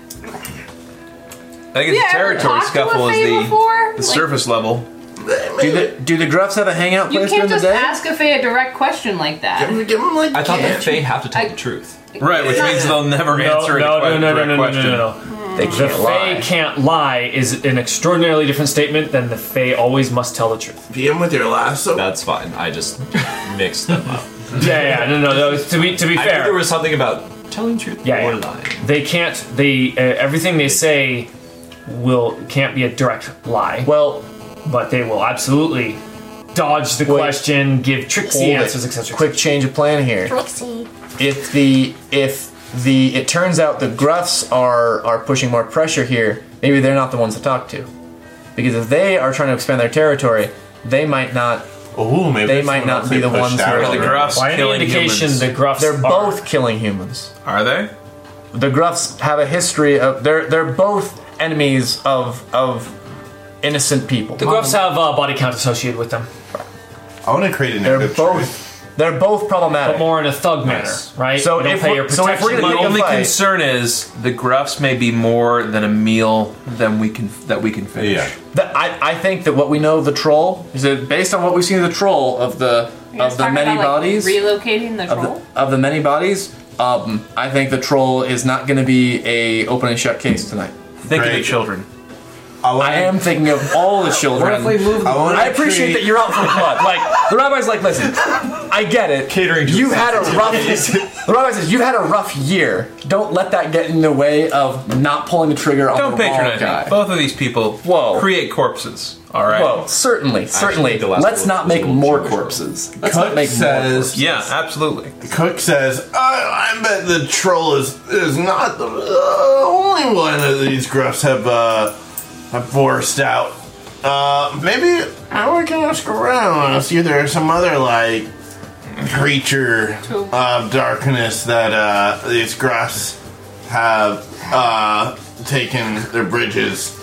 [SPEAKER 3] I think it's
[SPEAKER 7] Yeah.
[SPEAKER 3] the territory
[SPEAKER 7] talked to a
[SPEAKER 3] scuffle is
[SPEAKER 7] Fae
[SPEAKER 3] the,
[SPEAKER 7] before?
[SPEAKER 3] the
[SPEAKER 7] Like,
[SPEAKER 3] surface level.
[SPEAKER 8] Do the, do the Gruffs have a hangout
[SPEAKER 7] You
[SPEAKER 8] place during
[SPEAKER 7] can't
[SPEAKER 8] the
[SPEAKER 7] just
[SPEAKER 8] day?
[SPEAKER 7] ask a Faye a direct question like that.
[SPEAKER 10] Give him, give him like.
[SPEAKER 4] I thought
[SPEAKER 10] candy.
[SPEAKER 4] that Faye have to tell
[SPEAKER 7] I-
[SPEAKER 4] the truth.
[SPEAKER 3] Right, which means they'll never
[SPEAKER 1] No,
[SPEAKER 3] answer
[SPEAKER 1] no,
[SPEAKER 3] a
[SPEAKER 1] no,
[SPEAKER 3] que-
[SPEAKER 1] no, no,
[SPEAKER 3] direct
[SPEAKER 1] no, no, no,
[SPEAKER 3] question.
[SPEAKER 1] no, no.
[SPEAKER 8] They
[SPEAKER 1] The
[SPEAKER 8] can't
[SPEAKER 1] Fae
[SPEAKER 8] lie.
[SPEAKER 1] can't lie is an extraordinarily different statement than the Fae always must tell the truth.
[SPEAKER 10] Beat him with your lasso.
[SPEAKER 4] That's fine. I just mixed them up.
[SPEAKER 1] Yeah, yeah, no, no, no. To be to be
[SPEAKER 4] I
[SPEAKER 1] fair,
[SPEAKER 4] knew there was something about telling truth
[SPEAKER 1] Yeah,
[SPEAKER 4] or
[SPEAKER 1] yeah.
[SPEAKER 4] lying.
[SPEAKER 1] they can't they uh, everything they say will can't be a direct lie,
[SPEAKER 8] Well,
[SPEAKER 1] but they will absolutely dodge the
[SPEAKER 8] Wait.
[SPEAKER 1] question, give tricksy
[SPEAKER 8] hold it.
[SPEAKER 1] answers, etc.
[SPEAKER 8] Quick change of plan here.
[SPEAKER 16] Trixie.
[SPEAKER 8] if the if the it turns out the gruffs are are pushing more pressure here maybe they're not the ones to talk to because if they are trying to expand their territory they might not
[SPEAKER 15] Ooh, maybe
[SPEAKER 8] They
[SPEAKER 15] there's
[SPEAKER 8] might
[SPEAKER 15] someone
[SPEAKER 8] not
[SPEAKER 15] else
[SPEAKER 8] be
[SPEAKER 15] they
[SPEAKER 8] the
[SPEAKER 15] pushed
[SPEAKER 8] ones who
[SPEAKER 15] out
[SPEAKER 8] are
[SPEAKER 15] of
[SPEAKER 3] the
[SPEAKER 15] room.
[SPEAKER 3] gruffs
[SPEAKER 1] By any
[SPEAKER 3] killing
[SPEAKER 1] indication,
[SPEAKER 3] humans.
[SPEAKER 1] the gruffs
[SPEAKER 8] they're
[SPEAKER 1] are-
[SPEAKER 8] both killing humans
[SPEAKER 3] Are they?
[SPEAKER 8] the gruffs have a history of they're they're both enemies of of innocent people
[SPEAKER 1] The gruffs have uh, body count associated with them,
[SPEAKER 15] I want to create a
[SPEAKER 8] they're
[SPEAKER 15] negative choice.
[SPEAKER 8] both they're both problematic
[SPEAKER 1] but more in a thug manner, right?
[SPEAKER 8] So
[SPEAKER 1] you don't
[SPEAKER 8] if
[SPEAKER 1] pay
[SPEAKER 8] we're-
[SPEAKER 1] your
[SPEAKER 8] so if
[SPEAKER 1] protection
[SPEAKER 8] we're gonna
[SPEAKER 3] My
[SPEAKER 8] Little
[SPEAKER 1] money.
[SPEAKER 3] only
[SPEAKER 8] fight.
[SPEAKER 3] concern is the gruffs may be more than a meal than we can that we can finish.
[SPEAKER 15] Yeah.
[SPEAKER 8] The- I, I think that what we know of the troll is that based on what we've seen of the troll of the of the many bodies
[SPEAKER 7] relocating the
[SPEAKER 8] of
[SPEAKER 7] troll.
[SPEAKER 8] the, of the many bodies, um, I think the troll is not going to be a open and shut case tonight.
[SPEAKER 3] Think of the
[SPEAKER 15] Great.
[SPEAKER 3] children.
[SPEAKER 15] I, want
[SPEAKER 8] I am thinking of all the
[SPEAKER 5] What if we
[SPEAKER 8] children.
[SPEAKER 5] move?
[SPEAKER 15] I want
[SPEAKER 8] I appreciate that you're out for blood. Like the rabbi's like, listen, I get it.
[SPEAKER 4] Catering to
[SPEAKER 8] you
[SPEAKER 4] his
[SPEAKER 8] had a rough. the rabbi says you've had a rough year. Don't let that get in the way of not pulling the trigger on
[SPEAKER 3] Don't
[SPEAKER 8] the wrong
[SPEAKER 3] patronize
[SPEAKER 8] guy.
[SPEAKER 3] me. Both of these people
[SPEAKER 8] Whoa.
[SPEAKER 3] create corpses. All right.
[SPEAKER 8] Whoa, certainly, certainly.
[SPEAKER 4] the last
[SPEAKER 8] Let's
[SPEAKER 4] one
[SPEAKER 8] not
[SPEAKER 4] was a
[SPEAKER 8] make
[SPEAKER 4] little
[SPEAKER 8] more
[SPEAKER 4] Jewish.
[SPEAKER 8] corpses. Let's not
[SPEAKER 15] Cook
[SPEAKER 8] make more.
[SPEAKER 15] says,
[SPEAKER 3] Yeah, absolutely.
[SPEAKER 15] Cook says, oh, I bet the troll is is not the uh, only one that these gruffs have uh, have forced out. Uh, maybe I can ask around and see if there's some other like creature of darkness that uh, these gruffs have uh, taken their bridges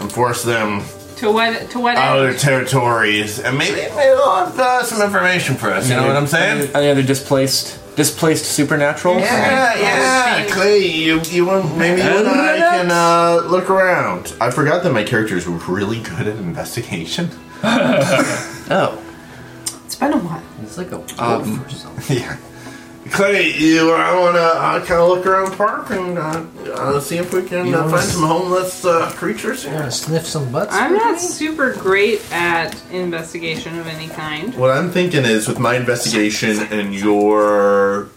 [SPEAKER 15] and forced them
[SPEAKER 7] To what? To what?
[SPEAKER 15] out
[SPEAKER 7] end?
[SPEAKER 15] of their territories, and maybe maybe they'll have uh, some information for us. You know what I'm saying?
[SPEAKER 8] Any other displaced, displaced supernatural?
[SPEAKER 15] Yeah, yeah, Clay, you, you want, maybe you and I can uh, look around. I forgot that my characters were really good at investigation.
[SPEAKER 8] Oh,
[SPEAKER 17] It's been a while.
[SPEAKER 8] it's like a
[SPEAKER 15] yeah. Clay, you, I want to uh, kind of look around the park and uh, uh, see if we can uh, find some homeless uh, creatures here.
[SPEAKER 5] Sniff some butts.
[SPEAKER 7] I'm not super great at investigation of any kind.
[SPEAKER 15] What I'm thinking is with my investigation and your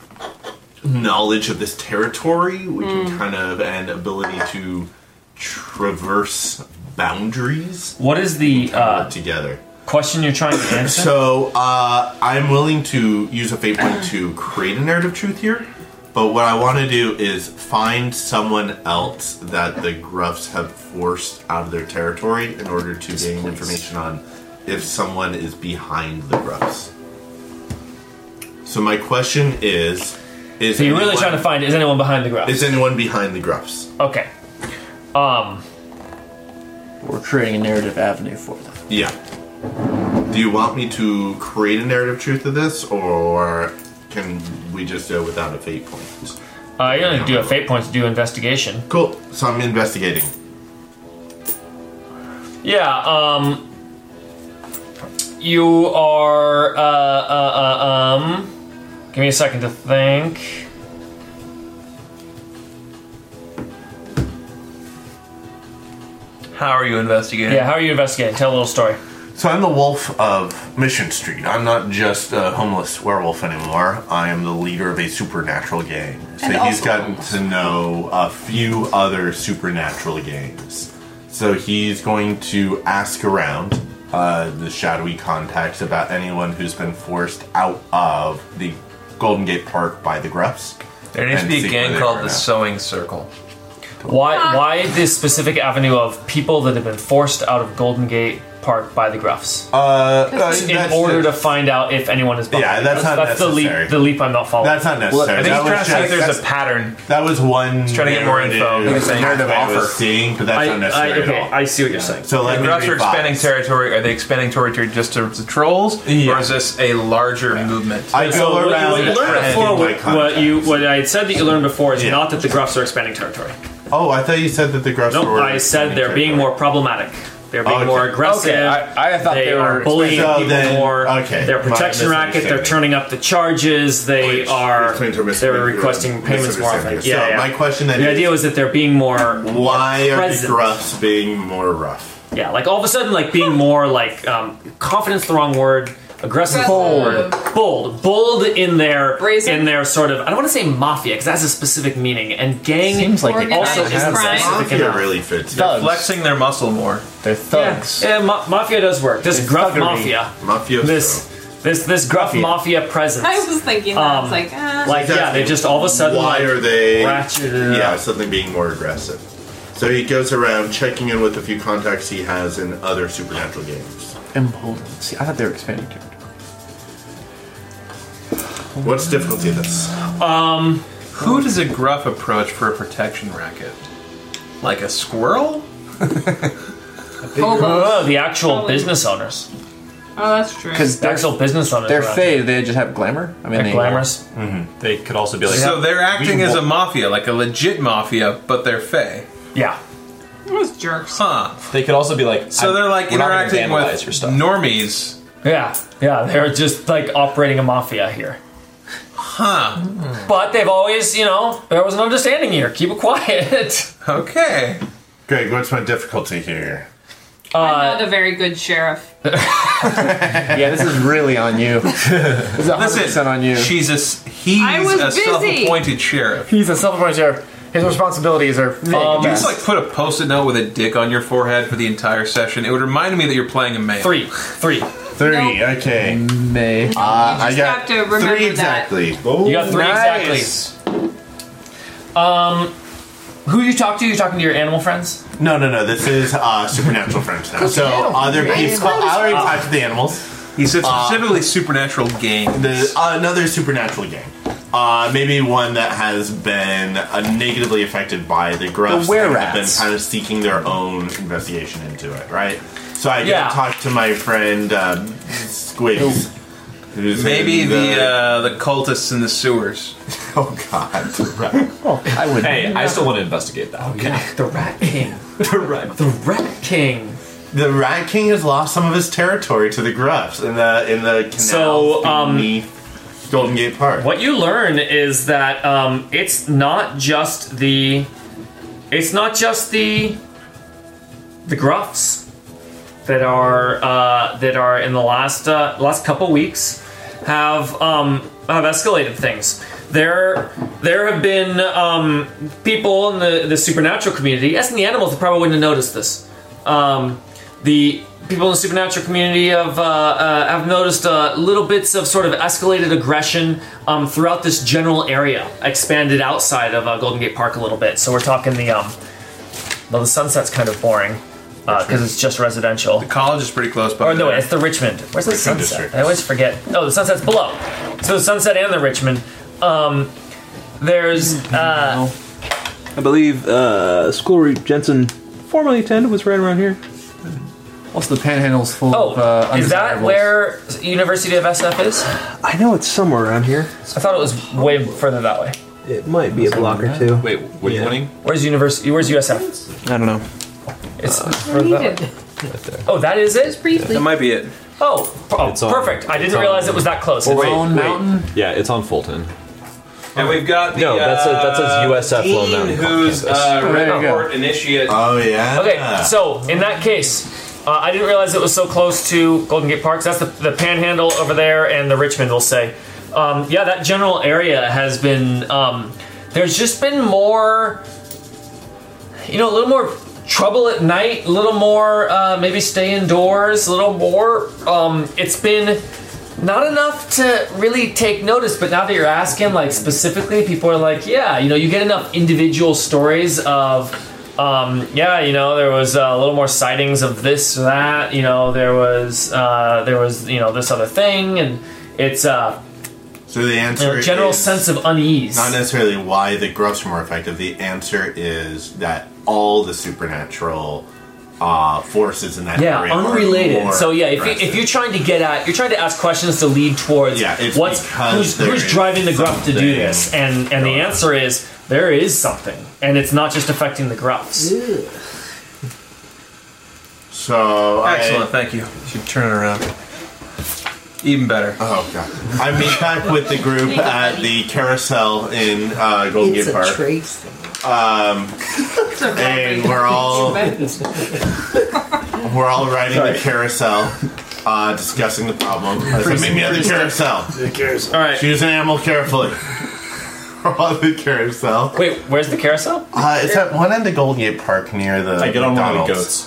[SPEAKER 15] knowledge of this territory, we can kind of, and ability to traverse boundaries
[SPEAKER 1] What is the uh,
[SPEAKER 15] together.
[SPEAKER 1] question you're trying to answer?
[SPEAKER 15] So uh, I'm willing to use a fate point to create a narrative truth here, but what I want to do is find someone else that the Gruffs have forced out of their territory in order to gain information on if someone is behind the Gruffs. So my question is: Is
[SPEAKER 1] so you're really
[SPEAKER 15] anyone-
[SPEAKER 1] trying to find is anyone behind the gruffs?
[SPEAKER 15] is anyone behind the Gruffs?
[SPEAKER 1] okay. Um,
[SPEAKER 8] We're creating a narrative avenue for them.
[SPEAKER 15] Yeah. Do you want me to create a narrative truth of this, or can we just do it without a fate point?
[SPEAKER 1] uh, you're gonna do a fate point to do investigation.
[SPEAKER 15] Cool. So I'm investigating.
[SPEAKER 1] Yeah, um you are uh, uh, uh um give me a second to think.
[SPEAKER 3] How are you investigating?
[SPEAKER 1] Yeah, how are you investigating? Tell a little story.
[SPEAKER 15] So I'm the wolf of Mission Street. I'm not just a homeless werewolf anymore. I am the leader of a supernatural gang. So he's gotten to know a few other supernatural gangs. So he's going to ask around uh, the shadowy contacts about anyone who's been forced out of the Golden Gate Park by the Gruffs.
[SPEAKER 3] There needs to
[SPEAKER 15] And
[SPEAKER 3] be a
[SPEAKER 15] see where
[SPEAKER 3] gang
[SPEAKER 15] they
[SPEAKER 3] called
[SPEAKER 15] are
[SPEAKER 3] the
[SPEAKER 15] now.
[SPEAKER 3] Sewing Circle.
[SPEAKER 1] Why why this specific avenue of people that have been forced out of Golden Gate Park by the gruffs?
[SPEAKER 15] Uh, uh,
[SPEAKER 1] in
[SPEAKER 15] that's
[SPEAKER 1] order
[SPEAKER 15] the-
[SPEAKER 1] to find out if anyone is behind
[SPEAKER 15] Yeah,
[SPEAKER 1] the
[SPEAKER 15] that's
[SPEAKER 1] Gruffs.
[SPEAKER 15] not
[SPEAKER 1] that's the
[SPEAKER 15] necessary.
[SPEAKER 1] leap the leap I'm not following.
[SPEAKER 15] That's not necessary.
[SPEAKER 3] I think
[SPEAKER 15] That
[SPEAKER 3] he's
[SPEAKER 15] was
[SPEAKER 3] trying to see if
[SPEAKER 15] just-
[SPEAKER 3] there's a pattern.
[SPEAKER 15] That was one.
[SPEAKER 3] trying to get more info.
[SPEAKER 15] narrative
[SPEAKER 3] It's a narrative
[SPEAKER 15] that I was
[SPEAKER 3] offer.
[SPEAKER 15] Seeing, but that's
[SPEAKER 1] I,
[SPEAKER 15] not necessary
[SPEAKER 1] I, okay,
[SPEAKER 15] at all.
[SPEAKER 1] I see what you're saying.
[SPEAKER 15] So like
[SPEAKER 3] The Gruffs are expanding territory. Are they expanding territory just to the trolls,
[SPEAKER 15] Yeah.
[SPEAKER 3] or is this a larger movement?
[SPEAKER 15] I go
[SPEAKER 1] So what you-
[SPEAKER 15] around.
[SPEAKER 1] what you
[SPEAKER 15] and
[SPEAKER 1] learned before,
[SPEAKER 15] try and do my
[SPEAKER 1] what, what you
[SPEAKER 15] contacts.
[SPEAKER 1] what I had said that you learned before is
[SPEAKER 15] Yeah.
[SPEAKER 1] not that the gruffs are expanding territory.
[SPEAKER 15] Oh, I thought you said that the gruffs
[SPEAKER 1] Nope,
[SPEAKER 15] were.
[SPEAKER 1] I said they're being more problematic. They're being
[SPEAKER 15] Okay.
[SPEAKER 1] more aggressive.
[SPEAKER 8] Okay, I- I thought they were
[SPEAKER 1] are bullying
[SPEAKER 15] expecting-
[SPEAKER 1] people
[SPEAKER 15] So then-
[SPEAKER 1] more.
[SPEAKER 15] okay,
[SPEAKER 1] They're
[SPEAKER 15] my
[SPEAKER 1] protection racket. They're
[SPEAKER 15] misunderstanding.
[SPEAKER 1] turning up the charges. They
[SPEAKER 15] Which
[SPEAKER 1] are.
[SPEAKER 15] explains her mis-
[SPEAKER 1] They're requesting payments more. often.
[SPEAKER 15] misunderstanding.
[SPEAKER 1] Yeah,
[SPEAKER 15] So
[SPEAKER 1] yeah.
[SPEAKER 15] my question then
[SPEAKER 1] The
[SPEAKER 15] is-
[SPEAKER 1] idea was that they're being more.
[SPEAKER 15] Why are the
[SPEAKER 1] present.
[SPEAKER 15] gruffs being more rough?
[SPEAKER 1] Yeah, like all of a sudden, like being more like um, confidence. The wrong word. aggressive,
[SPEAKER 7] Aggressive.
[SPEAKER 1] bold, bold in their
[SPEAKER 7] Brazen.
[SPEAKER 1] in their sort of. I don't want to say mafia because that's a specific meaning, and gang
[SPEAKER 8] Seems like it
[SPEAKER 1] also
[SPEAKER 7] Organized
[SPEAKER 1] has a
[SPEAKER 7] crime.
[SPEAKER 1] specific
[SPEAKER 15] Mafia
[SPEAKER 1] enough.
[SPEAKER 15] really fits.
[SPEAKER 8] thugs.
[SPEAKER 3] Flexing their muscle more.
[SPEAKER 8] They're
[SPEAKER 1] Yeah,
[SPEAKER 8] thugs.
[SPEAKER 1] yeah ma- mafia does work. This
[SPEAKER 8] It's
[SPEAKER 1] gruff
[SPEAKER 8] thuggery.
[SPEAKER 1] mafia,
[SPEAKER 15] Mafia.
[SPEAKER 1] this this this gruff mafia, presence.
[SPEAKER 7] I was thinking that.
[SPEAKER 1] Um,
[SPEAKER 7] it's like, ah.
[SPEAKER 1] like yeah, they just all of a sudden uh,
[SPEAKER 15] Why
[SPEAKER 1] like,
[SPEAKER 15] are they?
[SPEAKER 1] ratcheted it
[SPEAKER 15] Yeah,
[SPEAKER 1] up.
[SPEAKER 15] suddenly being more aggressive. So he goes around checking in with a few contacts he has in other supernatural games.
[SPEAKER 8] Emboldened. See, I thought they were expanding territory.
[SPEAKER 15] What's the difficulty of this?
[SPEAKER 3] Who does a gruff approach for a protection racket? Like a squirrel?
[SPEAKER 1] Oh, the actual business owners,
[SPEAKER 7] oh, that's true.
[SPEAKER 8] Because
[SPEAKER 1] the
[SPEAKER 8] they're,
[SPEAKER 1] actual business owners.
[SPEAKER 8] they're
[SPEAKER 1] around
[SPEAKER 8] fade. They just have glamour. I mean,
[SPEAKER 1] here.
[SPEAKER 8] they,
[SPEAKER 1] They're glamorous.
[SPEAKER 4] They could also be like,
[SPEAKER 3] So they're acting
[SPEAKER 4] We
[SPEAKER 3] as a
[SPEAKER 4] wa-
[SPEAKER 3] mafia, like a legit mafia, but they're fey.
[SPEAKER 1] Yeah,
[SPEAKER 7] Those jerks.
[SPEAKER 3] Huh.
[SPEAKER 4] they could also be like.
[SPEAKER 3] So
[SPEAKER 4] I'm-
[SPEAKER 3] they're like
[SPEAKER 4] we're not gonna
[SPEAKER 3] interacting with
[SPEAKER 4] vandalize your stuff.
[SPEAKER 3] normies.
[SPEAKER 1] yeah, yeah. They're just like operating a mafia here.
[SPEAKER 3] Huh.
[SPEAKER 1] But they've always, you know, there was an understanding here. Keep it quiet.
[SPEAKER 3] Okay.
[SPEAKER 15] Greg, what's my difficulty here?
[SPEAKER 7] I'm not a very good sheriff.
[SPEAKER 8] Yeah, this is really on you. this is 100
[SPEAKER 3] Listen,
[SPEAKER 8] percent on you.
[SPEAKER 3] she's a s- he's
[SPEAKER 7] I was
[SPEAKER 3] a
[SPEAKER 7] busy.
[SPEAKER 3] self-appointed sheriff.
[SPEAKER 8] He's a self-appointed sheriff. His responsibilities are vague at
[SPEAKER 1] Um,
[SPEAKER 3] You
[SPEAKER 8] best.
[SPEAKER 3] just like put a post-it note with a dick on your forehead for the entire session. It would remind me that you're playing a man.
[SPEAKER 1] three, three.
[SPEAKER 15] Three. Okay.
[SPEAKER 1] Mm.
[SPEAKER 8] May.
[SPEAKER 15] Uh, I
[SPEAKER 7] just
[SPEAKER 15] got
[SPEAKER 7] have to remember
[SPEAKER 15] three
[SPEAKER 7] that.
[SPEAKER 15] exactly.
[SPEAKER 8] Oh.
[SPEAKER 1] You got three exactly. Um,
[SPEAKER 8] Nice.
[SPEAKER 1] Who you talk to? You talking to your animal friends?
[SPEAKER 15] No, no, no. This is uh, supernatural French now. So other people. I already talked to the animals.
[SPEAKER 3] He said specifically supernatural gang.
[SPEAKER 15] The, uh, another supernatural game. Uh, maybe one that has been uh, negatively affected by the gruffs
[SPEAKER 8] The
[SPEAKER 15] and have
[SPEAKER 8] were-rats.
[SPEAKER 15] been kind of seeking their own investigation into it, right? So I
[SPEAKER 1] Yeah.
[SPEAKER 15] can talk to my friend um, Squigs. who's
[SPEAKER 3] Maybe
[SPEAKER 15] in
[SPEAKER 3] the uh, the cultists in the sewers.
[SPEAKER 15] oh god, right.
[SPEAKER 8] I would.
[SPEAKER 4] Hey, I still want to investigate that.
[SPEAKER 1] Yeah, the rat king. the rat. The rat king.
[SPEAKER 15] the Rat King has lost some of his territory to the gruffs in the in the canal
[SPEAKER 1] So, um,
[SPEAKER 15] beneath Golden Gate Park.
[SPEAKER 1] What you learn is that um, it's not just the, it's not just the, the gruffs that are uh, that are in the last uh, last couple weeks have um, have escalated things. There, there have been um, people in the, the supernatural community, as in the animals, that probably wouldn't have noticed this. Um, the people in the supernatural community have uh, uh, have noticed uh, little bits of sort of escalated aggression um, throughout this general area, expanded outside of uh, Golden Gate Park a little bit. So we're talking the um, well, the sunset's kind of boring because it's just residential.
[SPEAKER 3] The college is pretty close by.
[SPEAKER 1] Or no,
[SPEAKER 3] there.
[SPEAKER 1] it's the Richmond. Where's the
[SPEAKER 15] Richmond
[SPEAKER 1] sunset?
[SPEAKER 15] district.
[SPEAKER 1] I always forget. Oh, the sunset's below. So the sunset and the Richmond. Um, there's uh,
[SPEAKER 18] I believe uh, school re- Jensen formerly attended was right around here.
[SPEAKER 8] Also, the panhandle's full
[SPEAKER 1] oh,
[SPEAKER 8] of uh,
[SPEAKER 1] is that
[SPEAKER 8] undesirables.
[SPEAKER 1] where University of SF is?
[SPEAKER 18] I know it's somewhere around here.
[SPEAKER 1] I thought it was way further that way.
[SPEAKER 18] It might be a block or two.
[SPEAKER 4] Wait, what are you winning?
[SPEAKER 1] Where's University? Where's USF?
[SPEAKER 18] I don't know.
[SPEAKER 1] It's
[SPEAKER 7] I
[SPEAKER 1] further that way.
[SPEAKER 7] needed
[SPEAKER 1] Oh, that is it.
[SPEAKER 7] briefly.
[SPEAKER 3] That might be it.
[SPEAKER 1] Oh, oh
[SPEAKER 4] on-
[SPEAKER 1] perfect. I
[SPEAKER 4] it's
[SPEAKER 1] didn't
[SPEAKER 4] on-
[SPEAKER 1] realize it was that close. It's-
[SPEAKER 8] Lone Mountain?
[SPEAKER 4] Yeah, it's on Fulton.
[SPEAKER 3] And we've got the,
[SPEAKER 4] No, that's a- that says
[SPEAKER 3] uh,
[SPEAKER 4] USF Lone
[SPEAKER 3] dean
[SPEAKER 4] Mountain
[SPEAKER 3] who's
[SPEAKER 4] campus.
[SPEAKER 3] uh,
[SPEAKER 8] There you go.
[SPEAKER 3] Redport initiate.
[SPEAKER 15] Oh yeah.
[SPEAKER 1] Okay, so in that case, uh, I didn't realize it was so close to Golden Gate Parks. That's the, the Panhandle over there, and the Richmond will say, um, yeah, that general area has been. Um, there's just been more, you know, a little more trouble at night, a little more uh, maybe stay indoors, a little more. Um, it's been not enough to really take notice but now that you're asking like specifically people are like yeah you know you get enough individual stories of um, yeah you know there was uh, a little more sightings of this or that you know there was uh, there was you know this other thing and it's uh,
[SPEAKER 15] So the
[SPEAKER 1] you
[SPEAKER 15] answer
[SPEAKER 1] know, general
[SPEAKER 15] is
[SPEAKER 1] sense of unease
[SPEAKER 15] not necessarily why the gruffs are more effective. The answer is that all the supernatural uh, forces in that
[SPEAKER 1] yeah
[SPEAKER 15] area are
[SPEAKER 1] unrelated
[SPEAKER 15] more
[SPEAKER 1] so yeah if, you, if
[SPEAKER 15] aggressive.
[SPEAKER 1] you're trying to get at you're trying to ask questions to lead towards
[SPEAKER 15] Yeah, it's
[SPEAKER 1] what's
[SPEAKER 15] because
[SPEAKER 1] who's,
[SPEAKER 15] there
[SPEAKER 1] who's
[SPEAKER 15] is
[SPEAKER 1] driving the gruff to do
[SPEAKER 15] something
[SPEAKER 1] this and and the
[SPEAKER 15] going on.
[SPEAKER 1] answer is there is something and it's not just affecting the gruffs
[SPEAKER 15] so I-
[SPEAKER 3] Excellent, thank you. Should turn it around. Even better.
[SPEAKER 15] oh god, I meet back with the group at the carousel in uh, Golden Gate Park. Um,
[SPEAKER 19] trace.
[SPEAKER 15] and we're all we're all riding the carousel uh, discussing the problem. Put me at the carousel.
[SPEAKER 4] All right.
[SPEAKER 15] Choose an animal carefully. on the carousel.
[SPEAKER 1] Wait, where's the carousel?
[SPEAKER 15] Uh, it's at one end of Golden Gate Park near the
[SPEAKER 4] I get on one of the
[SPEAKER 15] McDonald's.
[SPEAKER 4] goats.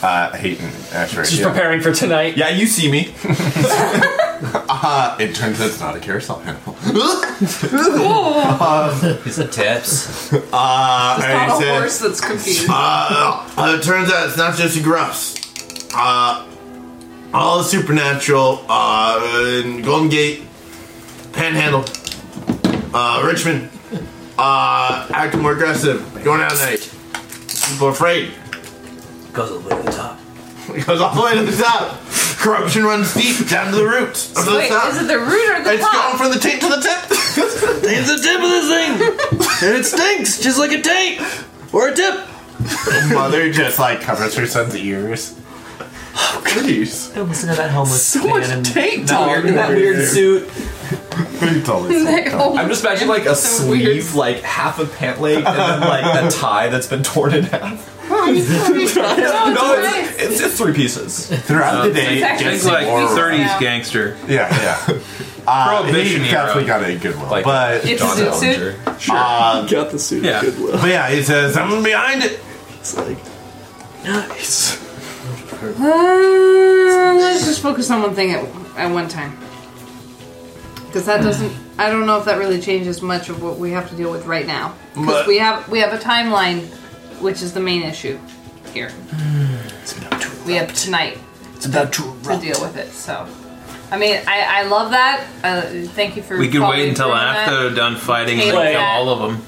[SPEAKER 15] Uh, Hayton, actually.
[SPEAKER 1] Just preparing for tonight.
[SPEAKER 4] Yeah, you see me.
[SPEAKER 15] Uh, it turns out it's not a carousel animal.
[SPEAKER 8] It's a tips.
[SPEAKER 15] Uh, and
[SPEAKER 7] Not
[SPEAKER 15] he
[SPEAKER 7] a
[SPEAKER 15] said,
[SPEAKER 7] horse that's confused.
[SPEAKER 15] Uh, uh, it turns out it's not just the gruffs. Uh, all the supernatural, uh, in Golden Gate, Panhandle, uh, Richmond, uh, acting more aggressive, going out at night. People are afraid.
[SPEAKER 8] Goes all the way to the top.
[SPEAKER 15] It goes all the way to the top. Corruption runs deep down to the roots. Up to the
[SPEAKER 7] Wait,
[SPEAKER 15] top.
[SPEAKER 7] is it the root or the
[SPEAKER 15] it's
[SPEAKER 7] top?
[SPEAKER 15] going from the tip to the tip.
[SPEAKER 8] It's the tip of this thing, and it stinks just like a tape or a tip.
[SPEAKER 15] Mother just like covers her son's ears. Oh, goodies.
[SPEAKER 8] I listen to that homeless so man in
[SPEAKER 7] tape
[SPEAKER 8] that weird, in that weird suit.
[SPEAKER 15] Oh
[SPEAKER 4] I'm just imagining like a sleeve, like half a pant leg, and then like a tie that's been torn in half.
[SPEAKER 7] Oh,
[SPEAKER 4] No, it's, it's, it's three pieces.
[SPEAKER 15] Throughout
[SPEAKER 8] Uh,
[SPEAKER 15] the day, it
[SPEAKER 7] actually
[SPEAKER 15] gets
[SPEAKER 3] It's like
[SPEAKER 15] more
[SPEAKER 3] 30s
[SPEAKER 7] Yeah.
[SPEAKER 3] gangster.
[SPEAKER 15] Yeah, yeah. Uh,
[SPEAKER 3] Prohibition
[SPEAKER 15] he
[SPEAKER 3] era.
[SPEAKER 15] definitely got a goodwill,
[SPEAKER 4] Like-
[SPEAKER 15] but
[SPEAKER 7] It's a zoot suit.
[SPEAKER 8] Got the suit.
[SPEAKER 3] Yeah.
[SPEAKER 8] Good luck.
[SPEAKER 15] but yeah, he says something behind it.
[SPEAKER 8] It's like nice.
[SPEAKER 7] Uh, let's just focus on one thing at, at one time. Because that doesn't. I don't know if that really changes much of what we have to deal with right now. Because
[SPEAKER 15] But-
[SPEAKER 7] we have we have a timeline, which is the main issue here. We have tonight
[SPEAKER 8] It's about to
[SPEAKER 7] to
[SPEAKER 8] erupt.
[SPEAKER 7] deal with it. So, I mean, I, I love that. Uh, thank you for.
[SPEAKER 3] We can
[SPEAKER 7] following
[SPEAKER 3] wait until
[SPEAKER 7] through on
[SPEAKER 3] after
[SPEAKER 7] that.
[SPEAKER 3] they're done fighting and
[SPEAKER 7] Play
[SPEAKER 3] then kill
[SPEAKER 7] that.
[SPEAKER 3] all of them.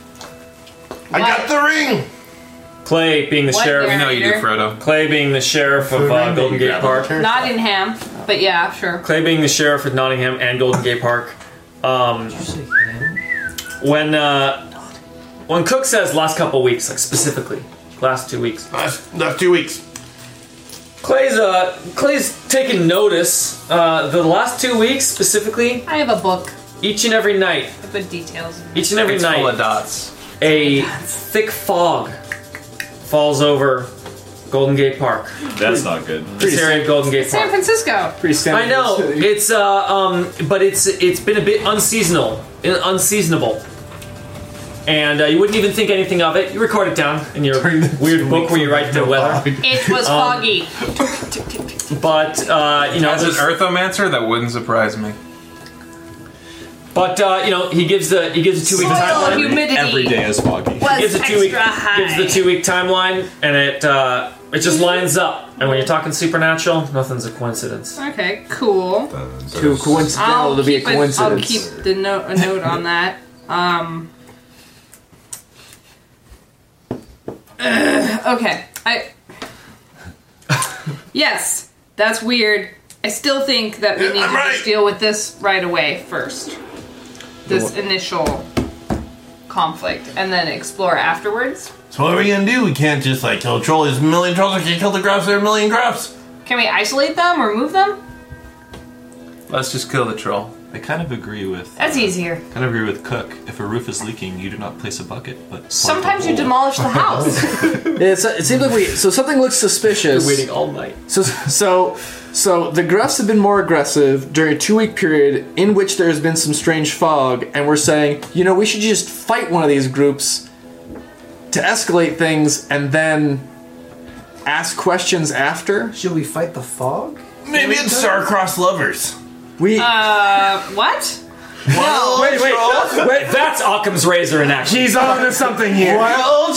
[SPEAKER 15] I got the ring.
[SPEAKER 1] Clay being the
[SPEAKER 7] What
[SPEAKER 1] sheriff.
[SPEAKER 7] year?
[SPEAKER 3] We know you do,
[SPEAKER 7] Here.
[SPEAKER 3] Frodo.
[SPEAKER 1] Clay being the sheriff of uh, Golden Gate Park.
[SPEAKER 7] Not in ham, but yeah, sure.
[SPEAKER 1] Clay being the sheriff of Nottingham and Golden Gate Park. Um, when uh, when Cook says last couple weeks, like specifically last two weeks,
[SPEAKER 15] Last, last two weeks.
[SPEAKER 1] Clay's uh, Clay's taken notice. Uh, the last two weeks specifically,
[SPEAKER 7] I have a book
[SPEAKER 1] each and every night,
[SPEAKER 7] with details.
[SPEAKER 1] each and every
[SPEAKER 3] It's full of
[SPEAKER 1] night,
[SPEAKER 3] dots.
[SPEAKER 1] a thick fog falls over Golden Gate Park.
[SPEAKER 4] That's not good.
[SPEAKER 1] This area of Golden Gate
[SPEAKER 7] San
[SPEAKER 1] Park.
[SPEAKER 7] Francisco.
[SPEAKER 20] Pretty standard.
[SPEAKER 1] I know it's uh um but it's it's been a bit unseasonal unseasonable and uh, you wouldn't even think anything of it you record it down in your weird book where you write the weather
[SPEAKER 7] It was
[SPEAKER 1] Um,
[SPEAKER 7] foggy.
[SPEAKER 1] but uh you know
[SPEAKER 3] As an
[SPEAKER 1] there's-
[SPEAKER 3] Earthomancer, that wouldn't surprise me.
[SPEAKER 1] but uh you know he gives the he gives a two week
[SPEAKER 7] Soil
[SPEAKER 1] timeline
[SPEAKER 7] humidity.
[SPEAKER 4] Every day is foggy.
[SPEAKER 7] was
[SPEAKER 1] gives a two
[SPEAKER 7] extra
[SPEAKER 1] week
[SPEAKER 7] high.
[SPEAKER 1] gives the two week timeline and it uh it just lines up and when you're talking supernatural nothing's a coincidence
[SPEAKER 7] okay, cool.
[SPEAKER 8] Too coincidental
[SPEAKER 7] I'll
[SPEAKER 8] to be a
[SPEAKER 7] keep it- I'll
[SPEAKER 8] coincidence.
[SPEAKER 7] keep the note a note on that. Um. Ugh, okay, I. Yes, that's weird. I still think that we need
[SPEAKER 15] I'm
[SPEAKER 7] to
[SPEAKER 15] right.
[SPEAKER 7] just deal with this right away first. This initial conflict, and then explore afterwards.
[SPEAKER 15] So what are we gonna do? We can't just like kill trolls. There's a million trolls. I can't kill the gruffs. There are a million gruffs.
[SPEAKER 7] Can we isolate them or move them?
[SPEAKER 3] Let's just kill the troll.
[SPEAKER 4] I kind of agree with
[SPEAKER 7] That's easier.
[SPEAKER 4] kind of agree with Cook. If a roof is leaking, you do not place a bucket, but plug
[SPEAKER 7] Sometimes
[SPEAKER 4] the
[SPEAKER 7] you
[SPEAKER 4] hole.
[SPEAKER 7] demolish the house.
[SPEAKER 8] It's, it seems like we. So something looks suspicious.
[SPEAKER 1] waiting all night
[SPEAKER 8] So, so, so the gruffs have been more aggressive during a two-week period in which there has been some strange fog, and we're saying, you know, we should just fight one of these groups to escalate things, and then ask questions after.
[SPEAKER 5] Should we fight the fog?
[SPEAKER 15] Maybe it's star-crossed lovers.
[SPEAKER 8] We
[SPEAKER 7] uh, what?
[SPEAKER 15] Well,
[SPEAKER 1] wait wait no, wait that's Occam's razor in action
[SPEAKER 8] he's on to something here.
[SPEAKER 15] well,
[SPEAKER 7] Oh,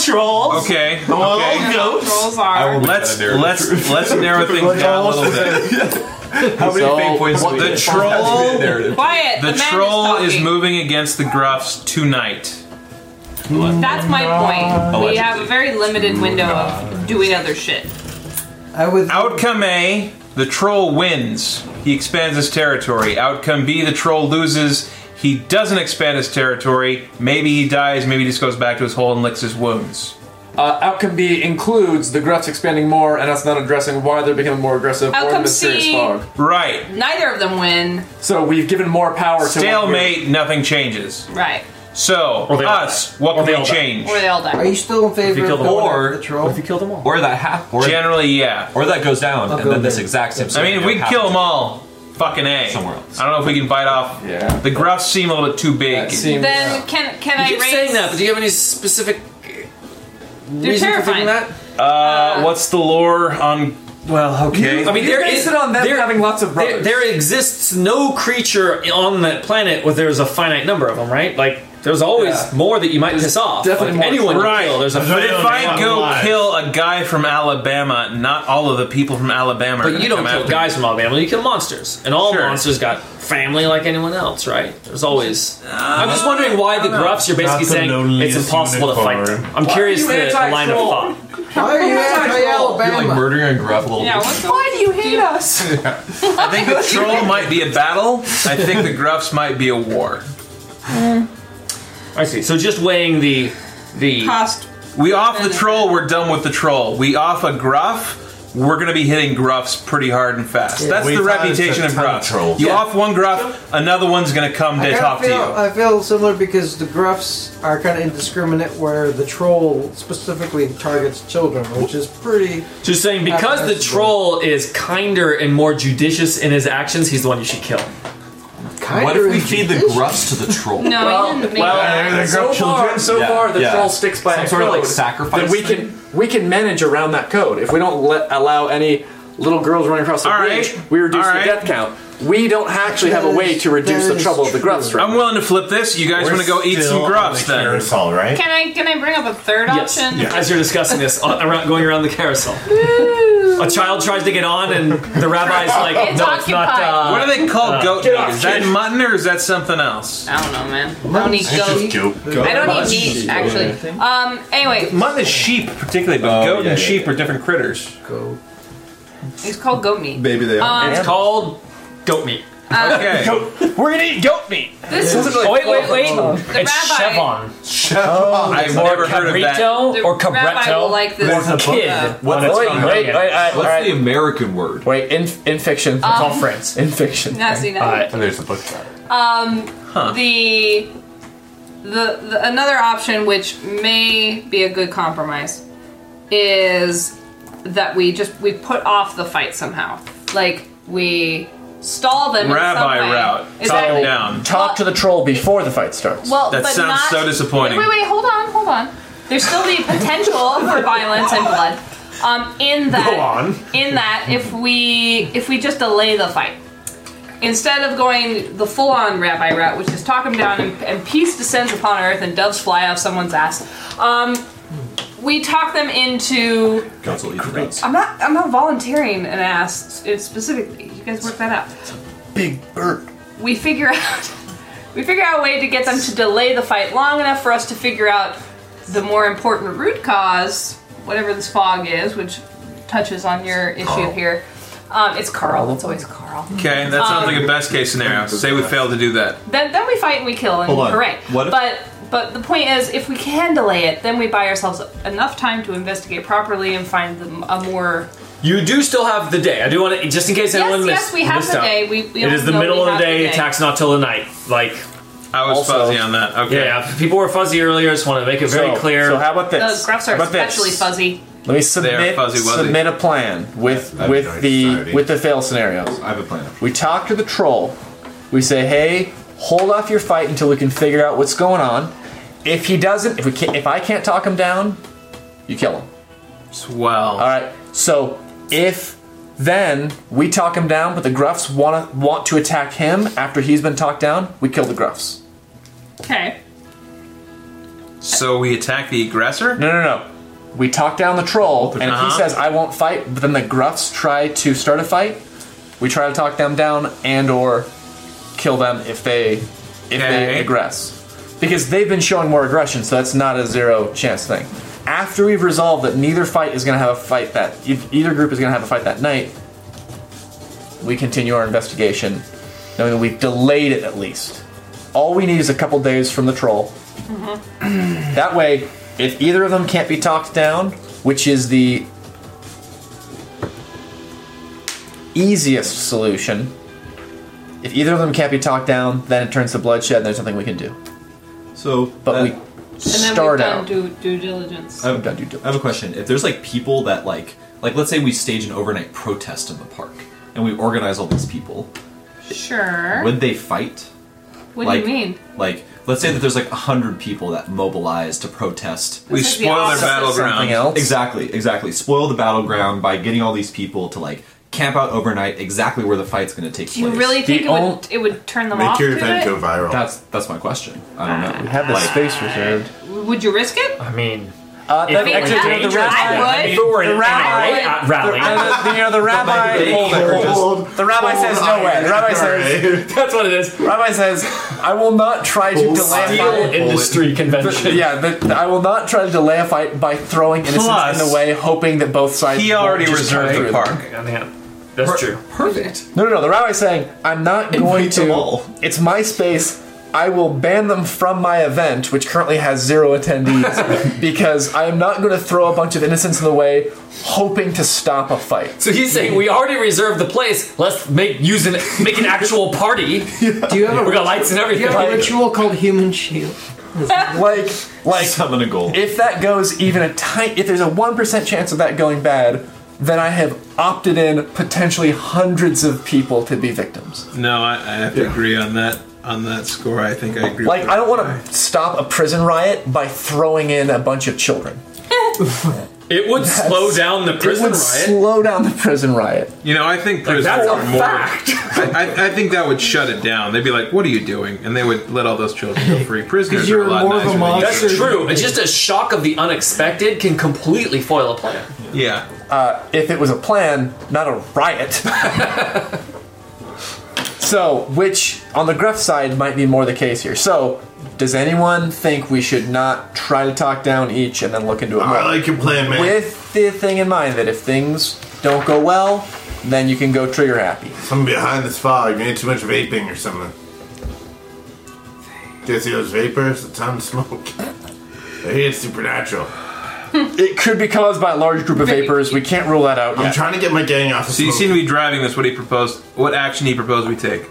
[SPEAKER 15] trolls.
[SPEAKER 3] Okay.
[SPEAKER 15] Well,
[SPEAKER 3] Okay.
[SPEAKER 15] goats.
[SPEAKER 7] Trolls are.
[SPEAKER 3] Let's let's let's narrow things down a little bit.
[SPEAKER 8] How many so,
[SPEAKER 4] points
[SPEAKER 8] what-
[SPEAKER 4] do we
[SPEAKER 3] The
[SPEAKER 4] get?
[SPEAKER 3] troll
[SPEAKER 4] Narrative.
[SPEAKER 7] Quiet.
[SPEAKER 3] the
[SPEAKER 7] The, man
[SPEAKER 3] troll is
[SPEAKER 7] talking.
[SPEAKER 3] moving against the gruffs tonight.
[SPEAKER 7] That's my point. We
[SPEAKER 4] Allegedly.
[SPEAKER 7] have a very limited window of doing other shit.
[SPEAKER 5] I would.
[SPEAKER 3] Outcome A, the troll wins. He expands his territory. Outcome B, the troll loses. He doesn't expand his territory. Maybe he dies, maybe he just goes back to his hole and licks his wounds.
[SPEAKER 8] uh, outcome B includes the gruffs expanding more and us not addressing why they're becoming more aggressive or the
[SPEAKER 7] Outcome
[SPEAKER 8] mysterious
[SPEAKER 7] C.
[SPEAKER 8] fog.
[SPEAKER 3] Right.
[SPEAKER 7] Neither of them win.
[SPEAKER 8] So we've given more power to one group.
[SPEAKER 3] Stalemate, nothing changes.
[SPEAKER 7] Right.
[SPEAKER 3] So,
[SPEAKER 4] Or they all
[SPEAKER 3] us, what can
[SPEAKER 4] Or they
[SPEAKER 3] we
[SPEAKER 4] all die.
[SPEAKER 3] change?
[SPEAKER 7] Or they all
[SPEAKER 5] Are
[SPEAKER 7] die.
[SPEAKER 5] you still in favor
[SPEAKER 4] you
[SPEAKER 5] of
[SPEAKER 4] kill them
[SPEAKER 5] going
[SPEAKER 4] or-
[SPEAKER 5] after the troll?
[SPEAKER 1] If you kill them all.
[SPEAKER 4] Or that half, or,
[SPEAKER 3] Generally, yeah.
[SPEAKER 4] or that goes down, and
[SPEAKER 5] go
[SPEAKER 4] then this
[SPEAKER 5] there.
[SPEAKER 4] exact same.
[SPEAKER 3] I mean, if we
[SPEAKER 4] scenario
[SPEAKER 3] can kill them
[SPEAKER 4] happens.
[SPEAKER 3] all, fucking A.
[SPEAKER 4] Somewhere else.
[SPEAKER 3] I don't know if we can bite off.
[SPEAKER 21] Yeah.
[SPEAKER 3] The gruffs seem a little bit too big.
[SPEAKER 7] Then can can I
[SPEAKER 1] keep
[SPEAKER 7] raise?
[SPEAKER 1] saying that, but do you have any specific
[SPEAKER 7] They're
[SPEAKER 1] reason for
[SPEAKER 7] terrifying.
[SPEAKER 1] thinking that?
[SPEAKER 3] Uh, what's the lore on. Well, okay.
[SPEAKER 1] I mean, there
[SPEAKER 21] base
[SPEAKER 1] is-
[SPEAKER 21] it on them
[SPEAKER 1] there-
[SPEAKER 21] having lots of
[SPEAKER 1] There,
[SPEAKER 21] brothers.
[SPEAKER 1] there exists no creature on that planet where there's a finite number of them, right? Like, there's always
[SPEAKER 21] Yeah.
[SPEAKER 1] more that you might piss off.
[SPEAKER 21] definitely
[SPEAKER 1] like,
[SPEAKER 21] more.
[SPEAKER 1] anyone you
[SPEAKER 3] Right.
[SPEAKER 1] kill, there's a
[SPEAKER 3] But if I
[SPEAKER 15] One
[SPEAKER 3] go
[SPEAKER 15] life.
[SPEAKER 3] kill a guy from Alabama, not all of the people from Alabama. are
[SPEAKER 1] But
[SPEAKER 3] gonna
[SPEAKER 1] you don't
[SPEAKER 3] come
[SPEAKER 1] kill
[SPEAKER 3] after me.
[SPEAKER 1] guys from Alabama. You kill monsters, and all
[SPEAKER 3] Sure.
[SPEAKER 1] monsters got family like anyone else, right? There's always. I'm just wondering why the gruffs. You're basically
[SPEAKER 15] Not the
[SPEAKER 1] saying it's
[SPEAKER 15] loneliest
[SPEAKER 1] impossible to fight
[SPEAKER 15] unicorn.
[SPEAKER 1] them. I'm curious
[SPEAKER 21] you
[SPEAKER 1] the, the
[SPEAKER 21] anti-troll?
[SPEAKER 1] line of thought.
[SPEAKER 5] Why are you anti
[SPEAKER 4] You're like
[SPEAKER 5] Alabama?
[SPEAKER 4] murdering a gruff a little
[SPEAKER 7] Yeah,
[SPEAKER 4] bit.
[SPEAKER 7] what's Why do you hate us?
[SPEAKER 3] I think the troll might be a battle. I think the gruffs might be a war.
[SPEAKER 1] I see. So just weighing the the
[SPEAKER 7] Cost.
[SPEAKER 3] We off the troll, we're done with the troll. We off a gruff, we're gonna be hitting gruffs pretty hard and fast. That's
[SPEAKER 15] We
[SPEAKER 3] the
[SPEAKER 15] thought it's
[SPEAKER 3] reputation
[SPEAKER 15] a
[SPEAKER 3] of
[SPEAKER 15] ton of
[SPEAKER 3] gruffs.
[SPEAKER 15] trolls.
[SPEAKER 3] You off one gruff, another one's gonna come to
[SPEAKER 5] I
[SPEAKER 3] talk
[SPEAKER 5] feel, uh,
[SPEAKER 3] to
[SPEAKER 5] I feel similar because the gruffs are kind of indiscriminate, where the troll specifically targets children, which is pretty.
[SPEAKER 1] just saying because the
[SPEAKER 5] Absolutely.
[SPEAKER 1] troll is kinder and more judicious in his actions, he's the one you should kill.
[SPEAKER 4] What if we feed the
[SPEAKER 5] gruff?
[SPEAKER 4] gruffs to the troll?
[SPEAKER 7] No, you didn't make that.
[SPEAKER 15] They're
[SPEAKER 21] so
[SPEAKER 15] gruff
[SPEAKER 21] far,
[SPEAKER 15] children.
[SPEAKER 21] so
[SPEAKER 4] Yeah,
[SPEAKER 21] far, the
[SPEAKER 4] yeah.
[SPEAKER 21] troll sticks by
[SPEAKER 4] Some
[SPEAKER 21] a
[SPEAKER 4] sort of,
[SPEAKER 21] code
[SPEAKER 4] like, sacrifice
[SPEAKER 21] That we
[SPEAKER 4] thing?
[SPEAKER 21] can we can manage around that code if we don't let, allow any little girls running across the
[SPEAKER 3] All
[SPEAKER 21] bridge.
[SPEAKER 3] right.
[SPEAKER 21] We reduce
[SPEAKER 3] All right.
[SPEAKER 21] the death count. We don't actually have a way to
[SPEAKER 5] That
[SPEAKER 21] reduce the
[SPEAKER 5] is
[SPEAKER 21] trouble of the
[SPEAKER 5] true.
[SPEAKER 21] gruffs.
[SPEAKER 3] you.
[SPEAKER 21] Right?
[SPEAKER 3] I'm willing to flip this. You guys
[SPEAKER 15] We're
[SPEAKER 3] wanna go eat
[SPEAKER 15] still
[SPEAKER 3] some
[SPEAKER 15] on
[SPEAKER 3] gruffs
[SPEAKER 15] the
[SPEAKER 3] then?
[SPEAKER 15] Carousel, right?
[SPEAKER 7] Can I can I bring up a third
[SPEAKER 1] Yes.
[SPEAKER 7] option?
[SPEAKER 1] As you're discussing this, on, around, going around the carousel, a child tries to get on, and the rabbi's like,
[SPEAKER 7] It's
[SPEAKER 1] Oh, "No, it's not."
[SPEAKER 7] occupied.
[SPEAKER 1] Uh,
[SPEAKER 3] What do they call goat meat? Is that mutton or is that something else?
[SPEAKER 7] I don't know, man. I don't need
[SPEAKER 15] It's just
[SPEAKER 7] goat.
[SPEAKER 15] goat.
[SPEAKER 7] I don't need meat, actually. Um. Anyway,
[SPEAKER 3] Mutton is sheep, particularly, but
[SPEAKER 4] Oh,
[SPEAKER 3] goat
[SPEAKER 4] yeah,
[SPEAKER 3] and
[SPEAKER 4] yeah,
[SPEAKER 3] sheep
[SPEAKER 4] yeah.
[SPEAKER 3] are different critters.
[SPEAKER 7] it's called goat meat.
[SPEAKER 10] Maybe they are.
[SPEAKER 7] Um,
[SPEAKER 1] It's called goat meat.
[SPEAKER 3] Okay.
[SPEAKER 1] We're gonna eat goat meat.
[SPEAKER 7] this is
[SPEAKER 1] Oh, wait, wait, wait.
[SPEAKER 7] the
[SPEAKER 1] it's
[SPEAKER 7] rabbi.
[SPEAKER 1] chevron.
[SPEAKER 3] I've never heard of that.
[SPEAKER 7] The
[SPEAKER 1] Cabrito or
[SPEAKER 7] Oh, rabbi will
[SPEAKER 1] cabretto
[SPEAKER 7] like this.
[SPEAKER 15] There's a book.
[SPEAKER 1] kid.
[SPEAKER 7] Uh,
[SPEAKER 1] on its own.
[SPEAKER 4] What's the American word?
[SPEAKER 1] Wait, in, in fiction. It's all friends. In fiction.
[SPEAKER 7] nasty, nasty.
[SPEAKER 15] And there's a book about it.
[SPEAKER 7] Um, the, the the another option which may be a good compromise is that we just we put off the fight somehow like we stall them in some
[SPEAKER 3] Rabbi
[SPEAKER 7] way.
[SPEAKER 3] route. Top
[SPEAKER 7] exactly.
[SPEAKER 3] down.
[SPEAKER 1] Talk to the troll before the fight starts.
[SPEAKER 7] well
[SPEAKER 3] That
[SPEAKER 7] but
[SPEAKER 3] sounds
[SPEAKER 7] not-
[SPEAKER 3] so disappointing.
[SPEAKER 7] wait wait wait hold on hold on there's still the potential for violence and blood um, in that
[SPEAKER 15] Go on.
[SPEAKER 7] in that if we if we just delay the fight instead of going the full-on rabbi route which is talk him down and, and peace descends upon earth and doves fly off someone's ass um, we talk them into
[SPEAKER 4] Council eat the goats.
[SPEAKER 7] i'm not i'm not volunteering an ass s- specifically you guys work that out
[SPEAKER 1] Big bird.
[SPEAKER 7] we figure out we figure out a way to get them to delay the fight long enough for us to figure out the more important root cause whatever this fog is which touches on your issue here um, it's carl it's always carl
[SPEAKER 3] Okay, that sounds like a best case scenario. Say we fail to do that.
[SPEAKER 7] Then, then we fight and we kill and
[SPEAKER 4] Hold on.
[SPEAKER 7] hooray.
[SPEAKER 4] What if-
[SPEAKER 7] but but the point is, if we can delay it, then we buy ourselves enough time to investigate properly and find the, a more.
[SPEAKER 1] You do still have the day. I do want to, just in case anyone
[SPEAKER 7] yes,
[SPEAKER 1] missed.
[SPEAKER 7] yes, we have
[SPEAKER 1] missed
[SPEAKER 7] the
[SPEAKER 1] out.
[SPEAKER 7] day. We, we
[SPEAKER 1] It
[SPEAKER 7] all
[SPEAKER 1] is the
[SPEAKER 7] know
[SPEAKER 1] middle
[SPEAKER 7] we
[SPEAKER 1] of the
[SPEAKER 7] have
[SPEAKER 1] day. Attacks not till the night. Like,
[SPEAKER 3] I was
[SPEAKER 1] Also-
[SPEAKER 3] fuzzy on that. Okay.
[SPEAKER 1] yeah, yeah, people were fuzzy earlier. Just want to make it very
[SPEAKER 8] so,
[SPEAKER 1] clear.
[SPEAKER 8] So how about
[SPEAKER 7] The
[SPEAKER 8] this?
[SPEAKER 7] gruffs are
[SPEAKER 8] How about this?
[SPEAKER 7] especially fuzzy.
[SPEAKER 8] Let me submit
[SPEAKER 3] fuzzy wuzzy.
[SPEAKER 8] submit a plan with
[SPEAKER 10] That'd be
[SPEAKER 8] with
[SPEAKER 10] nice,
[SPEAKER 8] the
[SPEAKER 10] sorry.
[SPEAKER 8] with the fail scenarios.
[SPEAKER 10] I have a plan.
[SPEAKER 8] We talk to the troll. We say, "Hey, hold off your fight until we can figure out what's going on. If he doesn't, if we can't, if I can't talk him down, you kill him.
[SPEAKER 3] Swell.
[SPEAKER 8] All right. So if then we talk him down, but the gruffs want to want to attack him after he's been talked down, we kill the gruffs.
[SPEAKER 7] Okay.
[SPEAKER 3] So we attack the aggressor?
[SPEAKER 8] No, no, no. We talk down the troll, and if
[SPEAKER 3] Uh-huh.
[SPEAKER 8] he says I won't fight, but then the gruffs try to start a fight, we try to talk them down and or kill them if they if
[SPEAKER 3] Okay.
[SPEAKER 8] they aggress. Because they've been showing more aggression, so that's not a zero chance thing. After we've resolved that neither fight is going to have a fight that e- either group is going to have a fight that night, we continue our investigation, knowing that we've delayed it at least. All we need is a couple days from the troll. that way, if either of them can't be talked down, which is the easiest solution, if either of them can't be talked down, then it turns to bloodshed and there's nothing we can do.
[SPEAKER 4] So,
[SPEAKER 5] uh,
[SPEAKER 8] But
[SPEAKER 4] that-
[SPEAKER 8] we
[SPEAKER 7] And then we've
[SPEAKER 8] start
[SPEAKER 7] done
[SPEAKER 8] out.
[SPEAKER 7] due, due diligence.
[SPEAKER 4] I have, I
[SPEAKER 1] Um,
[SPEAKER 4] have a question. If there's like people that like, like let's say we stage an overnight protest in the park and we organize all these people,
[SPEAKER 7] Sure.
[SPEAKER 4] would they fight?
[SPEAKER 7] what
[SPEAKER 4] like,
[SPEAKER 7] do you mean?
[SPEAKER 4] Like, let's say that there's like a hundred people that mobilize to protest.
[SPEAKER 3] We That's like the spoil their opposite. battleground.
[SPEAKER 4] Something else. Exactly, exactly. Spoil the battleground by getting all these people to like camp out overnight, exactly where the fight's going to take
[SPEAKER 7] Do
[SPEAKER 4] place.
[SPEAKER 7] you really think it would, it would turn them off to it?
[SPEAKER 4] viral. That's that's my question. I don't know.
[SPEAKER 8] We have the space reserved.
[SPEAKER 7] Would you risk it?
[SPEAKER 1] I mean,
[SPEAKER 8] Uh,
[SPEAKER 1] If
[SPEAKER 8] that-
[SPEAKER 1] it
[SPEAKER 8] actually,
[SPEAKER 1] were
[SPEAKER 8] you know, the
[SPEAKER 1] dangerous,
[SPEAKER 8] rabbi,
[SPEAKER 1] I would. If it were an
[SPEAKER 8] the rabbi,
[SPEAKER 1] NRA uh, rally.
[SPEAKER 8] the, the- you know, the rabbi,
[SPEAKER 1] Hold it, hold it, hold
[SPEAKER 8] the rabbi says no way. The rabbi says
[SPEAKER 1] that's what it is.
[SPEAKER 8] Rabbi says I will not try to
[SPEAKER 1] Full
[SPEAKER 8] delay
[SPEAKER 1] steel
[SPEAKER 8] a fight.
[SPEAKER 1] industry
[SPEAKER 8] The-
[SPEAKER 1] convention.
[SPEAKER 8] yeah, the, I will not try to delay a fight by throwing innocents
[SPEAKER 1] Plus,
[SPEAKER 8] in the way, hoping that both sides.
[SPEAKER 1] he
[SPEAKER 8] won't
[SPEAKER 1] already
[SPEAKER 8] just
[SPEAKER 1] reserved
[SPEAKER 8] cut
[SPEAKER 1] the
[SPEAKER 8] through
[SPEAKER 1] park.
[SPEAKER 8] them.
[SPEAKER 1] I mean, that's true.
[SPEAKER 4] Perfect.
[SPEAKER 8] No, no, no. The rabbi's saying, I'm not going to. It's my space. I will ban them from my event, which currently has zero attendees, because I am not going to throw a bunch of innocents in the way, hoping to stop a fight.
[SPEAKER 1] So he's saying we already reserved the place. Let's make use an make an actual party.
[SPEAKER 5] Do you have a
[SPEAKER 1] we got lights and
[SPEAKER 5] Do
[SPEAKER 1] everything.
[SPEAKER 5] you have a ritual called Human Shield?
[SPEAKER 8] like, like
[SPEAKER 4] summon a goal.
[SPEAKER 8] If that goes even a tiny, if there's a one percent chance of that going bad, then I have opted in potentially hundreds of people to be victims.
[SPEAKER 3] No, I, I have to agree on that on that score. I think I agree.
[SPEAKER 8] Like,
[SPEAKER 3] with
[SPEAKER 8] I don't want to stop a prison riot by throwing in a bunch of children.
[SPEAKER 1] It would slow down the prison
[SPEAKER 8] it would
[SPEAKER 1] riot.
[SPEAKER 8] slow down the prison riot.
[SPEAKER 3] You know, I think prisons
[SPEAKER 1] that's
[SPEAKER 3] are
[SPEAKER 1] a
[SPEAKER 3] more.
[SPEAKER 1] fact.
[SPEAKER 3] I, I, I think that would shut it down. They'd be like, "What are you doing?" And they would let all those children go free. Prisoners are a lot nicer. than
[SPEAKER 1] That's
[SPEAKER 3] you think.
[SPEAKER 1] true. It's just a shock of the unexpected can completely foil a plan.
[SPEAKER 3] Yeah.
[SPEAKER 8] Uh, if it was a plan, not a riot. so, which on the gruff side might be more the case here. So, does anyone think we should not try to talk down each and then look into it more?
[SPEAKER 10] I like your plan, man.
[SPEAKER 8] With the thing in mind that if things don't go well, then you can go trigger happy.
[SPEAKER 10] Something behind this fog. Maybe too much vaping or something. Do you see those vapors? A ton of smoke. I hear it's supernatural.
[SPEAKER 8] it could be caused by a large group of vapors. We can't rule that out
[SPEAKER 10] I'm
[SPEAKER 8] yet.
[SPEAKER 10] trying to get my gang off. Of
[SPEAKER 3] So you
[SPEAKER 10] smoke.
[SPEAKER 3] seem to be driving this. What he proposed? What action he proposed we take?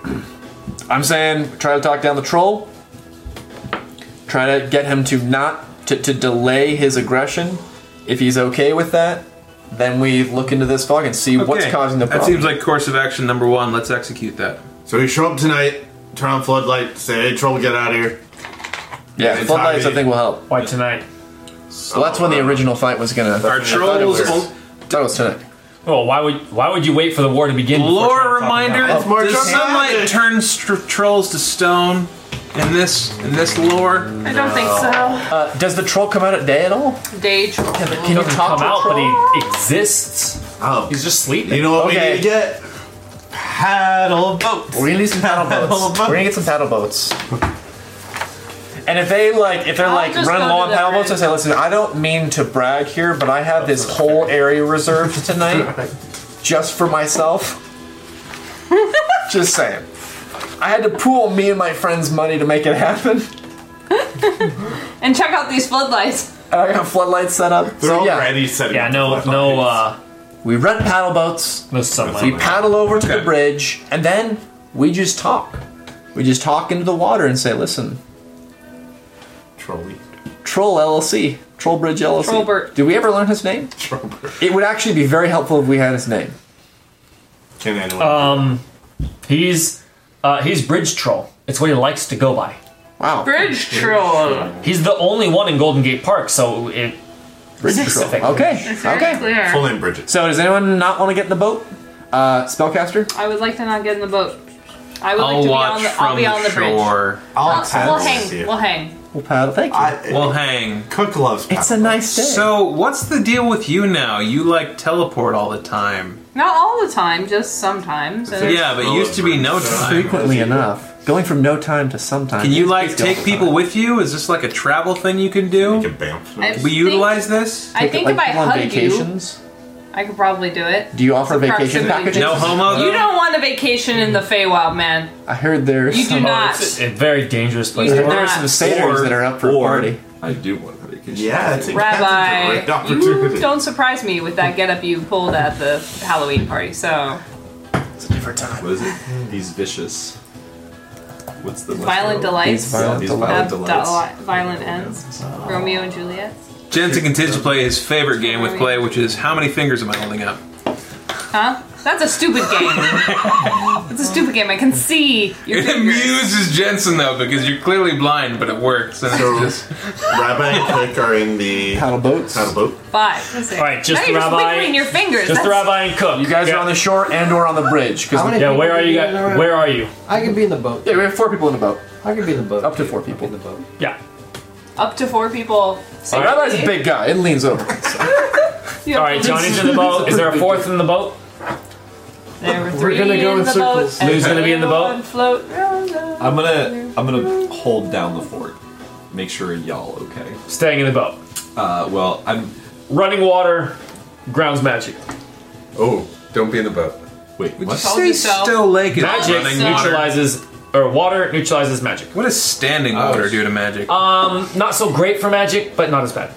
[SPEAKER 8] I'm saying try to talk down the troll. Try to get him to not to, to delay his aggression. If he's okay with that, then we look into this fog and see what's
[SPEAKER 3] Okay,
[SPEAKER 8] causing the
[SPEAKER 3] That
[SPEAKER 8] problem.
[SPEAKER 3] seems like course of action number one. Let's execute that.
[SPEAKER 10] So we show up tonight, turn on floodlight, say, "Hey, troll, get out of here."
[SPEAKER 8] yeah,
[SPEAKER 10] it's
[SPEAKER 8] floodlights I
[SPEAKER 10] hobby.
[SPEAKER 8] think will help.
[SPEAKER 1] Why tonight?
[SPEAKER 8] So that's when the original fight was gonna.
[SPEAKER 3] Our
[SPEAKER 8] thought it
[SPEAKER 3] trolls.
[SPEAKER 8] was- thought it was tonight.
[SPEAKER 1] Well, why would why would you wait for the war to begin? before
[SPEAKER 3] Lore
[SPEAKER 1] trying to talk it
[SPEAKER 3] reminder:
[SPEAKER 1] down?
[SPEAKER 10] It's more
[SPEAKER 3] Does
[SPEAKER 10] dramatic.
[SPEAKER 3] sunlight turn str- trolls to stone? In this in this lore,
[SPEAKER 7] I don't think so.
[SPEAKER 8] Uh, does the troll come out at day at all?
[SPEAKER 7] Day troll.
[SPEAKER 8] Can you
[SPEAKER 1] Doesn't
[SPEAKER 8] talk
[SPEAKER 1] come
[SPEAKER 8] to a
[SPEAKER 1] out,
[SPEAKER 8] troll?
[SPEAKER 1] but he exists.
[SPEAKER 10] Oh,
[SPEAKER 1] He's just sleeping.
[SPEAKER 10] you know what
[SPEAKER 8] Okay.
[SPEAKER 10] we need to get? Paddle boats.
[SPEAKER 8] We're gonna need some paddle
[SPEAKER 10] Paddle
[SPEAKER 8] boats. We're gonna get some paddle boats. And if they like, if they're
[SPEAKER 7] I'll
[SPEAKER 8] like
[SPEAKER 7] just
[SPEAKER 8] running
[SPEAKER 7] go
[SPEAKER 8] low
[SPEAKER 7] to
[SPEAKER 8] on
[SPEAKER 7] the
[SPEAKER 8] paddle boats, I say, listen, I don't mean to brag here, but I have this whole area reserved tonight just for myself. just saying, I had to pool me and my friends' money to make it happen.
[SPEAKER 7] And check out these floodlights.
[SPEAKER 8] And I got floodlights set up.
[SPEAKER 10] They're
[SPEAKER 8] So yeah,
[SPEAKER 10] already setting.
[SPEAKER 1] Yeah,
[SPEAKER 10] up
[SPEAKER 1] no,
[SPEAKER 10] the
[SPEAKER 1] no,
[SPEAKER 10] floodlights.
[SPEAKER 1] uh,
[SPEAKER 8] we rent paddle boats.
[SPEAKER 1] no
[SPEAKER 8] We
[SPEAKER 1] sunlight.
[SPEAKER 8] paddle over to the bridge, and then we just talk. We just talk into the water and say, listen.
[SPEAKER 10] Trolley.
[SPEAKER 8] Troll LLC. Troll Bridge LLC.
[SPEAKER 7] Trollbert.
[SPEAKER 8] Did we ever learn his name?
[SPEAKER 10] Trolley.
[SPEAKER 8] It would actually be very helpful if we had his name.
[SPEAKER 10] Can anyone?
[SPEAKER 8] Uh,
[SPEAKER 1] Um, he's uh, he's bridge troll. It's what he likes to go by.
[SPEAKER 8] Wow.
[SPEAKER 7] Bridge troll.
[SPEAKER 1] He's the only one in Golden Gate Park, so it
[SPEAKER 8] Bridge
[SPEAKER 1] specific.
[SPEAKER 8] Troll. Okay.
[SPEAKER 7] Very
[SPEAKER 8] Okay.
[SPEAKER 7] clear.
[SPEAKER 10] Full in Bridget.
[SPEAKER 8] So does anyone not want to get in the boat? Uh, spellcaster?
[SPEAKER 7] I would like to not get in the boat. I would
[SPEAKER 3] I'll
[SPEAKER 7] like to be
[SPEAKER 3] watch
[SPEAKER 7] on the.
[SPEAKER 3] from
[SPEAKER 7] I'll be on the bridge.
[SPEAKER 3] shore.
[SPEAKER 7] I'll, Uh, we'll
[SPEAKER 10] see
[SPEAKER 7] hang.
[SPEAKER 10] it.
[SPEAKER 7] We'll hang.
[SPEAKER 8] We'll paddle. Thank you.
[SPEAKER 10] I,
[SPEAKER 3] We'll hang.
[SPEAKER 10] Cook loves.
[SPEAKER 8] it's a
[SPEAKER 10] paddle
[SPEAKER 8] nice day.
[SPEAKER 3] So what's the deal with you now? You like teleport all the time.
[SPEAKER 7] Not all the time, just sometimes. And it's-
[SPEAKER 3] Yeah, but it used to be no time.
[SPEAKER 8] Frequently enough. Going from no time to sometime.
[SPEAKER 3] Can you like take people with you? Is this like a travel thing you can
[SPEAKER 10] boats.
[SPEAKER 3] do?
[SPEAKER 10] Like a Banff.
[SPEAKER 7] I
[SPEAKER 3] We
[SPEAKER 7] think-
[SPEAKER 3] utilize this?
[SPEAKER 7] I think
[SPEAKER 8] like,
[SPEAKER 7] if I
[SPEAKER 8] people on
[SPEAKER 7] hug
[SPEAKER 8] vacations?
[SPEAKER 7] you, I could probably do it.
[SPEAKER 8] Do you offer
[SPEAKER 7] It's a
[SPEAKER 8] vacation
[SPEAKER 7] proximity.
[SPEAKER 8] packages?
[SPEAKER 3] No homo.
[SPEAKER 7] You don't want a vacation in the Feywild, man.
[SPEAKER 8] I heard there's
[SPEAKER 7] You do
[SPEAKER 8] some,
[SPEAKER 7] not.
[SPEAKER 1] It's a very dangerous place.
[SPEAKER 7] You
[SPEAKER 1] to
[SPEAKER 7] do
[SPEAKER 1] work.
[SPEAKER 8] there are some
[SPEAKER 7] not.
[SPEAKER 8] satyrs that are up for a
[SPEAKER 4] or-
[SPEAKER 8] party.
[SPEAKER 4] I do want a vacation.
[SPEAKER 10] Yeah, it's a,
[SPEAKER 7] Rabbi,
[SPEAKER 10] that's a great opportunity.
[SPEAKER 7] you don't surprise me with that getup you pulled at the Halloween party. So
[SPEAKER 8] It's a different time.
[SPEAKER 4] What is it? He's vicious. What's the what's
[SPEAKER 7] Violent
[SPEAKER 4] the-
[SPEAKER 7] delights.
[SPEAKER 4] These violent
[SPEAKER 7] Uh,
[SPEAKER 4] delights.
[SPEAKER 7] deli- violent ends. Romeo and Juliet.
[SPEAKER 3] Jensen continues to play his favorite game with Clay, which is how many fingers am I holding up?
[SPEAKER 7] Huh? That's a stupid game. it's a stupid game. I can see your
[SPEAKER 3] It amuses Jensen though because you're clearly blind, but it works. And
[SPEAKER 15] So-
[SPEAKER 3] it's just
[SPEAKER 15] Rabbi and Click are in the paddle boats. Paddle boat.
[SPEAKER 7] five. All
[SPEAKER 1] right, just
[SPEAKER 7] now
[SPEAKER 1] the
[SPEAKER 7] you're
[SPEAKER 1] rabbi-
[SPEAKER 7] Just wiggling your fingers.
[SPEAKER 1] Just the
[SPEAKER 7] That's-
[SPEAKER 1] rabbi and cook.
[SPEAKER 8] You guys
[SPEAKER 1] Yeah.
[SPEAKER 8] are on the shore and or on the bridge.
[SPEAKER 5] How
[SPEAKER 8] Because
[SPEAKER 5] many
[SPEAKER 8] yeah,
[SPEAKER 5] people
[SPEAKER 8] where are
[SPEAKER 5] do
[SPEAKER 8] you
[SPEAKER 5] you
[SPEAKER 8] guys?
[SPEAKER 5] guys are-
[SPEAKER 1] Where are you?
[SPEAKER 5] I could be in the boat.
[SPEAKER 8] Yeah, we have four people in the boat.
[SPEAKER 5] I could be in the boat.
[SPEAKER 8] Up to four people.
[SPEAKER 5] In the boat.
[SPEAKER 1] Yeah.
[SPEAKER 7] Up to four people.
[SPEAKER 8] All
[SPEAKER 7] safely.
[SPEAKER 8] right, that's a big guy. It leans over.
[SPEAKER 7] You have
[SPEAKER 1] All right,
[SPEAKER 7] to-
[SPEAKER 1] Johnny's in the boat. Is there a fourth in the boat?
[SPEAKER 7] There were
[SPEAKER 5] We're
[SPEAKER 7] 3
[SPEAKER 5] gonna go
[SPEAKER 7] in,
[SPEAKER 5] in
[SPEAKER 7] the boat.
[SPEAKER 5] circles.
[SPEAKER 7] and
[SPEAKER 1] Lou's gonna be in the boat?
[SPEAKER 7] one Float.
[SPEAKER 4] I'm gonna I'm gonna hold down the fort. Make sure y'all okay.
[SPEAKER 1] Staying in the boat.
[SPEAKER 4] Uh, well, I'm
[SPEAKER 1] Running water, grounds magic.
[SPEAKER 10] Oh, don't be in the boat.
[SPEAKER 4] wait. What?
[SPEAKER 7] Told you so.
[SPEAKER 3] lake is
[SPEAKER 1] Magic
[SPEAKER 3] running water.
[SPEAKER 1] neutralizes, or water neutralizes magic.
[SPEAKER 3] What does standing water do to magic?
[SPEAKER 1] Um, not so great for magic, but not as bad.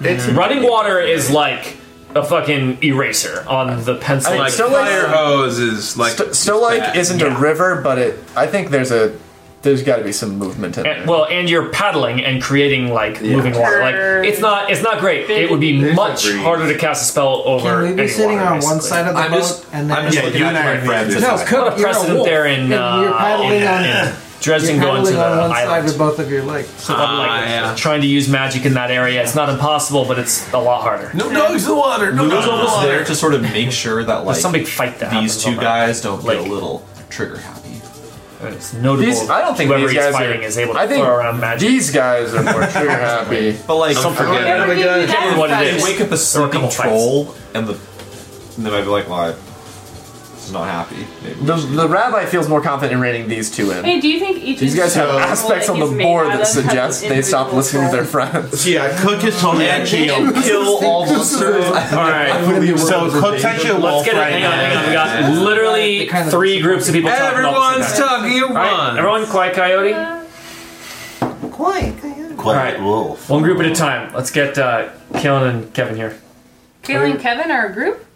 [SPEAKER 1] It's running water is like a fucking eraser on the pencil.
[SPEAKER 3] like
[SPEAKER 8] so like-
[SPEAKER 3] fire hose is like
[SPEAKER 8] St- Still, like
[SPEAKER 3] bad.
[SPEAKER 8] isn't
[SPEAKER 1] Yeah.
[SPEAKER 8] a river, but it. I think there's a. There's got to be some movement in there.
[SPEAKER 1] And- well, and you're paddling and creating like moving water. Like it's not it's not great. It would be much harder to cast a spell over.
[SPEAKER 5] Can we be
[SPEAKER 1] any
[SPEAKER 5] sitting
[SPEAKER 1] water,
[SPEAKER 5] on one
[SPEAKER 1] basically.
[SPEAKER 5] side of the
[SPEAKER 4] I'm
[SPEAKER 5] boat
[SPEAKER 4] just-
[SPEAKER 5] and then
[SPEAKER 4] I'm just
[SPEAKER 15] Yeah,
[SPEAKER 4] looking
[SPEAKER 15] you
[SPEAKER 4] at
[SPEAKER 15] and I
[SPEAKER 4] my
[SPEAKER 15] are friends.
[SPEAKER 4] friends.
[SPEAKER 5] no,
[SPEAKER 15] side.
[SPEAKER 5] Cook,
[SPEAKER 1] a
[SPEAKER 5] you're
[SPEAKER 1] precedent
[SPEAKER 5] a wolf,
[SPEAKER 1] there in,
[SPEAKER 5] and
[SPEAKER 1] uh,
[SPEAKER 5] you're paddling
[SPEAKER 1] in-
[SPEAKER 5] on,
[SPEAKER 1] in
[SPEAKER 5] you're
[SPEAKER 1] Dresden going to
[SPEAKER 5] paddling
[SPEAKER 1] the
[SPEAKER 5] on one side
[SPEAKER 1] island.
[SPEAKER 5] with both of your legs.
[SPEAKER 1] So I'm like
[SPEAKER 3] Ah, yeah.
[SPEAKER 1] trying to use magic in that area. It's not impossible, but it's a lot harder.
[SPEAKER 15] No dogs in the water. No
[SPEAKER 4] Lou's
[SPEAKER 15] dogs in the
[SPEAKER 4] almost
[SPEAKER 15] water.
[SPEAKER 4] there to sort of make sure that like
[SPEAKER 1] There's some big fight that
[SPEAKER 4] these
[SPEAKER 1] happens
[SPEAKER 4] two
[SPEAKER 1] over
[SPEAKER 4] guys don't
[SPEAKER 1] Like-
[SPEAKER 4] get a little trigger happy.
[SPEAKER 1] there. It's notable.
[SPEAKER 8] These, I don't think
[SPEAKER 1] whoever
[SPEAKER 8] these
[SPEAKER 1] he's
[SPEAKER 8] guys
[SPEAKER 1] fighting
[SPEAKER 8] are.
[SPEAKER 1] is able to
[SPEAKER 8] I think
[SPEAKER 1] throw around magic.
[SPEAKER 8] these guys are more trigger happy.
[SPEAKER 4] But like,
[SPEAKER 1] Don't
[SPEAKER 4] I
[SPEAKER 1] forget
[SPEAKER 7] Never gave you that
[SPEAKER 1] what it
[SPEAKER 7] much.
[SPEAKER 4] They
[SPEAKER 1] is.
[SPEAKER 4] wake up
[SPEAKER 1] There
[SPEAKER 4] a
[SPEAKER 1] were a
[SPEAKER 4] sleeping
[SPEAKER 1] couple
[SPEAKER 4] troll, and the and they might be like, "Why? He's not happy." Maybe.
[SPEAKER 8] The, the rabbi feels more confident in rating these two in.
[SPEAKER 22] Hey, do you think each
[SPEAKER 8] These
[SPEAKER 22] of
[SPEAKER 8] guys have
[SPEAKER 22] people
[SPEAKER 8] aspects
[SPEAKER 22] that
[SPEAKER 8] on the
[SPEAKER 22] he's made
[SPEAKER 8] board
[SPEAKER 22] out
[SPEAKER 8] that
[SPEAKER 22] of has
[SPEAKER 8] suggest they stop
[SPEAKER 22] individual
[SPEAKER 8] listening to their
[SPEAKER 22] souls?
[SPEAKER 8] friends.
[SPEAKER 15] Yeah, Cook is totally actually.
[SPEAKER 4] kill all monsters.
[SPEAKER 1] All right.
[SPEAKER 15] So Cook's actually a
[SPEAKER 1] Let's
[SPEAKER 15] wolf
[SPEAKER 1] get it.
[SPEAKER 15] right
[SPEAKER 1] Hang on, hang on. We
[SPEAKER 15] now.
[SPEAKER 1] got literally
[SPEAKER 5] kind of-
[SPEAKER 1] three groups of people talking about
[SPEAKER 3] Everyone's
[SPEAKER 1] this.
[SPEAKER 3] talking at
[SPEAKER 1] All right,
[SPEAKER 3] once.
[SPEAKER 1] everyone, quiet coyote.
[SPEAKER 15] Quite
[SPEAKER 1] All right.
[SPEAKER 15] wolf.
[SPEAKER 1] One group at a time. Let's get uh, Kaelin and Kevin here.
[SPEAKER 7] Kaylee and Kevin are a group.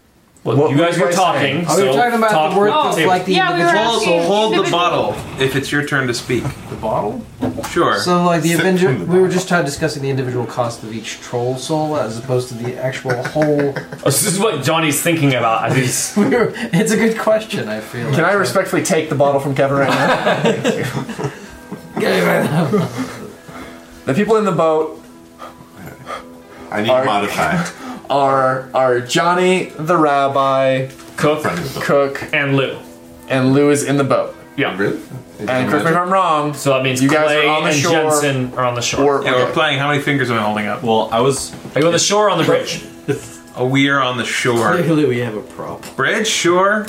[SPEAKER 1] Well,
[SPEAKER 8] What
[SPEAKER 1] you guys
[SPEAKER 8] were
[SPEAKER 1] were
[SPEAKER 8] you guys
[SPEAKER 1] talking.
[SPEAKER 5] Oh, we
[SPEAKER 1] so
[SPEAKER 5] were talking about
[SPEAKER 1] talk
[SPEAKER 5] the word
[SPEAKER 1] to
[SPEAKER 5] that's
[SPEAKER 1] table.
[SPEAKER 5] like the
[SPEAKER 7] Yeah, we were
[SPEAKER 5] individual.
[SPEAKER 7] asking
[SPEAKER 3] Also, hold the
[SPEAKER 7] individual-
[SPEAKER 3] bottle if it's your turn to speak.
[SPEAKER 5] the bottle.
[SPEAKER 3] Sure.
[SPEAKER 5] So like the
[SPEAKER 15] Sip
[SPEAKER 5] Avenger,
[SPEAKER 15] from the
[SPEAKER 5] we were just trying discussing the individual cost of each troll soul as opposed to the actual whole.
[SPEAKER 1] Oh, so this is what Johnny's thinking about as he's
[SPEAKER 5] We were- it's a good question. I feel.
[SPEAKER 8] Can I respectfully take the bottle from Kevin right now? The people in the boat
[SPEAKER 15] I need to modify.
[SPEAKER 8] are are Johnny, the rabbi,
[SPEAKER 1] cook
[SPEAKER 8] Cook,
[SPEAKER 1] and Lou.
[SPEAKER 8] and Lou is in the boat.
[SPEAKER 1] Yeah.
[SPEAKER 10] Really?
[SPEAKER 8] And correct me if I'm wrong.
[SPEAKER 1] So that means
[SPEAKER 8] You guys
[SPEAKER 1] Clay
[SPEAKER 8] are on the
[SPEAKER 1] and
[SPEAKER 8] shore.
[SPEAKER 1] Jensen are on the shore.
[SPEAKER 8] Or,
[SPEAKER 3] Yeah, we're playing how many fingers am I holding up?
[SPEAKER 4] Well, I was
[SPEAKER 1] Are you on the shore or on the bridge?
[SPEAKER 3] Oh, we are on the shore.
[SPEAKER 5] Clearly, we have a problem.
[SPEAKER 3] Bridge, shore.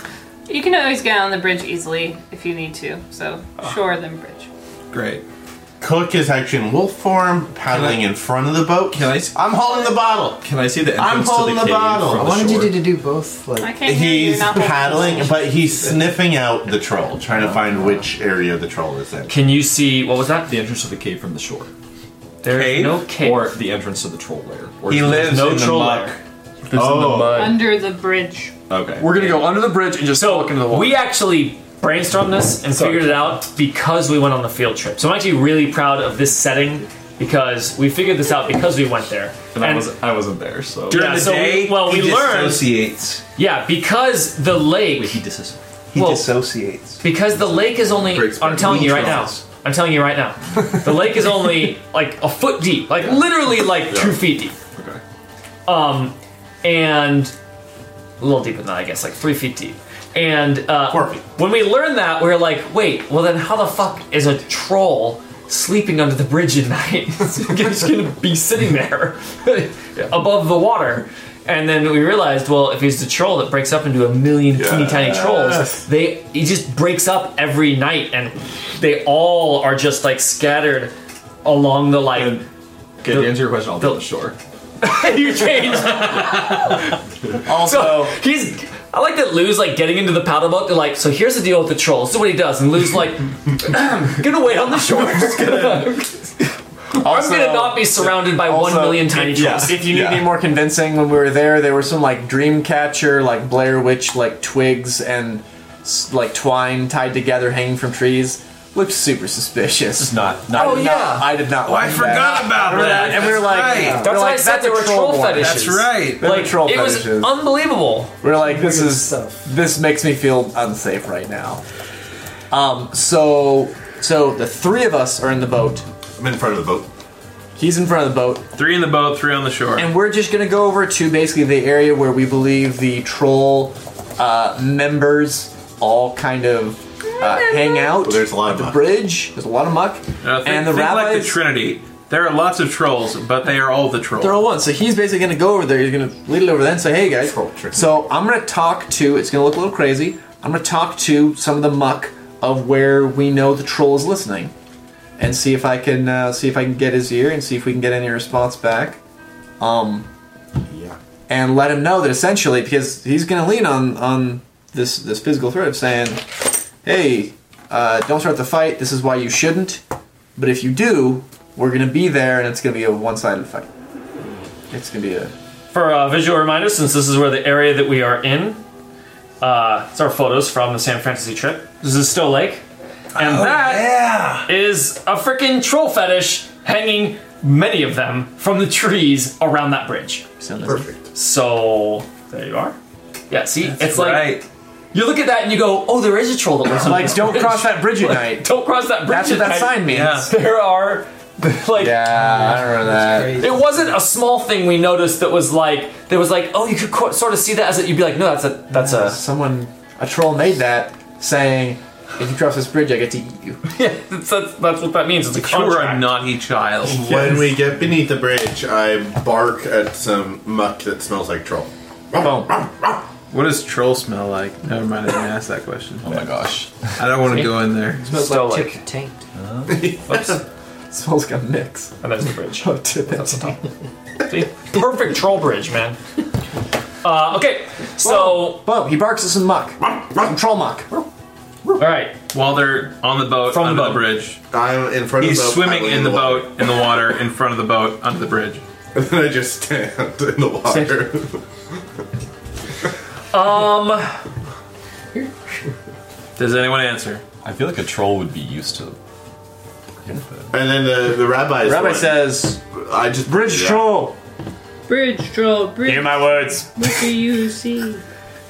[SPEAKER 7] You can always get on the bridge easily if you need to. So
[SPEAKER 8] Ah.
[SPEAKER 7] shore than bridge.
[SPEAKER 3] Great.
[SPEAKER 15] Cook is actually in wolf form, paddling in front of the boat.
[SPEAKER 4] Can I-
[SPEAKER 15] I'm holding the bottle.
[SPEAKER 4] Can I see the
[SPEAKER 15] I'm
[SPEAKER 4] entrance to
[SPEAKER 15] holding
[SPEAKER 4] the
[SPEAKER 15] the
[SPEAKER 4] cave
[SPEAKER 15] bottle.
[SPEAKER 4] from
[SPEAKER 5] I
[SPEAKER 4] the
[SPEAKER 5] wanted you to,
[SPEAKER 4] shore?
[SPEAKER 5] to do both. Like
[SPEAKER 7] I can't hear you.
[SPEAKER 15] He's
[SPEAKER 7] You're not holding
[SPEAKER 15] paddling,
[SPEAKER 7] the
[SPEAKER 15] but he's sniffing out the troll, trying to find which area the troll is in.
[SPEAKER 1] Can you see what was that?
[SPEAKER 4] the entrance to the cave from the shore,
[SPEAKER 1] There's
[SPEAKER 3] Cave?
[SPEAKER 1] no cave.
[SPEAKER 4] or the entrance to the troll lair. Or
[SPEAKER 3] He
[SPEAKER 4] just-
[SPEAKER 3] lives
[SPEAKER 1] no
[SPEAKER 3] in the
[SPEAKER 1] troll
[SPEAKER 3] muck.
[SPEAKER 1] lair.
[SPEAKER 15] Oh.
[SPEAKER 7] under the bridge.
[SPEAKER 4] Okay.
[SPEAKER 8] we're gonna go under the bridge and just walk into the
[SPEAKER 1] So
[SPEAKER 8] water.
[SPEAKER 1] we actually brainstormed this and
[SPEAKER 8] Sorry.
[SPEAKER 1] figured it out because we went on the field trip. So I'm actually really proud of this setting because we figured this out because we went there.
[SPEAKER 4] And I
[SPEAKER 1] And-
[SPEAKER 4] was I wasn't there, so
[SPEAKER 1] During Yeah, the so we- day, well, he we learned-
[SPEAKER 3] dissociates.
[SPEAKER 1] yeah, because the lake.
[SPEAKER 4] Wait, he dis-
[SPEAKER 3] He
[SPEAKER 1] Well-
[SPEAKER 3] dissociates.
[SPEAKER 1] Because the lake is only.
[SPEAKER 10] Breaks
[SPEAKER 1] I'm
[SPEAKER 10] back.
[SPEAKER 1] telling you right now.
[SPEAKER 10] Neutrals.
[SPEAKER 1] I'm telling you right now. The lake is only like a foot deep, like literally like two feet deep.
[SPEAKER 4] Okay.
[SPEAKER 1] Um, and a little deeper than that, I guess, like three feet deep. And uh,
[SPEAKER 15] Four feet.
[SPEAKER 1] when we learned that, we were like, wait, well then how the fuck is a troll sleeping under the bridge at night? He's gonna be sitting there above the water. And then we realized, well, if he's the troll that breaks up into a million teeny tiny trolls, they he just breaks up every night, and they all are just like scattered along the like.
[SPEAKER 4] And okay, to answer your question, I'll be on the shore.
[SPEAKER 1] you changed. also, he's. I like that Lou's like getting into the paddle boat. They're like, so here's the deal with the trolls. So what he does, and Lou's like, gonna wait on the shore. I'm, just gonna, I'm
[SPEAKER 8] also,
[SPEAKER 1] gonna not be surrounded by
[SPEAKER 8] also-
[SPEAKER 1] one million tiny trolls.
[SPEAKER 8] If you need
[SPEAKER 10] Yeah.
[SPEAKER 8] any more convincing, when we were there, there were some like Dreamcatcher, like Blair Witch, like twigs and s- like twine tied together, hanging from trees. looked super suspicious. This is not.
[SPEAKER 4] not-
[SPEAKER 8] oh
[SPEAKER 4] not-
[SPEAKER 8] yeah, I did not.
[SPEAKER 4] Oh, I
[SPEAKER 3] uh,
[SPEAKER 8] like
[SPEAKER 4] forgot
[SPEAKER 8] that.
[SPEAKER 4] about
[SPEAKER 8] Remember
[SPEAKER 4] that.
[SPEAKER 8] And we were
[SPEAKER 4] That's
[SPEAKER 8] like,
[SPEAKER 4] right.
[SPEAKER 8] we were
[SPEAKER 4] That's why I
[SPEAKER 8] like,
[SPEAKER 4] said
[SPEAKER 8] that's
[SPEAKER 4] they
[SPEAKER 8] a
[SPEAKER 4] were troll
[SPEAKER 8] one.
[SPEAKER 4] fetishes. That's right. They were
[SPEAKER 8] Like
[SPEAKER 4] troll It was fetishes. unbelievable.
[SPEAKER 8] We were like, this is this makes me feel unsafe right now. Um, so so the three of us are in the boat.
[SPEAKER 10] I'm in front of the boat.
[SPEAKER 8] He's in front of the boat.
[SPEAKER 3] Three in the boat, three on the shore.
[SPEAKER 8] And we're just gonna go over to basically the area where we believe the troll uh, members all kind of uh, hang out. there's a lot at the bridge. There's a lot of muck.
[SPEAKER 3] Uh, think,
[SPEAKER 8] and the
[SPEAKER 3] think
[SPEAKER 8] rabbis.
[SPEAKER 3] like the Trinity. There are lots of trolls, but they are all the trolls.
[SPEAKER 8] they're all one. So he's basically going to go over there. He's going to lead it over there and say, "Hey guys." So I'm going to talk to. It's going to look a little crazy. I'm going to talk to some of the muck of where we know the troll is listening, and see if I can uh, see if I can get his ear and see if we can get any response back. Um,
[SPEAKER 10] Yeah.
[SPEAKER 8] and let him know that essentially because he's going to lean on on this this physical threat of saying, "Hey, uh, don't start the fight. This is why you shouldn't. But if you do, we're going to be there, and it's going to be a one-sided fight. It's going to be a
[SPEAKER 1] For a visual reminder, since this is where the area that we are in, uh, it's our photos from the San Francisco trip. This is Still Lake. And
[SPEAKER 8] Oh,
[SPEAKER 1] that is a freaking troll fetish hanging many of them from the trees around that bridge.
[SPEAKER 10] Perfect.
[SPEAKER 1] So, there you are. Yeah, see, it's like.
[SPEAKER 3] right.
[SPEAKER 4] oh
[SPEAKER 1] You look at that and you go, oh, there is a troll that lives on
[SPEAKER 8] Like,
[SPEAKER 1] this
[SPEAKER 8] don't cross that bridge at night.
[SPEAKER 1] Don't cross that bridge
[SPEAKER 8] That's
[SPEAKER 1] at
[SPEAKER 8] what that
[SPEAKER 1] night.
[SPEAKER 8] sign means. Yeah.
[SPEAKER 1] There are like
[SPEAKER 8] yeah, I remember that.
[SPEAKER 1] It wasn't a small thing we noticed that was like that was like oh you could co- sort of see that as a, you'd be like no that's a that's a
[SPEAKER 8] someone a troll made that saying, "If you cross this bridge, I get to eat you."
[SPEAKER 1] that's, that's, that's what that means. It's a contract.
[SPEAKER 3] naughty child.
[SPEAKER 10] When we get beneath the bridge, I bark at some muck that smells like troll.
[SPEAKER 3] What does troll smell like? Never mind, I didn't ask that question. Oh my gosh. I don't want to go in there.
[SPEAKER 23] It smells
[SPEAKER 3] Still
[SPEAKER 23] like
[SPEAKER 3] like-
[SPEAKER 23] chicken taint.
[SPEAKER 8] smells like a mix.
[SPEAKER 1] And that's the bridge.
[SPEAKER 8] oh, tip it.
[SPEAKER 1] See? perfect troll bridge, man. Uh, okay, so
[SPEAKER 8] boom, he barks at some muck, some troll muck.
[SPEAKER 1] All right.
[SPEAKER 3] While they're on the boat,
[SPEAKER 10] From
[SPEAKER 3] on
[SPEAKER 10] the
[SPEAKER 3] the,
[SPEAKER 10] boat.
[SPEAKER 3] bridge,
[SPEAKER 10] I'm in front
[SPEAKER 3] he's
[SPEAKER 10] of the boat.
[SPEAKER 3] swimming
[SPEAKER 10] paddling
[SPEAKER 3] in the
[SPEAKER 10] water.
[SPEAKER 3] boat, in the water, in front of the boat, onto the bridge.
[SPEAKER 10] And then I just stand in the water.
[SPEAKER 1] um
[SPEAKER 3] Does anyone answer?
[SPEAKER 4] I feel like a troll would be used to.
[SPEAKER 10] And then the, the rabbi is
[SPEAKER 4] Rabbi
[SPEAKER 8] says,
[SPEAKER 10] I just.
[SPEAKER 8] Bridge
[SPEAKER 10] yeah.
[SPEAKER 8] troll!
[SPEAKER 7] Bridge troll, bridge.
[SPEAKER 1] Hear my words.
[SPEAKER 7] What do you see?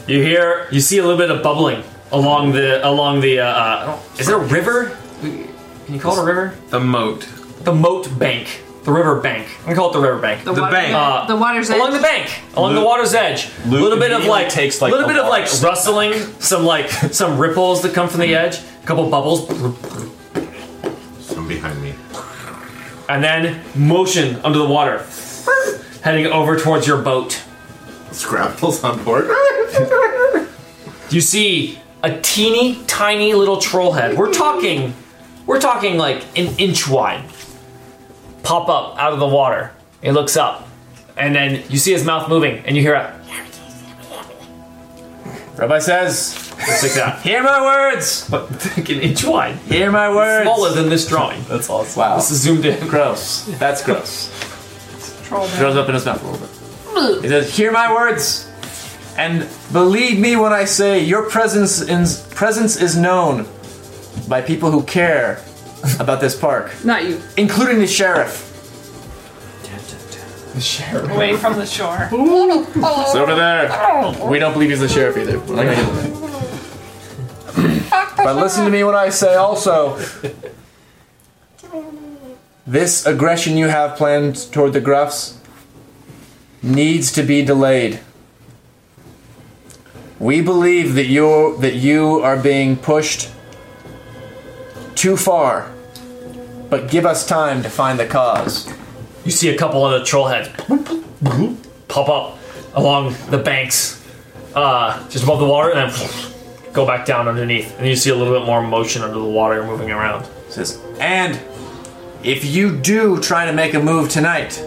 [SPEAKER 1] you hear you see a little bit of bubbling along the along the uh, uh, is it a river? Can you call it a river?
[SPEAKER 3] The moat.
[SPEAKER 1] The moat bank. The river bank. I'm gonna call it the river bank.
[SPEAKER 7] The water-
[SPEAKER 1] Uh,
[SPEAKER 7] the water's
[SPEAKER 1] along the
[SPEAKER 7] edge?
[SPEAKER 1] bank, along the
[SPEAKER 4] Luke-
[SPEAKER 1] water's edge. A
[SPEAKER 4] Luke
[SPEAKER 1] little bit of
[SPEAKER 4] immediately
[SPEAKER 1] like,
[SPEAKER 4] takes, like,
[SPEAKER 1] little
[SPEAKER 4] a
[SPEAKER 1] bit of like
[SPEAKER 4] large step
[SPEAKER 1] rustling, some like some ripples that come from the edge, a couple bubbles,
[SPEAKER 10] Some behind me.
[SPEAKER 1] and then motion under the water, heading over towards your boat.
[SPEAKER 10] Scrapples on board.
[SPEAKER 1] you see a teeny tiny little troll head. We're talking, we're talking like an inch wide. Pop up out of the water. He looks up, and then you see his mouth moving, and you hear a
[SPEAKER 24] Rabbi says,
[SPEAKER 1] It's like that.
[SPEAKER 24] Hear my words!
[SPEAKER 1] But an inch wide.
[SPEAKER 24] Hear my words!
[SPEAKER 1] Smaller than this drawing.
[SPEAKER 24] That's awesome. Wow.
[SPEAKER 1] This is zoomed in.
[SPEAKER 24] Gross. That's gross.
[SPEAKER 7] Troll
[SPEAKER 24] Throws up in his mouth a little bit. He says, Hear my words!
[SPEAKER 8] And believe me when I say your presence in, presence is known by people who care about this park,
[SPEAKER 7] Not you.
[SPEAKER 8] including the sheriff.
[SPEAKER 24] The sheriff.
[SPEAKER 7] Away from the shore.
[SPEAKER 24] It's over there. We don't believe he's the sheriff either.
[SPEAKER 8] But listen to me when I say also this aggression you have planned toward the Gruffs needs to be delayed. We believe that you that you are being pushed too far. But give us time to find the cause.
[SPEAKER 1] You see a couple of the troll heads pop up along the banks, uh, just above the water, and then go back down underneath. And you see a little bit more motion under the water moving around.
[SPEAKER 8] Says, and if you do try to make a move tonight,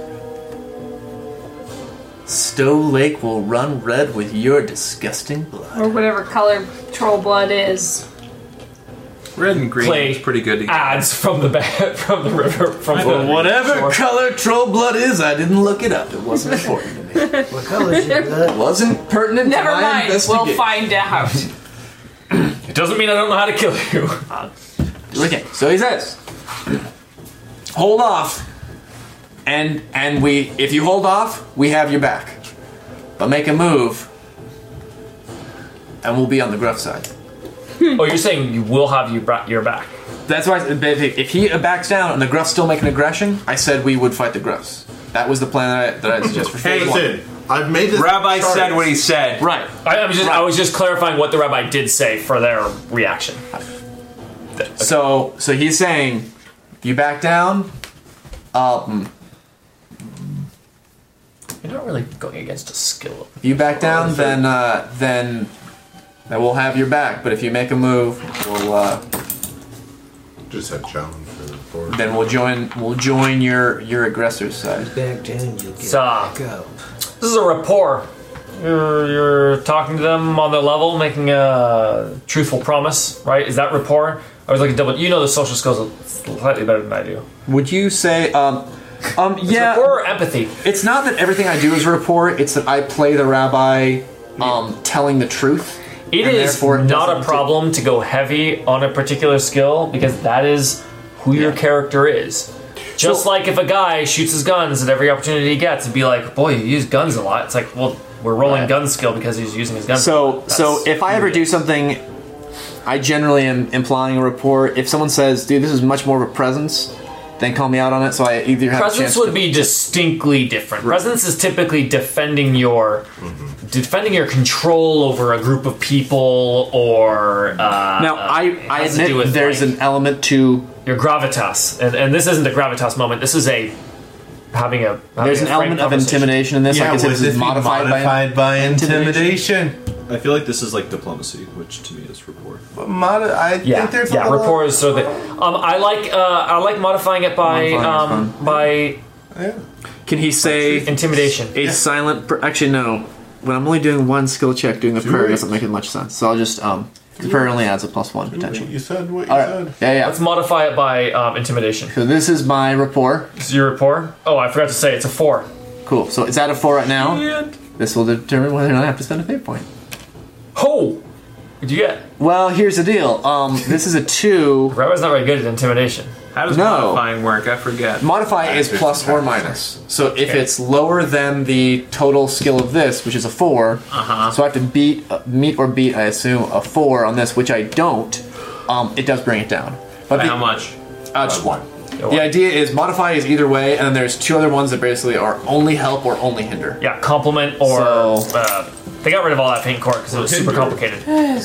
[SPEAKER 8] Stowe Lake will run red with your disgusting blood.
[SPEAKER 7] Or whatever color troll blood is.
[SPEAKER 3] Red and green
[SPEAKER 1] Clay
[SPEAKER 3] is pretty good.
[SPEAKER 1] Ads from the ba- from the river from
[SPEAKER 8] Well,
[SPEAKER 1] the
[SPEAKER 8] whatever color troll blood is, I didn't look it up. It wasn't important to me.
[SPEAKER 23] What color is your blood?
[SPEAKER 8] It wasn't pertinent
[SPEAKER 7] Never
[SPEAKER 8] to my
[SPEAKER 7] mind. We'll
[SPEAKER 8] investigation.
[SPEAKER 7] find out.
[SPEAKER 1] It doesn't mean I don't know how to kill you.
[SPEAKER 8] Okay, so he says, "Hold off, and and we if you hold off, we have your back, but make a move, and we'll be on the gruff side."
[SPEAKER 1] oh, you're saying you will have you bra- your back.
[SPEAKER 8] That's why I- but if if he backs down and the gruffs still make an aggression, I said we would fight the gruffs. That was the plan that I, that I suggest for phase one.
[SPEAKER 10] Listen, I've made this.
[SPEAKER 8] Rabbi
[SPEAKER 10] chart.
[SPEAKER 8] said what he said. Right.
[SPEAKER 1] I, I was just I was just clarifying what the rabbi did say for their reaction.
[SPEAKER 8] So so he's saying, you back down, um,
[SPEAKER 1] You're not really going against a skill.
[SPEAKER 8] if you back down, then uh, then then we'll have your back. But if you make a move, we'll uh,
[SPEAKER 10] Just had John for the board.
[SPEAKER 8] then we'll join we'll join your your aggressor's side.
[SPEAKER 5] Back down, you'll get
[SPEAKER 1] So
[SPEAKER 5] back up.
[SPEAKER 1] this is a rapport. You're, you're talking to them on their level, making a truthful promise, right? Is that rapport? I was like a double. You know the social skills slightly better than I do.
[SPEAKER 8] Would you say um um
[SPEAKER 1] It's
[SPEAKER 8] yeah?
[SPEAKER 1] rapport or empathy?
[SPEAKER 8] It's not that everything I do is report. It's that I play the rabbi, um, telling the truth.
[SPEAKER 1] It
[SPEAKER 8] and
[SPEAKER 1] is
[SPEAKER 8] therefore
[SPEAKER 1] not a
[SPEAKER 8] doesn't-
[SPEAKER 1] problem to go heavy on a particular skill because that is who your character is. Just like if a guy shoots his guns at every opportunity he gets and be like, boy, you use guns a lot. It's like, well, we're rolling gun skill because he's using his guns. a
[SPEAKER 8] So
[SPEAKER 1] lot.
[SPEAKER 8] so
[SPEAKER 1] That's-
[SPEAKER 8] if I ever do something, I generally am implying a report. If someone says, "Dude, this is much more of a presence," then call me out on it. So I either have a
[SPEAKER 1] presence
[SPEAKER 8] chance
[SPEAKER 1] would
[SPEAKER 8] to,
[SPEAKER 1] be distinctly different. Presence is typically defending your
[SPEAKER 8] Mm-hmm.
[SPEAKER 1] defending your control over a group of people or uh,
[SPEAKER 8] Now
[SPEAKER 1] uh,
[SPEAKER 8] I
[SPEAKER 1] it
[SPEAKER 8] I
[SPEAKER 1] has to do
[SPEAKER 8] admit
[SPEAKER 1] with,
[SPEAKER 8] there's
[SPEAKER 1] like,
[SPEAKER 8] an element to
[SPEAKER 1] your gravitas, and, and this isn't a gravitas moment. This is a having a having
[SPEAKER 8] there's
[SPEAKER 1] a
[SPEAKER 8] an
[SPEAKER 1] frank
[SPEAKER 8] element of
[SPEAKER 1] conversation.
[SPEAKER 8] intimidation in this.
[SPEAKER 10] yeah,
[SPEAKER 8] like
[SPEAKER 10] was
[SPEAKER 8] it's,
[SPEAKER 10] this
[SPEAKER 8] it's
[SPEAKER 10] be
[SPEAKER 8] modified,
[SPEAKER 10] modified, by, intimidation?
[SPEAKER 4] I feel like this is like diplomacy, which to me is rapport.
[SPEAKER 10] But Mod- I
[SPEAKER 1] Yeah,
[SPEAKER 10] think there's a
[SPEAKER 1] yeah.
[SPEAKER 10] lot-
[SPEAKER 1] Rapport is so that um, I like uh, I like modifying it by
[SPEAKER 8] Modifying is
[SPEAKER 1] um, by
[SPEAKER 8] by. Can he say
[SPEAKER 1] intimidation.
[SPEAKER 8] a silent? Pr- Actually, no. When I'm only doing one skill check, doing the prayer
[SPEAKER 10] it.
[SPEAKER 8] doesn't make it much sense. So I'll just um, the prayer only adds a plus one potentially.
[SPEAKER 10] You said what you
[SPEAKER 8] All
[SPEAKER 10] said.
[SPEAKER 8] right. Yeah, yeah.
[SPEAKER 1] Let's modify it by um, intimidation.
[SPEAKER 8] So this is my rapport.
[SPEAKER 1] Is your rapport? Oh, I forgot to say it's a four.
[SPEAKER 8] Cool. So it's at a four right now. This will determine whether or not I have to spend a fate point.
[SPEAKER 1] Ho! What'd you get?
[SPEAKER 8] Well, here's the deal. Um, this is a two.
[SPEAKER 1] Rabbi's not very good at intimidation.
[SPEAKER 3] How does
[SPEAKER 8] No.
[SPEAKER 3] modifying work? I forget.
[SPEAKER 8] Modify is plus or minus. So if it's lower than the total skill of this, which is a 4 uh-huh. so I have to beat, uh, meet or beat, I assume, a four on this, which I don't. Um, it does bring it down. But
[SPEAKER 3] By
[SPEAKER 8] the,
[SPEAKER 3] how much?
[SPEAKER 8] Uh, just one. The idea is modify is either way, and then there's two other ones that basically are only help or only hinder.
[SPEAKER 1] Yeah, compliment or
[SPEAKER 8] So-
[SPEAKER 1] uh, they got rid of all that paint court because it was super complicated.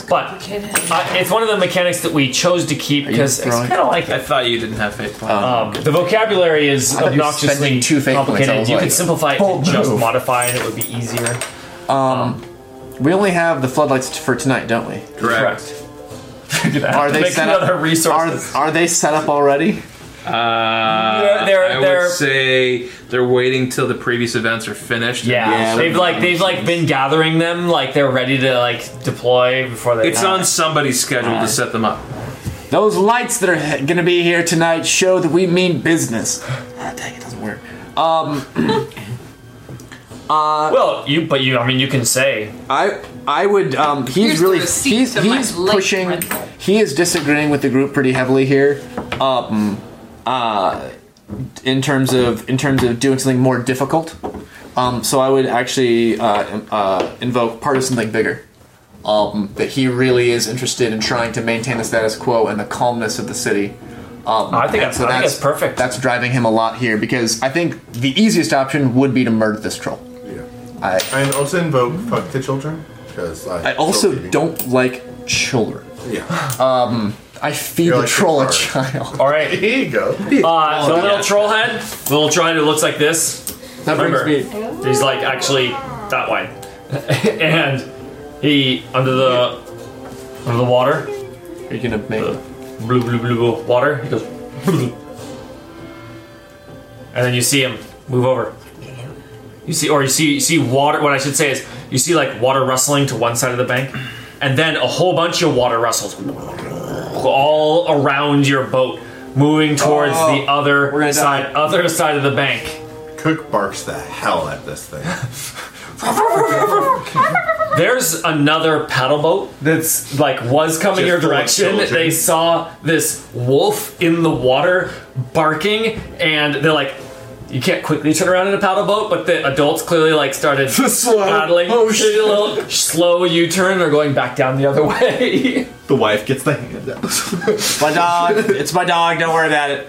[SPEAKER 1] But I, it's one of the mechanics that we chose to keep because it's
[SPEAKER 8] throwing-
[SPEAKER 1] kind of like
[SPEAKER 3] I thought you didn't have faith.
[SPEAKER 1] um, the vocabulary is
[SPEAKER 8] thought you were spending
[SPEAKER 1] obnoxiously
[SPEAKER 8] two fake points. I
[SPEAKER 1] complicated.
[SPEAKER 8] was
[SPEAKER 1] You
[SPEAKER 8] like,
[SPEAKER 1] could simplify it
[SPEAKER 8] bold
[SPEAKER 1] to just
[SPEAKER 8] move.
[SPEAKER 1] modify, and it would be easier.
[SPEAKER 8] We only have the floodlights t- for tonight, don't we?
[SPEAKER 3] Correct.
[SPEAKER 8] Are they
[SPEAKER 1] Make
[SPEAKER 8] set
[SPEAKER 1] another
[SPEAKER 8] up? Are,
[SPEAKER 1] resources.
[SPEAKER 8] are they set up already?
[SPEAKER 3] Uh,
[SPEAKER 1] They're- they're-
[SPEAKER 3] I
[SPEAKER 1] they're-
[SPEAKER 3] would say they're waiting till the previous events are finished.
[SPEAKER 1] yeah,
[SPEAKER 8] Yeah,
[SPEAKER 1] they've like they've like been gathering them, like they're ready to like deploy before they.
[SPEAKER 3] It's on somebody's schedule to set them up.
[SPEAKER 8] Those lights that are he- gonna be here tonight show that we mean business. Ah, dang, it doesn't work.
[SPEAKER 1] well, you but you I mean you can say
[SPEAKER 8] I I would. Um, he's
[SPEAKER 7] Here's the
[SPEAKER 8] really
[SPEAKER 7] receipt
[SPEAKER 8] he's
[SPEAKER 7] of my
[SPEAKER 8] he's
[SPEAKER 7] late
[SPEAKER 8] pushing.
[SPEAKER 7] rental.
[SPEAKER 8] He is disagreeing with the group pretty heavily here. Um, uh, in terms of in terms of doing something more difficult. Um, so I would actually uh, im- uh, invoke part of something bigger. Um, that he really is interested in trying to maintain the status quo and the calmness of the city. Um,
[SPEAKER 1] I think
[SPEAKER 8] and
[SPEAKER 1] that's- I think that's perfect.
[SPEAKER 8] That's driving him a lot here because I think the easiest option would be to murder this troll. I,
[SPEAKER 10] And also invoke fuck the children because I.
[SPEAKER 8] I also don't like children. Um,
[SPEAKER 10] Yeah.
[SPEAKER 8] I feed
[SPEAKER 10] You're
[SPEAKER 8] the
[SPEAKER 10] like a
[SPEAKER 8] troll a
[SPEAKER 10] card.
[SPEAKER 8] child.
[SPEAKER 1] all right.
[SPEAKER 10] Here you go.
[SPEAKER 1] Uh, the little troll head, the little troll head who looks like this.
[SPEAKER 8] That
[SPEAKER 1] Remember,
[SPEAKER 8] brings me.
[SPEAKER 1] he's like actually that way, and he under the under the water,
[SPEAKER 8] Are you gonna make?
[SPEAKER 1] blue blue blue, blue water. He goes, and then you see him move over. You see, or you see, you see water. What I should say is, you see like water rustling to one side of the bank, and then a whole bunch of water rustles all around your boat, moving towards the other
[SPEAKER 8] Oh. gonna die.
[SPEAKER 1] side, other side of the bank.
[SPEAKER 10] Cook barks the hell at this thing.
[SPEAKER 1] There's another paddle boat that's like was coming
[SPEAKER 4] Just
[SPEAKER 1] your
[SPEAKER 4] full of
[SPEAKER 1] direction.
[SPEAKER 4] children.
[SPEAKER 1] They saw this wolf in the water barking, and they're like, "You can't quickly turn around in a paddle boat." But the adults clearly like started paddling. Oh shit! A little slow U-turn. They're going back down the other way.
[SPEAKER 4] The wife gets the hand out.
[SPEAKER 25] my dog. It's my dog. Don't worry about it.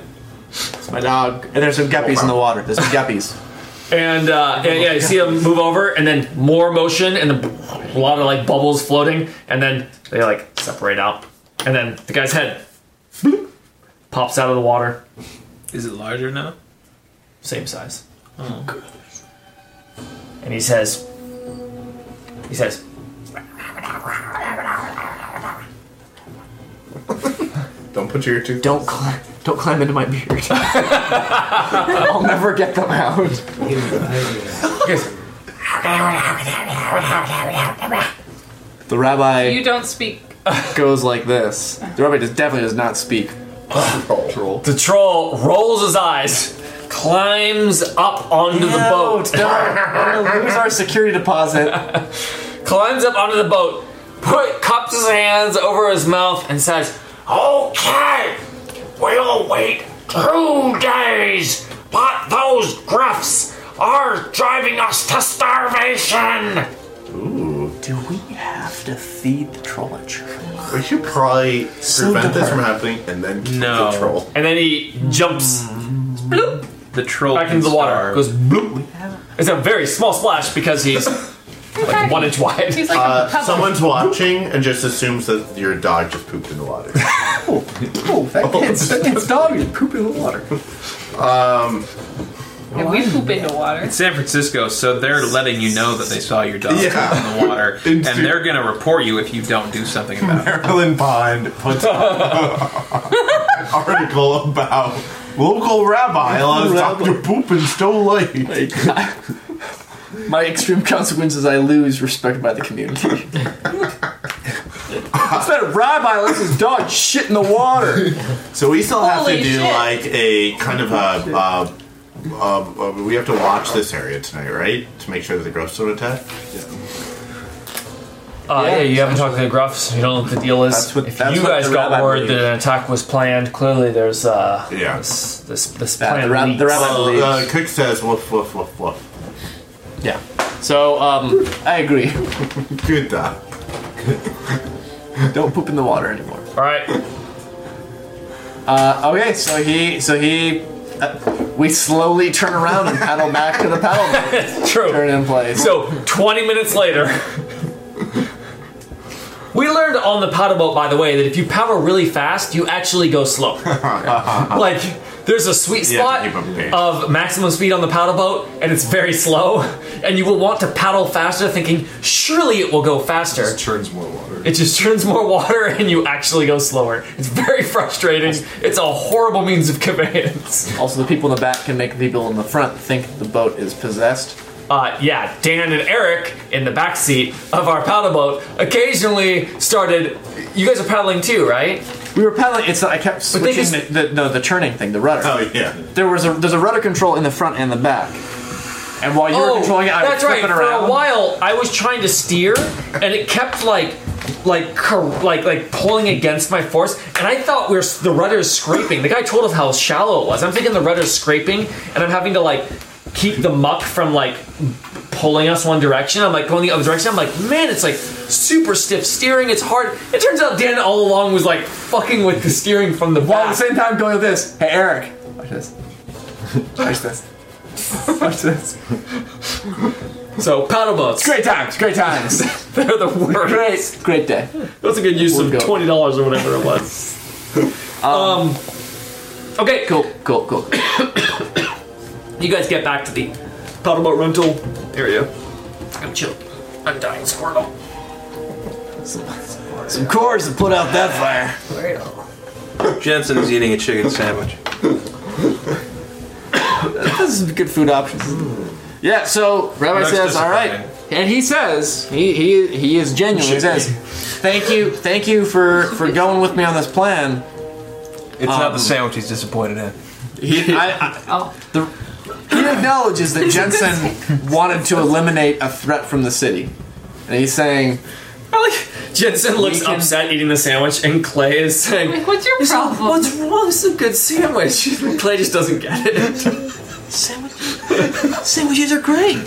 [SPEAKER 25] It's my dog. And there's some guppies in the water. There's some guppies.
[SPEAKER 1] And uh, yeah, yeah, you see them move over, and then more motion, and then a lot of like bubbles floating, and then they like separate out, and then the guy's head bloop, pops out of the water.
[SPEAKER 3] Is it larger now?
[SPEAKER 1] Same size. And he says, he says,
[SPEAKER 25] Don't put your tooth. Don't climb. Don't climb into my beard. I'll never get them out. The rabbi
[SPEAKER 7] You don't speak.
[SPEAKER 25] goes like this. The rabbi just definitely does not speak.
[SPEAKER 1] troll. The troll rolls his eyes, climbs up onto the
[SPEAKER 25] No,
[SPEAKER 1] boat.
[SPEAKER 25] don't. We're gonna lose our security deposit.
[SPEAKER 1] climbs up onto the boat, put cups his hands over his mouth, and says, "Okay, we'll wait two days, but those gruffs are driving us to starvation."
[SPEAKER 25] Do we have to feed the troll a troll?
[SPEAKER 10] We should probably
[SPEAKER 25] So
[SPEAKER 10] prevent this
[SPEAKER 25] dark.
[SPEAKER 10] from happening and then keep
[SPEAKER 3] No.
[SPEAKER 10] the troll.
[SPEAKER 1] And then he jumps bloop,
[SPEAKER 3] The troll
[SPEAKER 1] back
[SPEAKER 3] can
[SPEAKER 1] into the water.
[SPEAKER 3] starve.
[SPEAKER 1] Goes bloop. It's a very small splash because he's like one inch wide.
[SPEAKER 7] He's like a
[SPEAKER 10] Uh,
[SPEAKER 7] pebble.
[SPEAKER 10] someone's watching and just assumes that your dog just pooped in the water.
[SPEAKER 5] Oh, that kid's, that kid's dog is pooping in the water.
[SPEAKER 10] Um,
[SPEAKER 7] And we poop into water.
[SPEAKER 3] It's San Francisco, so they're letting you know that they saw your dog
[SPEAKER 10] Yeah.
[SPEAKER 3] in the water, and
[SPEAKER 10] Into-
[SPEAKER 3] they're going to report you if you don't do something about it.
[SPEAKER 10] Marilyn Bond puts out an article about local rabbi allows Dr. Poop and stole life.
[SPEAKER 8] My extreme consequence is I lose respect by the community. it's not a rabbi lets his dog shit in the water.
[SPEAKER 10] So we still have
[SPEAKER 7] Holy
[SPEAKER 10] to do
[SPEAKER 7] shit.
[SPEAKER 10] like a kind of a. Uh, uh, uh, we have to watch this area tonight, right? To make sure that the ghosts don't attack.
[SPEAKER 1] Uh, yeah, you haven't talked to the Gruffs. You don't know what the deal is.
[SPEAKER 25] That's what-
[SPEAKER 1] if
[SPEAKER 25] that's
[SPEAKER 1] you
[SPEAKER 25] what
[SPEAKER 1] guys
[SPEAKER 25] the
[SPEAKER 1] got
[SPEAKER 25] rabbi
[SPEAKER 1] word
[SPEAKER 25] believes.
[SPEAKER 1] that an attack was planned, clearly there's uh,
[SPEAKER 10] Yeah.
[SPEAKER 1] this this, this
[SPEAKER 25] Yeah,
[SPEAKER 1] plan.
[SPEAKER 25] the rab- the
[SPEAKER 1] leaks.
[SPEAKER 25] rabbi-
[SPEAKER 10] Uh,
[SPEAKER 25] believes.
[SPEAKER 10] uh, Cook says, woof, woof, woof, woof.
[SPEAKER 25] Yeah. So um, I agree.
[SPEAKER 10] Good dog.
[SPEAKER 25] Don't poop in the water anymore.
[SPEAKER 1] All right,
[SPEAKER 25] Uh, okay, so he so he uh, we slowly turn around and paddle back to the paddle boat.
[SPEAKER 1] true.
[SPEAKER 25] Turn in place.
[SPEAKER 1] So 20 minutes later, we learned on the paddle boat, by the way, that if you paddle really fast, you actually go slow. like there's a sweet
[SPEAKER 10] You have
[SPEAKER 1] spot
[SPEAKER 10] to keep up pace.
[SPEAKER 1] of maximum speed on the paddle boat, and it's very slow. And you will want to paddle faster, thinking surely it will go faster.
[SPEAKER 26] Churns more water.
[SPEAKER 1] It just turns more water and you actually go slower. It's very frustrating. It's a horrible means of conveyance.
[SPEAKER 8] Also, the people in the back can make the people in the front think the boat is possessed.
[SPEAKER 1] Uh, yeah, Dan and Eric in the back seat of our paddle boat occasionally started. You guys are paddling too, right?
[SPEAKER 8] We were paddling. It's not, I kept
[SPEAKER 1] they
[SPEAKER 8] switching
[SPEAKER 1] just-
[SPEAKER 8] the, the no the turning thing, the rudder.
[SPEAKER 10] Oh, yeah.
[SPEAKER 8] There was a there's a rudder control in the front and the back. And while you were controlling it, I
[SPEAKER 1] Oh, that's
[SPEAKER 8] was
[SPEAKER 1] right.
[SPEAKER 8] flipping
[SPEAKER 1] For
[SPEAKER 8] around.
[SPEAKER 1] a while, I was trying to steer, and it kept like, like, cur- like, like pulling against my force, and I thought we are the rudder's scraping. The guy told us how shallow it was. I'm thinking the rudder's scraping, and I'm having to like keep the muck from like pulling us one direction. I'm like going the other direction. I'm like, man, it's like super stiff steering. It's hard. It turns out Dan all along was like fucking with the steering from the
[SPEAKER 8] While at the
[SPEAKER 1] back.
[SPEAKER 8] same time going like this. Hey Eric, watch this. Watch this. Watch this.
[SPEAKER 1] So paddle boats.
[SPEAKER 8] Great times. Great times.
[SPEAKER 1] They're the worst.
[SPEAKER 8] great. Great day.
[SPEAKER 1] That's a good use
[SPEAKER 8] We'll
[SPEAKER 1] of
[SPEAKER 8] go.
[SPEAKER 1] twenty dollars or whatever it was. um, okay,
[SPEAKER 8] Cool. Cool. Cool.
[SPEAKER 1] You guys get back to the paddle boat rental area. I'm chill. I'm dying, Squirtle.
[SPEAKER 8] Some cores to put out that fire.
[SPEAKER 3] Jensen's eating a chicken sandwich.
[SPEAKER 8] this is good food options. Yeah, so Rabbi
[SPEAKER 3] Looks
[SPEAKER 8] says, "All right," and he says, "He he he is genuine." He says, "Thank you, thank you for for going with me on this plan." Um,
[SPEAKER 3] It's not the sandwich he's disappointed in.
[SPEAKER 8] He, I, I, the, he acknowledges that Jensen wanted to eliminate a threat from the city. and he's saying,
[SPEAKER 1] Jensen looks upset eating the sandwich, and Clay is saying,
[SPEAKER 7] Like, what's your problem?
[SPEAKER 4] What's wrong? This is a good sandwich. Clay just doesn't get it.
[SPEAKER 8] "Sandwiches are great."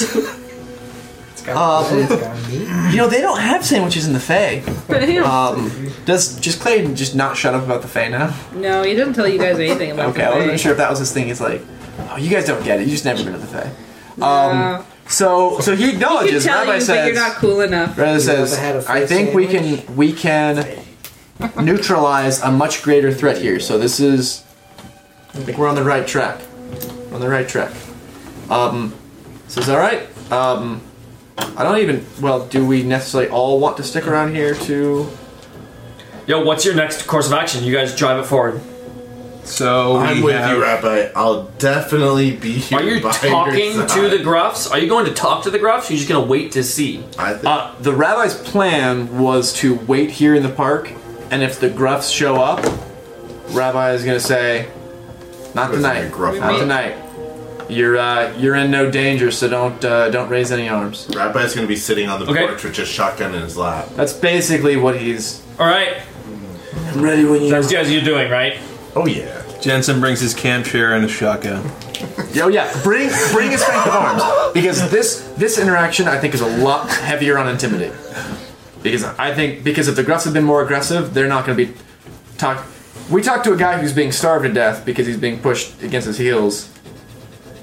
[SPEAKER 8] Um, you know they don't have sandwiches in the Fey.
[SPEAKER 7] But he
[SPEAKER 8] Um, does just Clayton just not shut up about the Fey now?
[SPEAKER 7] no, he doesn't tell you guys anything about
[SPEAKER 8] Okay, I wasn't sure if that was his thing. He's like, "Oh, you guys don't get it. You just never been to the Fey." Um, so, so he
[SPEAKER 7] Uh, He can
[SPEAKER 8] acknowledges.
[SPEAKER 7] tell
[SPEAKER 8] Rabbi
[SPEAKER 7] you,
[SPEAKER 8] says,
[SPEAKER 7] but you're not cool enough.
[SPEAKER 8] Rather
[SPEAKER 5] ever had a
[SPEAKER 8] says,
[SPEAKER 5] fish
[SPEAKER 8] I think we can we can neutralize a much greater threat here. So this is, I think we're on the right track. We're on the right track. Um, says all right. Um, I don't even. Well, do we necessarily all want to stick around here to?
[SPEAKER 1] Yo, what's your next course of action? You guys drive it forward.
[SPEAKER 3] So
[SPEAKER 15] I'm
[SPEAKER 3] we
[SPEAKER 15] with
[SPEAKER 3] have-
[SPEAKER 15] you, Rabbi. I'll definitely be here.
[SPEAKER 1] Are you
[SPEAKER 15] by
[SPEAKER 1] talking
[SPEAKER 15] your
[SPEAKER 1] to the
[SPEAKER 15] side.
[SPEAKER 1] gruffs? Are you going to talk to the gruffs? You're just gonna wait to see.
[SPEAKER 15] I think
[SPEAKER 8] Uh, the rabbi's plan was to wait here in the park, and if the gruffs show up, rabbi is gonna say, "Not
[SPEAKER 15] Listen,
[SPEAKER 8] tonight,
[SPEAKER 15] you gruff
[SPEAKER 8] not
[SPEAKER 15] mother."
[SPEAKER 8] tonight. You're uh, you're in no danger, so don't uh, don't raise any arms."
[SPEAKER 15] Rabbi's going to be sitting on the
[SPEAKER 1] Okay.
[SPEAKER 15] porch with his shotgun in his lap.
[SPEAKER 8] That's basically what he's.
[SPEAKER 1] All right,
[SPEAKER 8] I'm ready when you.
[SPEAKER 1] that's you guys. You're doing right.
[SPEAKER 15] Oh yeah.
[SPEAKER 3] Jensen brings his camp chair and a shotgun.
[SPEAKER 8] Yo, yeah, bring bring a strength of arms because this this interaction I think is a lot heavier on intimidate. Because I think because if the gruffs had been more aggressive, they're not going to be talk. We talked to a guy who's being starved to death because he's being pushed against his heels.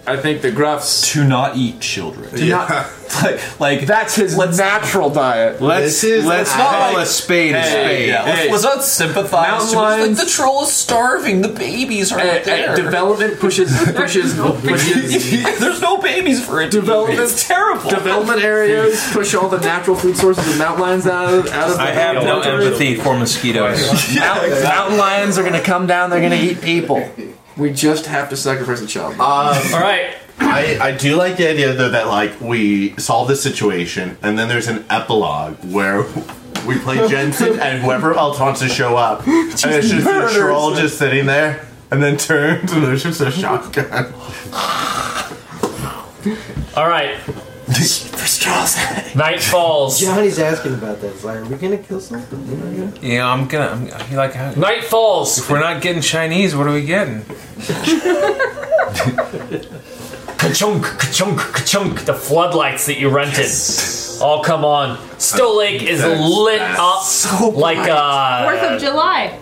[SPEAKER 8] I think the gruffs
[SPEAKER 4] to not eat children.
[SPEAKER 8] do not
[SPEAKER 4] Like, like
[SPEAKER 8] That's his natural diet.
[SPEAKER 3] Let's
[SPEAKER 15] This is
[SPEAKER 3] let's
[SPEAKER 15] the-
[SPEAKER 3] call a spade a spade.
[SPEAKER 4] yeah, let's,
[SPEAKER 8] hey.
[SPEAKER 4] let's not sympathize. Too much. Like
[SPEAKER 8] lions-
[SPEAKER 4] the troll is starving. The babies
[SPEAKER 1] uh,
[SPEAKER 4] aren't
[SPEAKER 8] Eh, eh,
[SPEAKER 4] there.
[SPEAKER 8] development pushes pushes pushes
[SPEAKER 4] There's no babies for it. to eat.
[SPEAKER 8] Development-
[SPEAKER 4] It's terrible.
[SPEAKER 8] development areas push all the natural food sources of mountain lions out of out of.
[SPEAKER 3] I have no empathy for mosquitoes.
[SPEAKER 8] Mountain, lions are gonna come down. They're gonna eat people. Uh, We just have to sacrifice a child.
[SPEAKER 1] All right.
[SPEAKER 15] I, I do like the idea though that like we solve the situation and then there's an epilogue where we play Jensen and whoever else wants to show up. and it's just the troll just sitting there and then turns and there's just a shotgun.
[SPEAKER 1] All right. Night falls.
[SPEAKER 5] Johnny's asking about that. It's like, are we gonna kill something?
[SPEAKER 3] yeah, I'm gonna. I'm, I feel like I,
[SPEAKER 1] Night falls.
[SPEAKER 3] if we're not getting Chinese, what are we getting?
[SPEAKER 1] Ka-chunk, ka-chunk, ka-chunk. The floodlights that you rented all come on. Stowe Lake is lit up like
[SPEAKER 27] Fourth
[SPEAKER 1] uh
[SPEAKER 27] of July.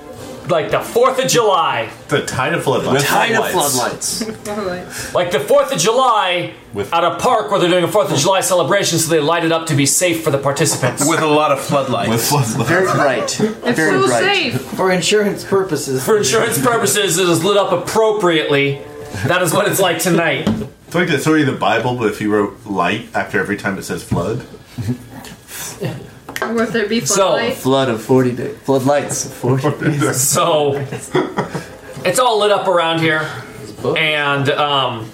[SPEAKER 1] like the Fourth of July,
[SPEAKER 15] The tide of flood.
[SPEAKER 4] Tide of
[SPEAKER 8] floodlights.
[SPEAKER 1] like the Fourth of July at a park where they're doing a Fourth of July celebration, so they light it up to be safe for the participants.
[SPEAKER 3] With a lot of floodlights.
[SPEAKER 8] Very bright.
[SPEAKER 27] It's
[SPEAKER 8] Very
[SPEAKER 27] so
[SPEAKER 8] bright.
[SPEAKER 27] safe.
[SPEAKER 5] For insurance purposes.
[SPEAKER 1] for insurance purposes, it is lit up appropriately. That is what it's like tonight.
[SPEAKER 15] It's like the story of the Bible, but if you wrote light after every time it says flood.
[SPEAKER 27] Or if there be
[SPEAKER 1] So,
[SPEAKER 27] floodlight.
[SPEAKER 8] Flood of forty days. Floodlights. of Forty days.
[SPEAKER 1] So it's all lit up around here, and um,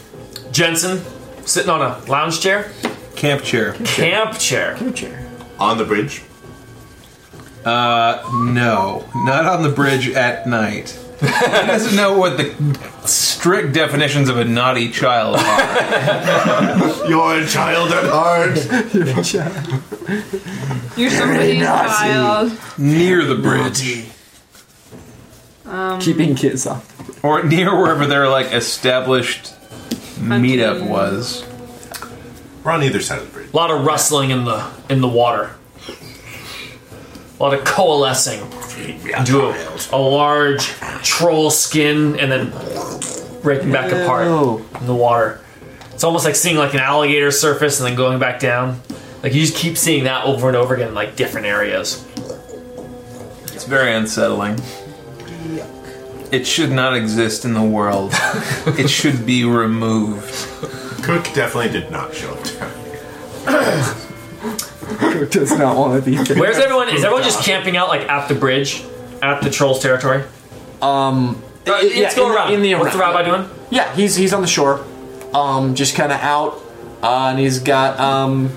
[SPEAKER 1] Jensen sitting on a lounge chair,
[SPEAKER 3] Camp chair.
[SPEAKER 1] camp chair.
[SPEAKER 15] On the bridge.
[SPEAKER 3] Uh, no, not on the bridge at night. he doesn't know what the strict definitions of a naughty child are.
[SPEAKER 15] You're a child at heart.
[SPEAKER 27] You're somebody's child.
[SPEAKER 3] near the bridge,
[SPEAKER 8] Keeping kids off.
[SPEAKER 3] or near wherever their like established meetup was.
[SPEAKER 15] We're on either side of the bridge.
[SPEAKER 1] A lot of rustling in the in the water. A lot of coalescing into a, a large troll skin and then breaking back apart in the water. It's almost like seeing like an alligator surface and then going back down. Like you just keep seeing that over and over again, in, like different areas.
[SPEAKER 3] It's very unsettling. It should not exist in the world. it should be removed.
[SPEAKER 15] Cook definitely did not show up.
[SPEAKER 8] Cook does not want to be there.
[SPEAKER 1] Where's everyone? Is everyone just camping out like at the bridge, at the trolls' territory?
[SPEAKER 8] Um.
[SPEAKER 1] Uh,
[SPEAKER 8] yeah,
[SPEAKER 1] Let's go
[SPEAKER 8] in the-
[SPEAKER 1] around.
[SPEAKER 8] in the
[SPEAKER 1] What's the
[SPEAKER 8] around.
[SPEAKER 1] rabbi doing?
[SPEAKER 8] Yeah, he's he's on the shore, um, just kind of out, uh, and he's got um,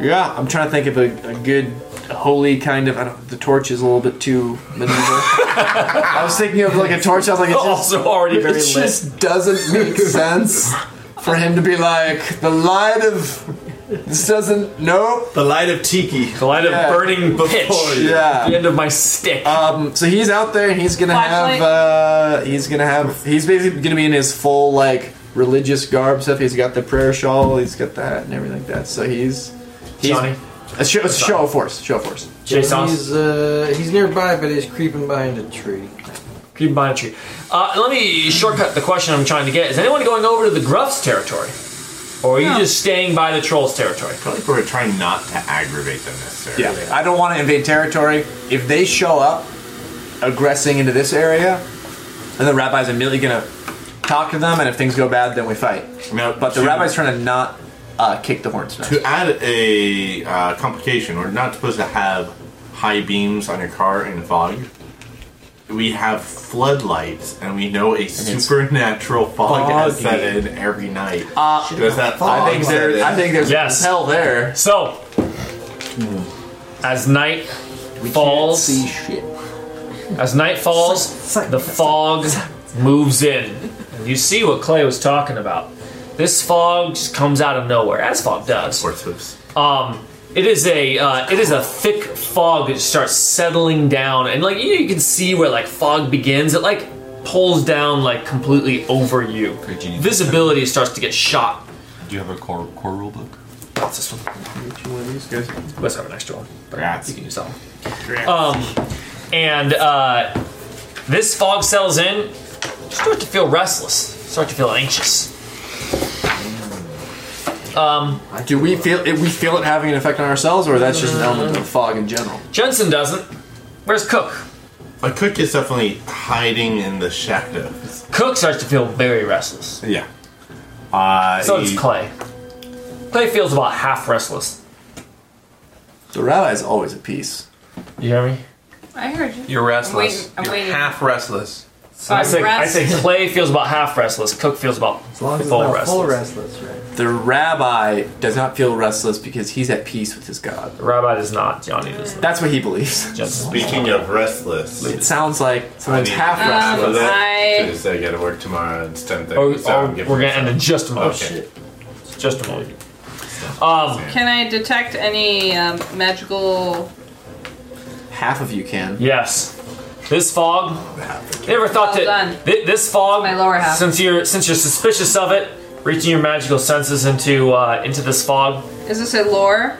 [SPEAKER 8] yeah. I'm trying to think of a, a good holy kind of. I don't, the torch is a little bit too medieval. I was thinking of like a torch. I was like, it just,
[SPEAKER 1] Also already very
[SPEAKER 8] it
[SPEAKER 1] lit.
[SPEAKER 8] just doesn't make sense for him to be like the light of This doesn't. Nope.
[SPEAKER 4] The light of Tiki. The
[SPEAKER 1] light of burning pitch.
[SPEAKER 8] Yeah.
[SPEAKER 1] The end of my stick.
[SPEAKER 8] Um. So he's out there, and he's gonna
[SPEAKER 28] Flashlight?
[SPEAKER 8] have. Uh. He's gonna have. He's basically gonna be in his full like religious garb stuff. He's got the prayer shawl. He's got the hat and everything like that. So he's. he's
[SPEAKER 1] Johnny.
[SPEAKER 8] A show, a show of force. Show of force.
[SPEAKER 5] He's uh, he's nearby, but he's creeping behind a tree.
[SPEAKER 1] Creeping behind a tree. Uh, let me shortcut the question I'm trying to get. Is anyone going over to the Gruff's territory? Or are you just staying by the Trolls' territory?
[SPEAKER 15] I feel like we're trying not to aggravate them necessarily.
[SPEAKER 8] Yeah, I don't want to invade territory. If they show up aggressing into this area, and the rabbi's immediately going to talk to them, and if things go bad, then we fight.
[SPEAKER 15] Now,
[SPEAKER 8] But the
[SPEAKER 15] to-
[SPEAKER 8] rabbi's trying to not uh, kick the horns.
[SPEAKER 15] To add a uh, complication, we're not supposed to have high beams on your car in fog. We have floodlights, and we know a supernatural fog has
[SPEAKER 8] foggy.
[SPEAKER 15] set in every night.
[SPEAKER 8] Uh,
[SPEAKER 15] Does that fog?
[SPEAKER 8] I think
[SPEAKER 15] set in?
[SPEAKER 8] there. I think there's
[SPEAKER 1] Yes.
[SPEAKER 8] hell there.
[SPEAKER 1] So, as night falls, as night falls, the fog moves in, and you see what Clay was talking about. This fog just comes out of nowhere, as fog does. Um, it is a uh, it is a thick fog that starts settling down, and like you, you can see where like fog begins. It like pulls down like completely over you. Visibility starts to get shot.
[SPEAKER 4] Do you have a core, core rule book?
[SPEAKER 1] What's this one? Let's have an extra one. But
[SPEAKER 15] Rats.
[SPEAKER 1] You can use that one. Um, and uh, this fog settles in. You start to feel restless. Start to feel anxious. Um,
[SPEAKER 8] Do we feel it? We feel it having an effect on ourselves, or that's just an element of fog in general.
[SPEAKER 1] Jensen doesn't. Where's Cook?
[SPEAKER 15] But Cook is definitely hiding in the shadows.
[SPEAKER 1] Cook starts to feel very restless.
[SPEAKER 15] Yeah. Uh,
[SPEAKER 1] So does
[SPEAKER 15] he-
[SPEAKER 1] Clay. Clay feels about half restless.
[SPEAKER 8] The rabbi's always at peace.
[SPEAKER 1] You hear me?
[SPEAKER 7] I heard you.
[SPEAKER 3] You're restless.
[SPEAKER 7] I'm waiting- I'm
[SPEAKER 3] You're
[SPEAKER 7] waiting.
[SPEAKER 3] half restless.
[SPEAKER 7] So
[SPEAKER 1] I
[SPEAKER 7] I'm
[SPEAKER 1] say, I say
[SPEAKER 7] restless.
[SPEAKER 1] Clay feels about half restless. Cook feels about full restless.
[SPEAKER 5] restless, right?
[SPEAKER 8] The rabbi does not feel restless because he's at peace with his God.
[SPEAKER 1] The rabbi does not. Johnny does not.
[SPEAKER 8] That's what he believes.
[SPEAKER 1] Jensen.
[SPEAKER 15] Speaking of restless,
[SPEAKER 8] It sounds like someone's
[SPEAKER 15] I mean,
[SPEAKER 8] half
[SPEAKER 15] um,
[SPEAKER 7] Ah,
[SPEAKER 8] restless.
[SPEAKER 15] that-
[SPEAKER 7] I-
[SPEAKER 15] Tuesday, I gotta work tomorrow. It's ten thirty.
[SPEAKER 1] Oh, oh, we're gonna end in just a moment. Just a moment. Um,
[SPEAKER 7] Can I detect any um, magical?
[SPEAKER 8] Half of you can.
[SPEAKER 1] yes, this fog. You ever thought
[SPEAKER 7] Well
[SPEAKER 1] that
[SPEAKER 7] done.
[SPEAKER 1] thi- this fog?
[SPEAKER 7] My lower half.
[SPEAKER 1] Since you're since you're suspicious of it, reaching your magical senses into uh, into this fog.
[SPEAKER 7] Is this a lore?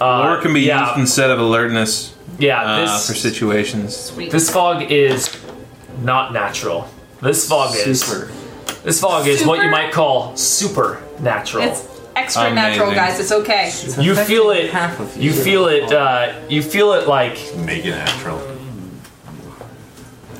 [SPEAKER 1] Uh,
[SPEAKER 3] Lore can be
[SPEAKER 1] yeah,
[SPEAKER 3] used instead of alertness
[SPEAKER 1] Yeah,
[SPEAKER 3] uh,
[SPEAKER 1] this
[SPEAKER 3] for situations.
[SPEAKER 7] Sweet.
[SPEAKER 1] this fog is not natural. This fog is
[SPEAKER 8] Super.
[SPEAKER 1] this fog is what you
[SPEAKER 7] Super?
[SPEAKER 1] might call supernatural.
[SPEAKER 7] It's extra natural,
[SPEAKER 3] Amazing.
[SPEAKER 7] guys. It's okay.
[SPEAKER 1] you feel it.
[SPEAKER 8] Half of you.
[SPEAKER 1] You feel it. Uh, you feel it like
[SPEAKER 15] Make it natural.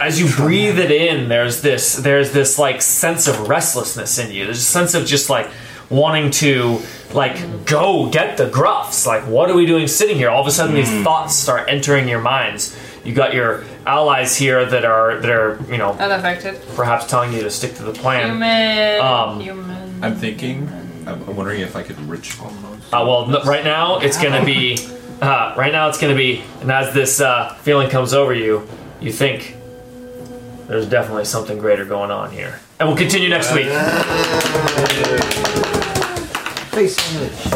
[SPEAKER 1] as you breathe it in there's this there's this like sense of restlessness in you there's a sense of just like wanting to like go get the gruffs like what are we doing sitting here all of a sudden these thoughts start entering your minds you got your allies here that are that are you know
[SPEAKER 7] Unaffected.
[SPEAKER 1] perhaps telling you to stick to the plan
[SPEAKER 7] Human.
[SPEAKER 1] Um,
[SPEAKER 7] human.
[SPEAKER 4] I'm thinking. I'm, I'm wondering if I could rich almost.
[SPEAKER 1] uh, well no, right now it's gonna be uh, right now it's gonna be and as this uh, feeling comes over you you think there's definitely something greater going on here and we'll continue next week
[SPEAKER 15] Uh,
[SPEAKER 5] Face English.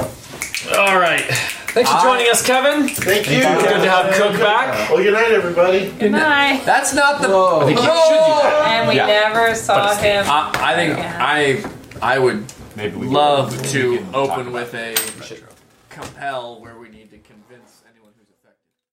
[SPEAKER 1] All right. Thanks for joining us, Kevin.
[SPEAKER 15] Thank you.
[SPEAKER 1] Good to have Cook back.
[SPEAKER 15] Well, good night, everybody.
[SPEAKER 7] Bye.
[SPEAKER 8] That's not the.
[SPEAKER 5] Whoa.
[SPEAKER 7] And we
[SPEAKER 8] Yeah.
[SPEAKER 7] never saw him.
[SPEAKER 8] I, I think I I would
[SPEAKER 4] Maybe we
[SPEAKER 8] love
[SPEAKER 4] can-
[SPEAKER 8] to
[SPEAKER 4] we can talk
[SPEAKER 8] open
[SPEAKER 4] about
[SPEAKER 8] with a
[SPEAKER 4] that.
[SPEAKER 8] compel where we need to convince anyone.